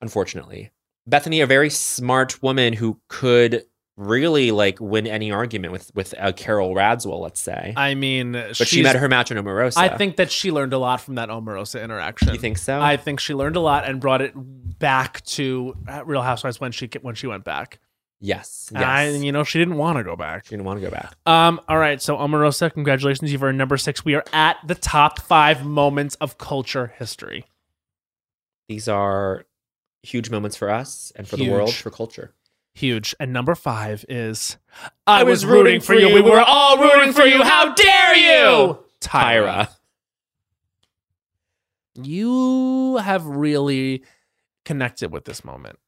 unfortunately bethany a very smart woman who could really like win any argument with with uh, carol radswell let's say
I mean,
but she met her match in omarosa
I think that she learned a lot from that Omarosa interaction.
you think so
I think she learned a lot and brought it back to uh, Real Housewives when she ca- when she went back.
yes
And I,
yes.
you know, she didn't want to go back.
she didn't want to go back
Um, all right, so Omarosa, congratulations, you've earned number six. We are at the top five moments of culture history.
these are huge moments for us and for the world
Huge.
for culture
Huge. And number five is
I was rooting for you. We were all rooting for you. How dare you?
Tyra. You have really connected with this moment.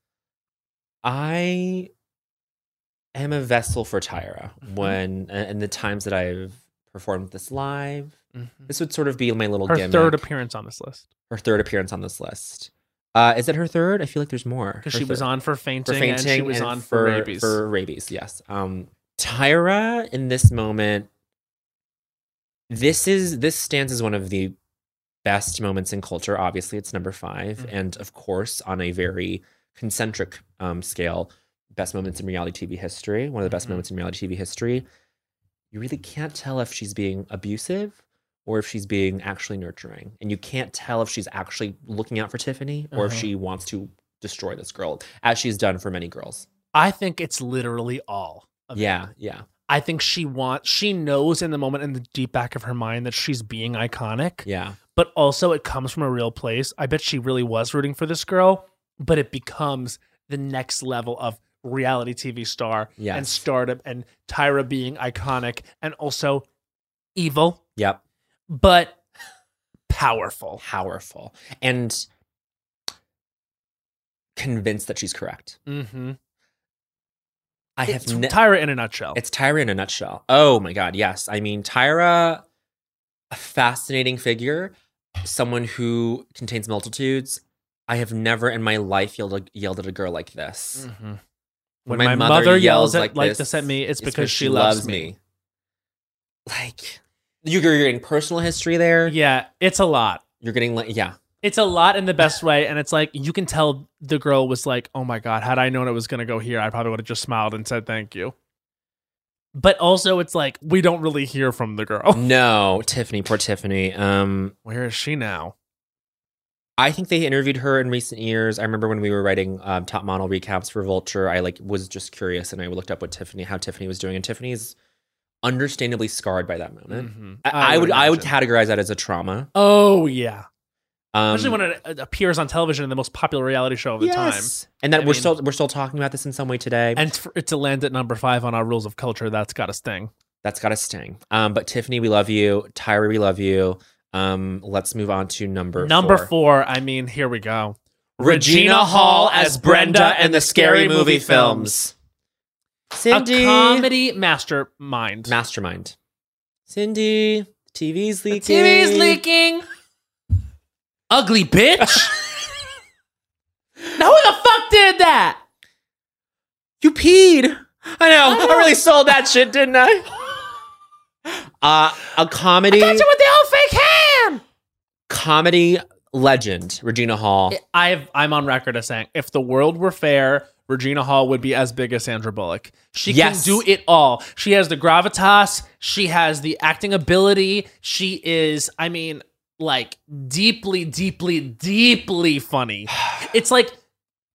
i am a vessel for tyra
Mm-hmm.
when and the times that i've performed this live
Mm-hmm.
this would sort of be my little
Her
gimmick.
third appearance on this list.
her third appearance on this list uh is it her third i feel like there's more
Because
Her
she was
third.
on for fainting, and she was
and
on for, rabies.
for rabies yes um tyra in this moment this is this stands as one of the best moments in culture obviously it's number 5
Mm.
and of course on a very concentric um, scale best moments in reality tv history one of the best
Mm-hmm.
moments in reality tv history you really can't tell if she's being abusive or if she's being actually nurturing and you can't tell if she's actually looking out for tiffany or if
Uh-huh.
she wants to destroy this girl as she's done for many girls
I think it's literally all. of it.
yeah yeah
I think she wants, she knows in the moment in the deep back of her mind that she's being iconic.
yeah
but also it comes from a real place. I bet she really was rooting for this girl, but it becomes the next level of reality TV star and
Yes.
stardom and Tyra being iconic and also evil,
yep
but powerful.
powerful and convinced that she's correct.
Mm-hmm.
I have
It's
ne-
Tyra in a nutshell.
it's Tyra in a nutshell. Oh my god, yes. I mean Tyra, a fascinating figure, someone who contains multitudes. I have never in my life yelled a- yelled at a girl like this.
Mhm. When my mother yells at- like this at me, it's because she loves me.
Like you're, you're getting personal history there.
Yeah, it's a lot.
You're getting like yeah.
It's a lot in the best way, and it's like you can tell the girl was like, "Oh my god, had I known it was gonna go here, I probably would have just smiled and said thank you." But also, it's like we don't really hear from the girl.
No, Tiffany, poor Tiffany. Um,
Where is she now?
I think they interviewed her in recent years. I remember when we were writing um, top model recaps for Vulture, I like was just curious and I looked up what Tiffany, how Tiffany was doing, and Tiffany's understandably scarred by that moment.
Mhm.
I, I would, I would categorize that as a trauma.
Oh yeah,
Um,
especially when it uh, appears on television in the most popular reality show of the
yes. and that
I
we're
mean-
still we're still talking about this in some way today.
time, and for it to land at number five on our rules of culture, that's got a sting.
That's got a sting. Um, but Tiffany, we love you. Tyra, we love you. Um, let's move on to number
number
four.
four. I mean, here we go.
Regina Hall as Brenda in the Scary Movie films.
A
Cindy.
comedy mastermind.
Mastermind. Cindy, TV's leaking.
TV's leaking. Ugly bitch. Who the fuck did that?
You peed. I know.
I, really sold that shit, didn't I?
Uh, a comedy
Got you with the old fake hand.
comedy legend, Regina Hall.
I've I'm on record as saying if the world were fair, Regina Hall would be as big as Sandra Bullock. She
Yes.
can do it all. She has the gravitas, she has the acting ability, she is, I mean, like deeply, deeply, deeply funny. It's like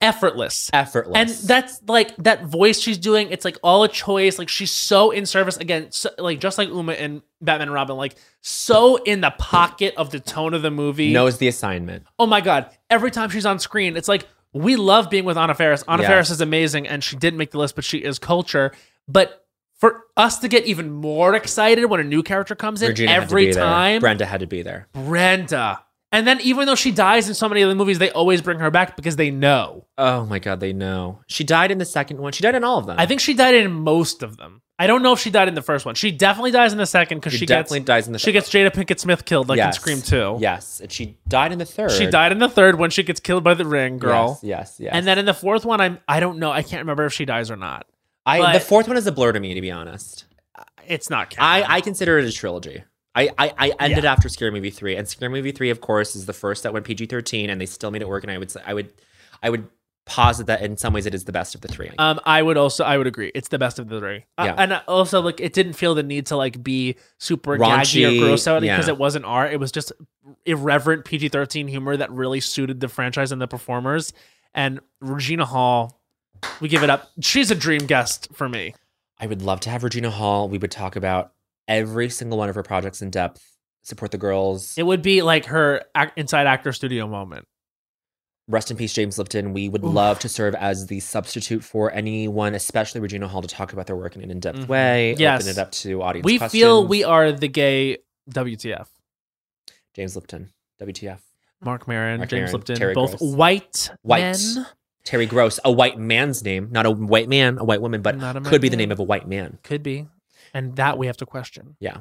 effortless.
Effortless.
And that's like that voice she's doing, it's like all a choice. Like she's so in service again, so, like just like Uma and Batman and Robin, like so in the pocket of the tone of the movie
knows the assignment.
oh my god every time she's on screen it's like we love being with anna Faris. anna
Yes.
Faris is amazing and she didn't make the list but she is culture but for us to get even more excited when a new character comes in
Regina
every
had to be there.
time
Brenda had to be there.
brenda and then even though she dies in so many of the movies they always bring her back because they know
Oh my god, they know. She died in the second one. She died in all of them.
i think she died in most of them i don't know if she died in the first one she definitely dies in the second because
she,
she,
definitely
gets
dies in the
she gets jada pinkett smith killed like
Yes.
in scream 2
Yes, and she died in the third.
she died in the third when she gets killed by the ring girl
Yes, yes. yes.
And then in the fourth one, I'm I don't know. I can't remember if she dies or not.
I
but-
the fourth one is a blur to me, to be honest.
It's not canon.
I, I consider it a trilogy. I, I, I ended after Scary Movie three, and Scary Movie three, of course, is the first that went PG thirteen, and they still made it work. And I would say- I would I would posit that in some ways it is the best of the three.
um, I would also I would agree. It's the best of the three. Uh,
Yeah.
and I- also, like, it didn't feel the need to like be super
Raunchy,
gaggy or gross out because
yeah.
it wasn't art. It was just irreverent PG thirteen humor that really suited the franchise and the performers. And Regina Hall, we give it up. She's a dream guest for me.
I would love to have Regina Hall. We would talk about every single one of her projects in depth. Support the girls.
It would be like her ac- inside actor studio moment.
Rest in peace, James Lipton. We would love to serve as the substitute for anyone, especially Regina Hall, to talk about their work in an in-depth
Mhm.
way.
Yes.
Open it up to audience.
we feel
questions.
we are the gay WTF.
James Lipton, WTF.
Mark Maron,
Mark
James
Maron,
Lipton,
Terry
both
Gross.
white,
White.
men.
Terry Gross, a white man's name, not a white man, a white woman, but
Not a
could be
man.
the name of a white man.
Could be. And that we have to question.
Yeah.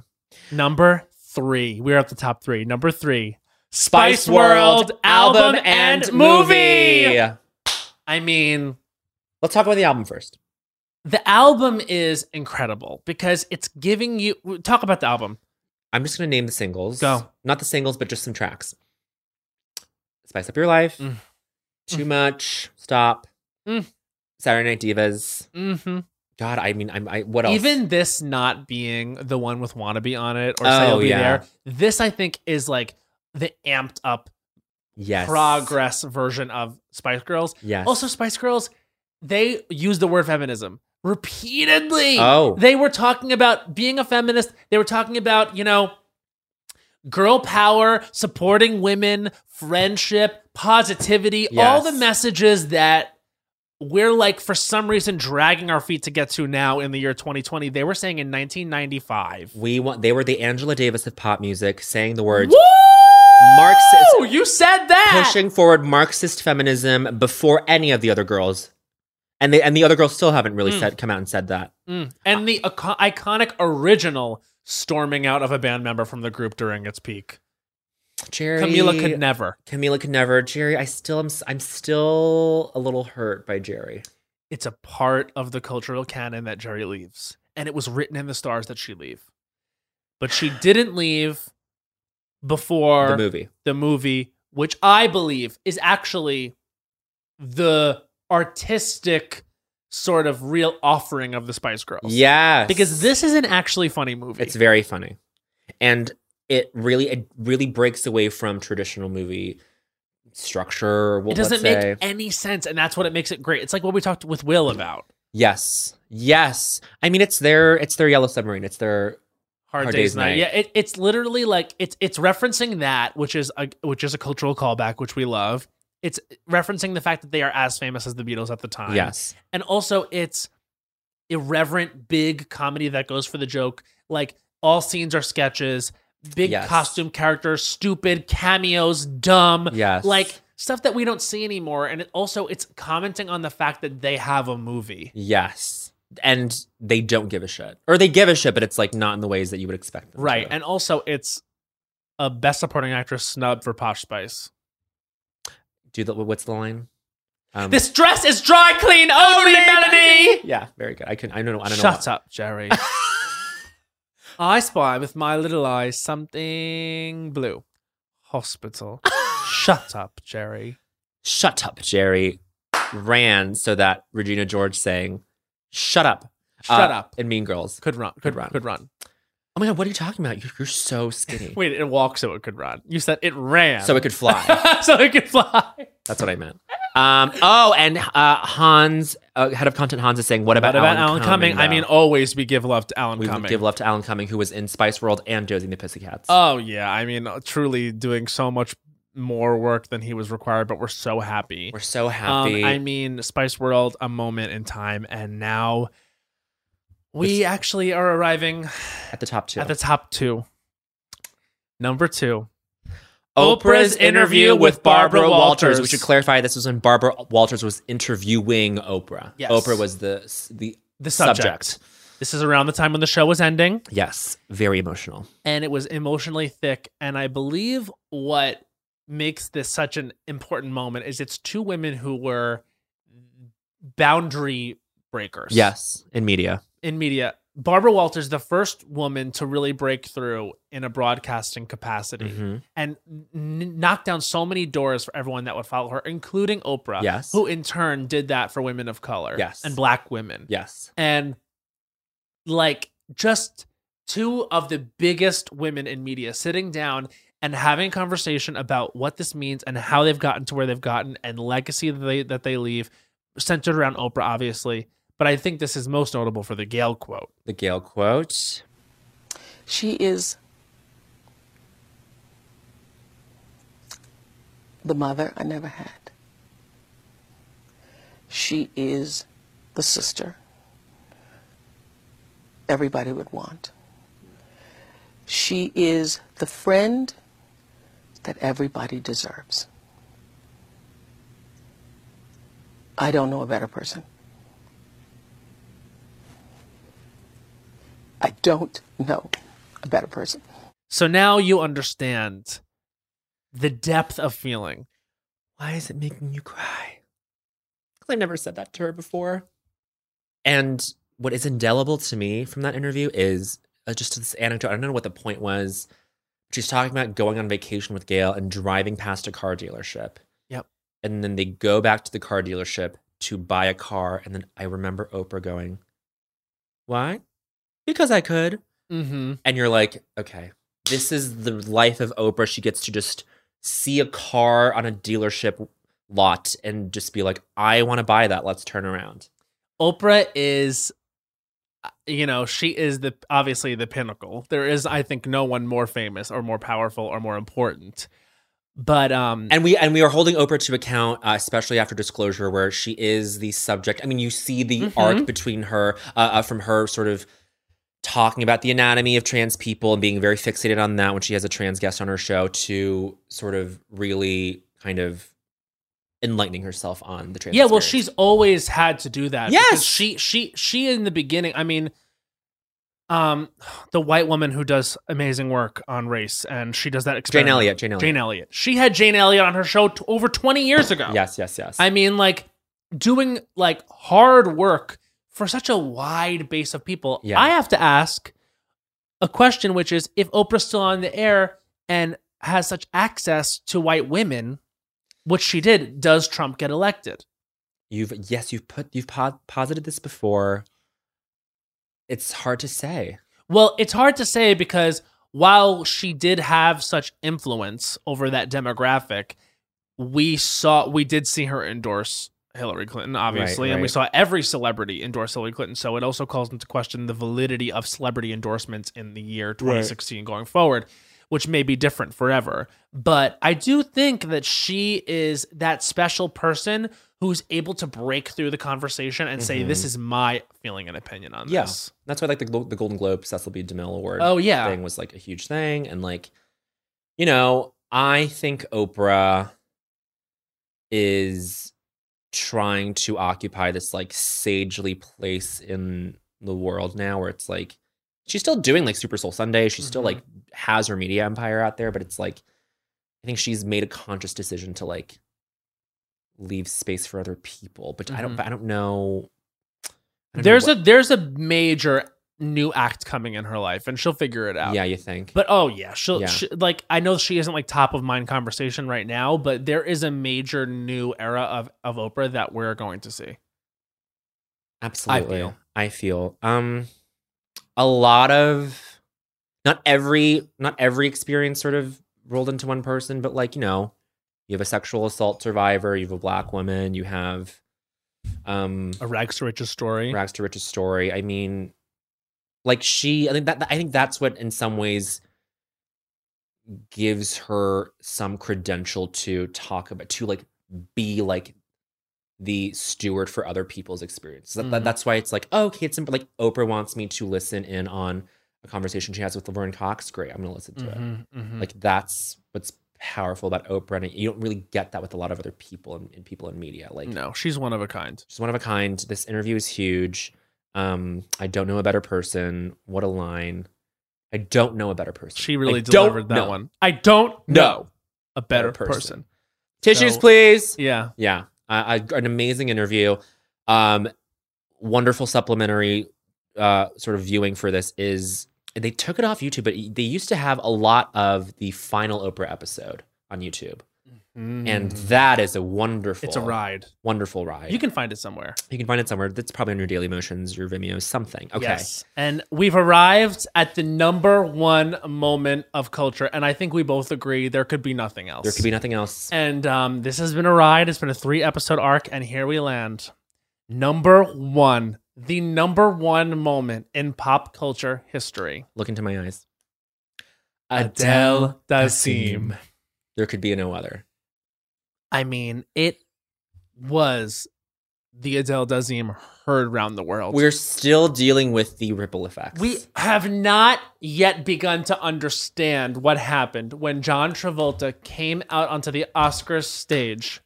Number three. We're at the top three. Number three. Spice, World, album and movie. I mean,
Let's talk about the album first.
the album is incredible because it's giving you talk about the album.
I'm just going to name the singles.
Go.
Not the singles, but just some tracks. Spice Up Your Life,
Mm.
Too Much, Stop,
Mm.
Saturday Night Divas.
hmm
God, I mean, I'm, I, what else?
Even this not being the one with wannabe on it or
Oh,
say will be
yeah.
there. This I think is like the amped up
yes.
progress version of Spice Girls.
Yes.
Also, Spice Girls, they use the word feminism repeatedly.
Oh.
They were talking about being a feminist. They were talking about, you know, girl power, supporting women, friendship, positivity, all
Yes.
the messages that we're like, for some reason, dragging our feet to get to now in the year 2020. They were saying in 1995.
we want, they were the Angela Davis of pop music, saying the words
Woo!
Marxist,
You said that.
pushing forward Marxist feminism before any of the other girls, and they and the other girls still haven't really said come out and said that.
Mm. And the ico- iconic original storming out of a band member from the group during its peak.
Jerry,
Camila could never.
Camila could never. Jerry, I still am. s- I'm still a little hurt by Jerry.
It's a part of the cultural canon that Jerry leaves. And it was written in the stars that she leave. But she didn't leave before
the movie.
the movie, which I believe is actually the artistic sort of real offering of the Spice Girls.
Yes,
Because this is an actually funny movie.
it's very funny, and it really it really breaks away from traditional movie structure. We'll,
it doesn't
let's
make
say.
any sense, and that's what it makes it great. It's like what we talked with Will about
yes, yes. I mean, it's their it's their Yellow Submarine. It's their
Hard,
Hard
Days,
Day's
Night.
Night.
Yeah, it, it's literally like it's it's referencing that, which is a which is a cultural callback, which we love. It's referencing the fact that they are as famous as the Beatles at the time.
yes.
and also it's irreverent, big comedy that goes for the joke. Like all scenes are sketches, big
Yes.
costume characters, stupid cameos, dumb,
Yes.
like stuff that we don't see anymore. And it also it's commenting on the fact that they have a movie.
Yes. And they don't give a shit. Or they give a shit, but it's like not in the ways that you would expect them
Right.
to.
And also it's a best supporting actress snub for Posh Spice.
do the what's the line? Um,
This dress is dry clean only, Melanie.
Yeah, very good. I can. I don't know. I don't know.
Shut up, Jerry. I spy with my little eye something blue. Hospital. Shut up, Jerry.
Shut up, Jerry. Ran so that Regina George sang, "Shut up,
Shut up.
And Mean Girls
Uh, could run. Could run. Could run.
Oh my god, what are you talking about? You're, you're so skinny.
Wait, it walked so it could run. You said it ran.
So it could fly.
so it could fly.
That's what I meant. Um, oh, and uh, Hans, uh, head of content Hans, is saying, "What about,
What about Alan Cumming? I mean, always we give love to Alan
we
Cumming.
give love to Alan Cumming, who was in Spice World and Josie and the Pussycats.
Oh yeah, I mean, uh, truly doing so much more work than he was required, but we're so happy. We're
so happy.
Um, I mean, Spice World, a moment in time, and now we actually are arriving
at the top two.
At the top two. Number two.
Oprah's interview with Barbara Walters. We should clarify this was when Barbara Walters was interviewing Oprah.
Yes.
Oprah was the the,
The subject. This is around the time when the show was ending.
Yes, very emotional.
and it was emotionally thick. And I believe what makes this such an important moment is it's two women who were boundary breakers.
Yes, in media.
In media. Barbara Walters, the first woman to really break through in a broadcasting capacity
Mhm.
and n- knock down so many doors for everyone that would follow her, including Oprah,
Yes.
who in turn did that for women of color
Yes.
and black women
Yes.
and like just two of the biggest women in media sitting down and having a conversation about what this means and how they've gotten to where they've gotten and legacy that they that they leave centered around Oprah obviously but I think this is most notable for the Gail quote
the Gail quote
She is the mother I never had. She is the sister everybody would want. She is the friend that everybody deserves. I don't know a better person. I don't know a better person.
so now you understand the depth of feeling
Why is it making you cry? Because I've never said that to her before. And what is indelible to me from that interview is uh, just this anecdote. I don't know what the point was. She's talking about going on vacation with Gail and driving past a car dealership.
Yep.
And then they go back to the car dealership to buy a car. And then I remember Oprah going, Why? Because I could.
mm-hmm
And you're like, Okay, this is the life of Oprah. She gets to just see a car on a dealership lot and just be like, I want to buy that. Let's turn around.
Oprah is, uh, you know, she is the obviously the pinnacle. There is, I think, no one more famous or more powerful or more important. But um,
and we and we are holding Oprah to account, uh, especially after disclosure, where she is the subject. I mean, you see the
Mhm.
arc between her uh, uh, from her sort of talking about the anatomy of trans people and being very fixated on that when she has a trans guest on her show to sort of really kind of enlightening herself on the trans.
yeah, well,
experience.
she's always had to do that. because
Yes!
she she she in the beginning. I mean, um, the white woman who does amazing work on race, and she does that. Experiment.
Elliott, Jane Elliott.
Jane Elliott. She had Jane Elliott on her show t- over twenty years ago.
yes, yes, yes.
I mean, like doing like hard work for such a wide base of people.
Yeah.
I have to ask a question, which is if Oprah's still on the air and has such access to white women, which she did, does Trump get elected?
You've yes, you've put you've po- posited this before. It's hard to say.
Well, it's hard to say because while she did have such influence over that demographic, we saw we did see her endorse Hillary Clinton, obviously, and we
right.
saw every celebrity endorse Hillary Clinton. So it also calls into question the validity of celebrity endorsements in the year 2016 going forward, which may be different forever. But I do think that she is that special person who's able to break through the conversation and say,
Mhm.
"This is my feeling and opinion on this."
Yes, that's why like the, Glo- the Golden Globe Cecil B. DeMille Award.
Oh, yeah.
thing was like a huge thing, and like, you know, I think Oprah is trying to occupy this like sagely place in the world now, where it's like she's still doing like Super Soul Sunday. She still
Mhm.
like has her media empire out there, but it's like I think she's made a conscious decision to like leave space for other people. But I don't.
Mhm.
But I don't know. I don't know
There's
what-
a there's a major new act coming in her life, and she'll figure it out.
Yeah, you think?
But oh yeah, she'll
Yeah.
She, like I know she isn't like top of mind conversation right now, but there is a major new era of of Oprah that we're going to see.
Absolutely. I feel. Um a lot of not every not every experience sort of rolled into one person, but like, you know, you have a sexual assault survivor, you have a black woman, you have um
a rags to riches story.
Rags to riches story. I mean, like she I think that I think that's what in some ways gives her some credential to talk about to like be like the steward for other people's experiences. That, that-
Mhm.
that's why it's like, oh, okay, it's simple. Like Oprah wants me to listen in on a conversation she has with Laverne Cox. Great, I'm gonna listen to
Mhm,
it.
mhm.
Like that's what's powerful about Oprah, and you don't really get that with a lot of other people and, and people in media. Like,
no, she's one of a kind.
She's one of a kind. This interview is huge. Um, I don't know a better person. What a line! I don't know a better person.
She really
I don't
delivered that
know.
one. I don't know
No.
a better,
Better person.
person.
Tissues,
So-
please.
Yeah.
Yeah. Uh, I- an amazing interview. Um, wonderful supplementary uh, sort of viewing for this is they took it off YouTube, but they used to have a lot of the final Oprah episode on YouTube. And
Mm.
that is a wonderful
It's a ride.
Wonderful ride.
You can find it somewhere.
you can find it somewhere. That's probably on your Daily Motions, your Vimeo, something. Okay.
Yes. And we've arrived at the number one moment of culture. And I think we both agree there could be nothing else.
There could be nothing else.
And um, this has been a ride. It's been a three episode arc. And here we land. Number one, the number one moment in pop culture history.
Look into my eyes.
Adele Dazeem.
There could be no other.
I mean, it was the Adele Dazeem heard round the world.
We're still dealing with the ripple effects.
We have not yet begun to understand what happened when John Travolta came out onto the Oscars stage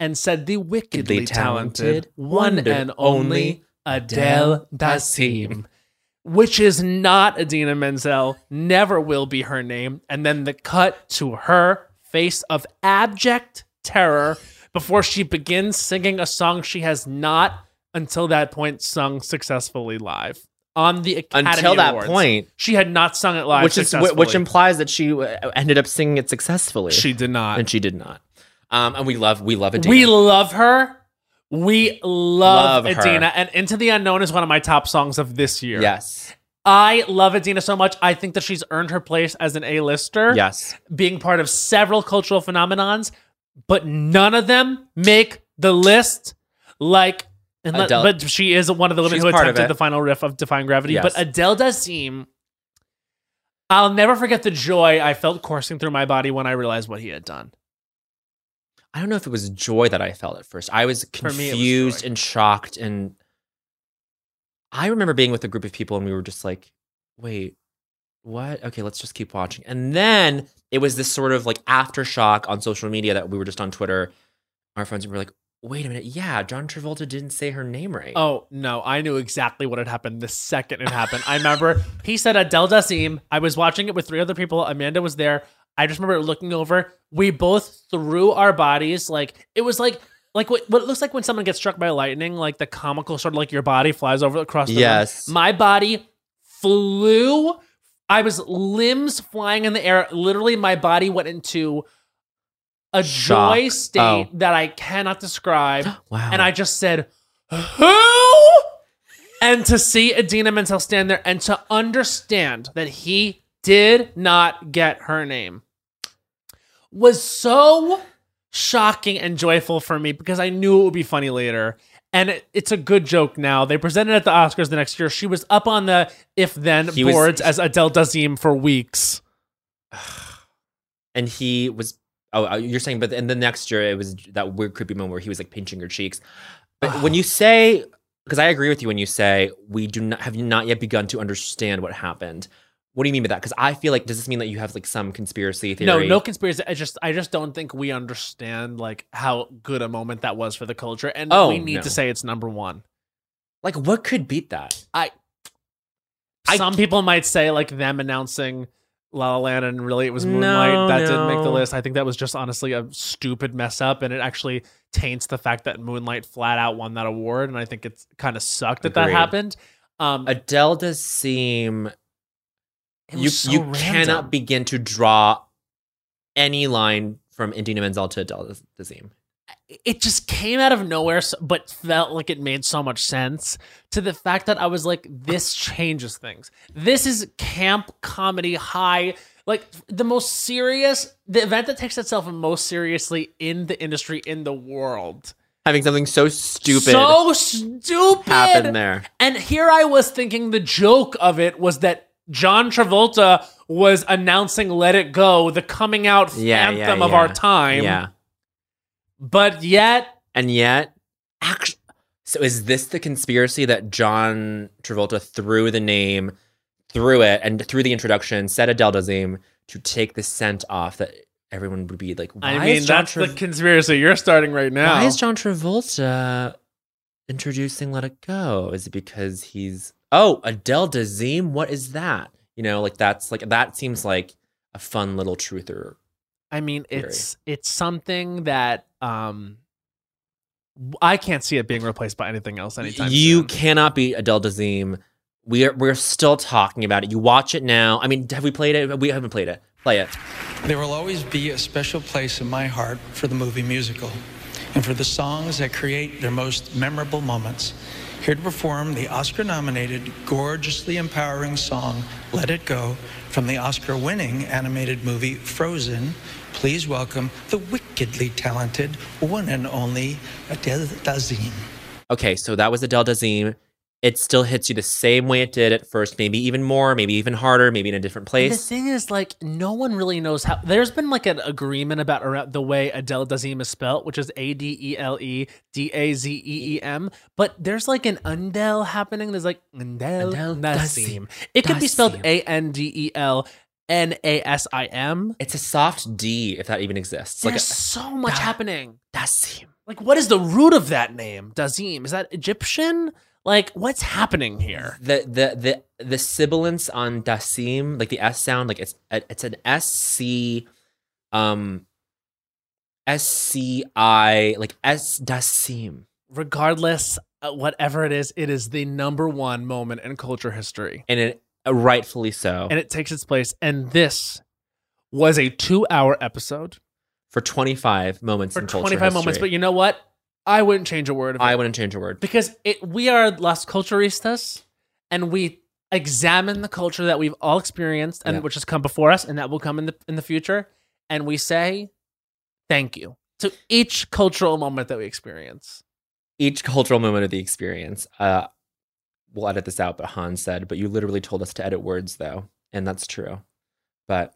and said the wickedly talented, one and only Adele Dazeem, which is not Adina Menzel, never will be her name. And then the cut to her face of abject terror before she begins singing a song she has not until that point sung successfully live on the Academy
Until that
Awards.
point.
She had not sung it live
which is wh-
successfully.
which implies that she uh, ended up singing it successfully.
She did not,
and she did not. Um, and we love we love Adina.
we love her. We love,
Love her.
Adina. And Into the Unknown is one of my top songs of this year.
yes,
I love Adina so much. I think that she's earned her place as an A-lister.
yes.
Being part of several cultural phenomenons, but none of them make the list like and let-
Adele-
but she is one of the women
She's
who
part of
attempted
it.
the final riff of Defying Gravity.
Yes.
But Adele does seem I'll never forget the joy I felt coursing through my body when I realized what he had done.
I don't know if it was joy that I felt at first. I was
me, it was
confused and shocked, and I remember being with a group of people, and we were just like, "Wait, what? Okay, let's just keep watching." And then it was this sort of like aftershock on social media that we were just on Twitter. Our friends were like, "Wait a minute, yeah, John Travolta didn't say her name right."
Oh no, I knew exactly what had happened the second it happened. I remember he said Adele Dazeem. I was watching it with three other people. Amanda was there. I just remember looking over. We both threw our bodies like it was like like what, what it looks like when someone gets struck by lightning, like the comical sort of like your body flies over across the room.
Yes.
My body flew. I was limbs flying in the air. Literally, my body went into a
Shock.
joy state
Oh.
that I cannot describe.
Wow.
And I just said, Who? And to see Adina Menzel stand there and to understand that he did not get her name was so shocking and joyful for me because I knew it would be funny later. And it, it's a good joke now. They presented at the Oscars the next year. She was up on the if then
He was-
boards as Adele Dazeem for weeks.
and he was. Oh, uh, you're saying, but in the next year it was that weird creepy moment where he was like pinching her cheeks. But when you say, because I agree with you when you say we do not have not yet begun to understand what happened. What do you mean by that? Because I feel like does this mean that you have like some conspiracy theory?
No, no conspiracy. I just I just don't think we understand like how good a moment that was for the culture. And
Oh,
we need
no.
to say it's number one.
Like what could beat that?
Some people might say like them announcing La La Land and really it was Moonlight that didn't make the
no.
list. I think that was just honestly a stupid mess up, and it actually taints the fact that Moonlight flat out won that award, and I think it's kind of sucked that that
Agreed.
happened. Um,
Adele does seem
It was
you
so
you
random.
cannot begin to draw any line from Indina Menzel to Adele Dazeem.
it just came out of nowhere, s- but felt like it made so much sense to the fact that I was like, this changes things. This is camp comedy high, like the most serious, the event that takes itself most seriously in the industry, in the world.
Having something so stupid
So stupid.
happen there.
And here I was thinking the joke of it was that John Travolta was announcing Let It Go, the coming out
Yeah,
anthem
yeah,
of
yeah.
our time.
Yeah.
But yet
And yet, actually, so is this the conspiracy that John Travolta threw the name, through it, and through the introduction, said Adele Dazeem to take the scent off that everyone would be like, why
I mean,
is John
that's the conspiracy you're starting right now.
Why is John Travolta introducing Let It Go? Is it because he's oh Adele Dazeem? What is that? You know, like that's like that seems like a fun little truther.
I mean,
Theory.
it's it's something that um I can't see it being replaced by anything else anytime
you
soon.
cannot be Adele Dazeem. We are we're still talking about it. You watch it now. I mean, have we played it? We haven't played it. Play it.
There will always be a special place in my heart for the movie musical and for the songs that create their most memorable moments. Here to perform the Oscar nominated, gorgeously empowering song Let It Go from the Oscar winning animated movie Frozen, please welcome the wickedly talented one and only Adele Dazeem.
Okay, so that was Adele Dazeem. It still hits you the same way it did at first, maybe even more, maybe even harder, maybe in a different
And the
place.
thing is, like, no one really knows how. There's been like an agreement about around the way Adele Dazeem is spelt, which is A D E L E D A Z E E M. But there's like an undel happening. There's like undel
Adele
Dazeem.
Dazeem.
It could be spelled
Dazeem.
A N D E L N A S I M.
It's a soft D, if that even exists.
There's
Like a,
so much happening.
Dazeem.
Like, what is the root of that name? Dazim. Is that Egyptian? Like, what's happening here?
the the the the sibilance on dasim like the s sound like it's it's an sc um sci like s dasim
Regardless, uh, whatever it is, it is the number one moment in culture history.
and it uh, rightfully so
And it takes its place. And this was a two hour episode
for 25 moments
for
in
25
culture
moments. But
history.
you know what? I wouldn't change a word of it.
i wouldn't change a word
because it, we are Las Culturistas and we examine the culture that we've all experienced and
Yeah.
which has come before us and that will come in the in the future and we say thank you to each cultural moment that we experience.
each cultural moment of the experience uh we'll edit this out but han said but you literally told us to edit words though and that's true but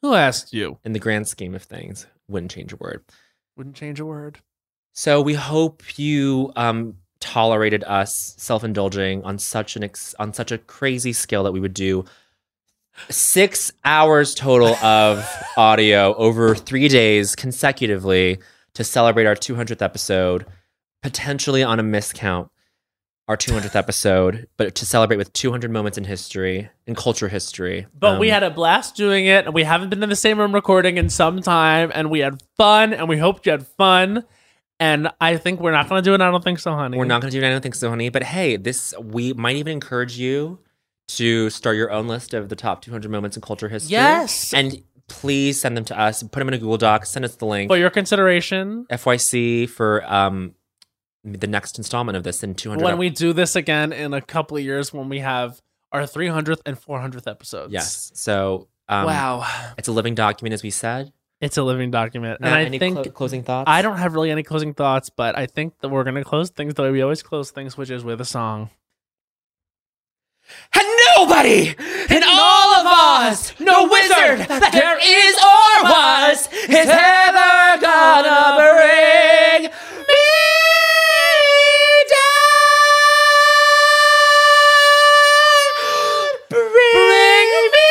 Who asked you?
in the grand scheme of things wouldn't change a word
Wouldn't change a word.
So we hope you um, tolerated us self-indulging on such an ex- on such a crazy scale that we would do six hours total of audio over three days consecutively to celebrate our 200th episode, potentially on a miscount. Our 200th episode, but to celebrate with 200 moments in history, in culture history.
But we
Um,
had a blast doing it and we haven't been in the same room recording in some time and we had fun and we hoped you had fun and I think we're not going to do it. I don't think so, honey.
We're not going to do it. I don't think so, honey. But hey, this we might even encourage you to start your own list of the top 200 moments in culture history.
Yes.
and please send them to us. Put them in a Google Doc. Send us the link.
for your consideration.
FYC for um the next installment of this in 200.
when we do this again in a couple of years when we have our 300th and 400th episodes.
yes. So um,
wow.
it's a living document, as we said.
It's a living document.
Matt,
and I
any
think
clo- closing thoughts.
I don't have really any closing thoughts, but I think that we're going to close things the way we always close things, which is with a song.
And nobody in all of us, no wizard that there is or was, is ever gonna bring me down. Bring me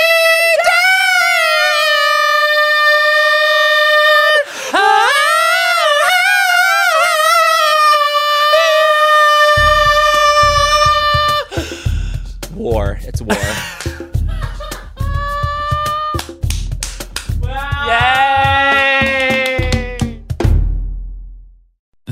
down.
War. It's war.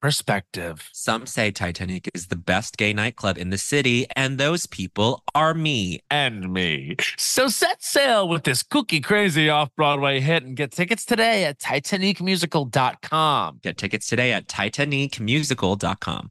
perspective.
Some say Titanic is the best gay nightclub in the city, and those people are me.
And me. So set sail with this cookie crazy off Broadway hit and get tickets today at TitanicMusical.com.
Get tickets today at TitanicMusical.com.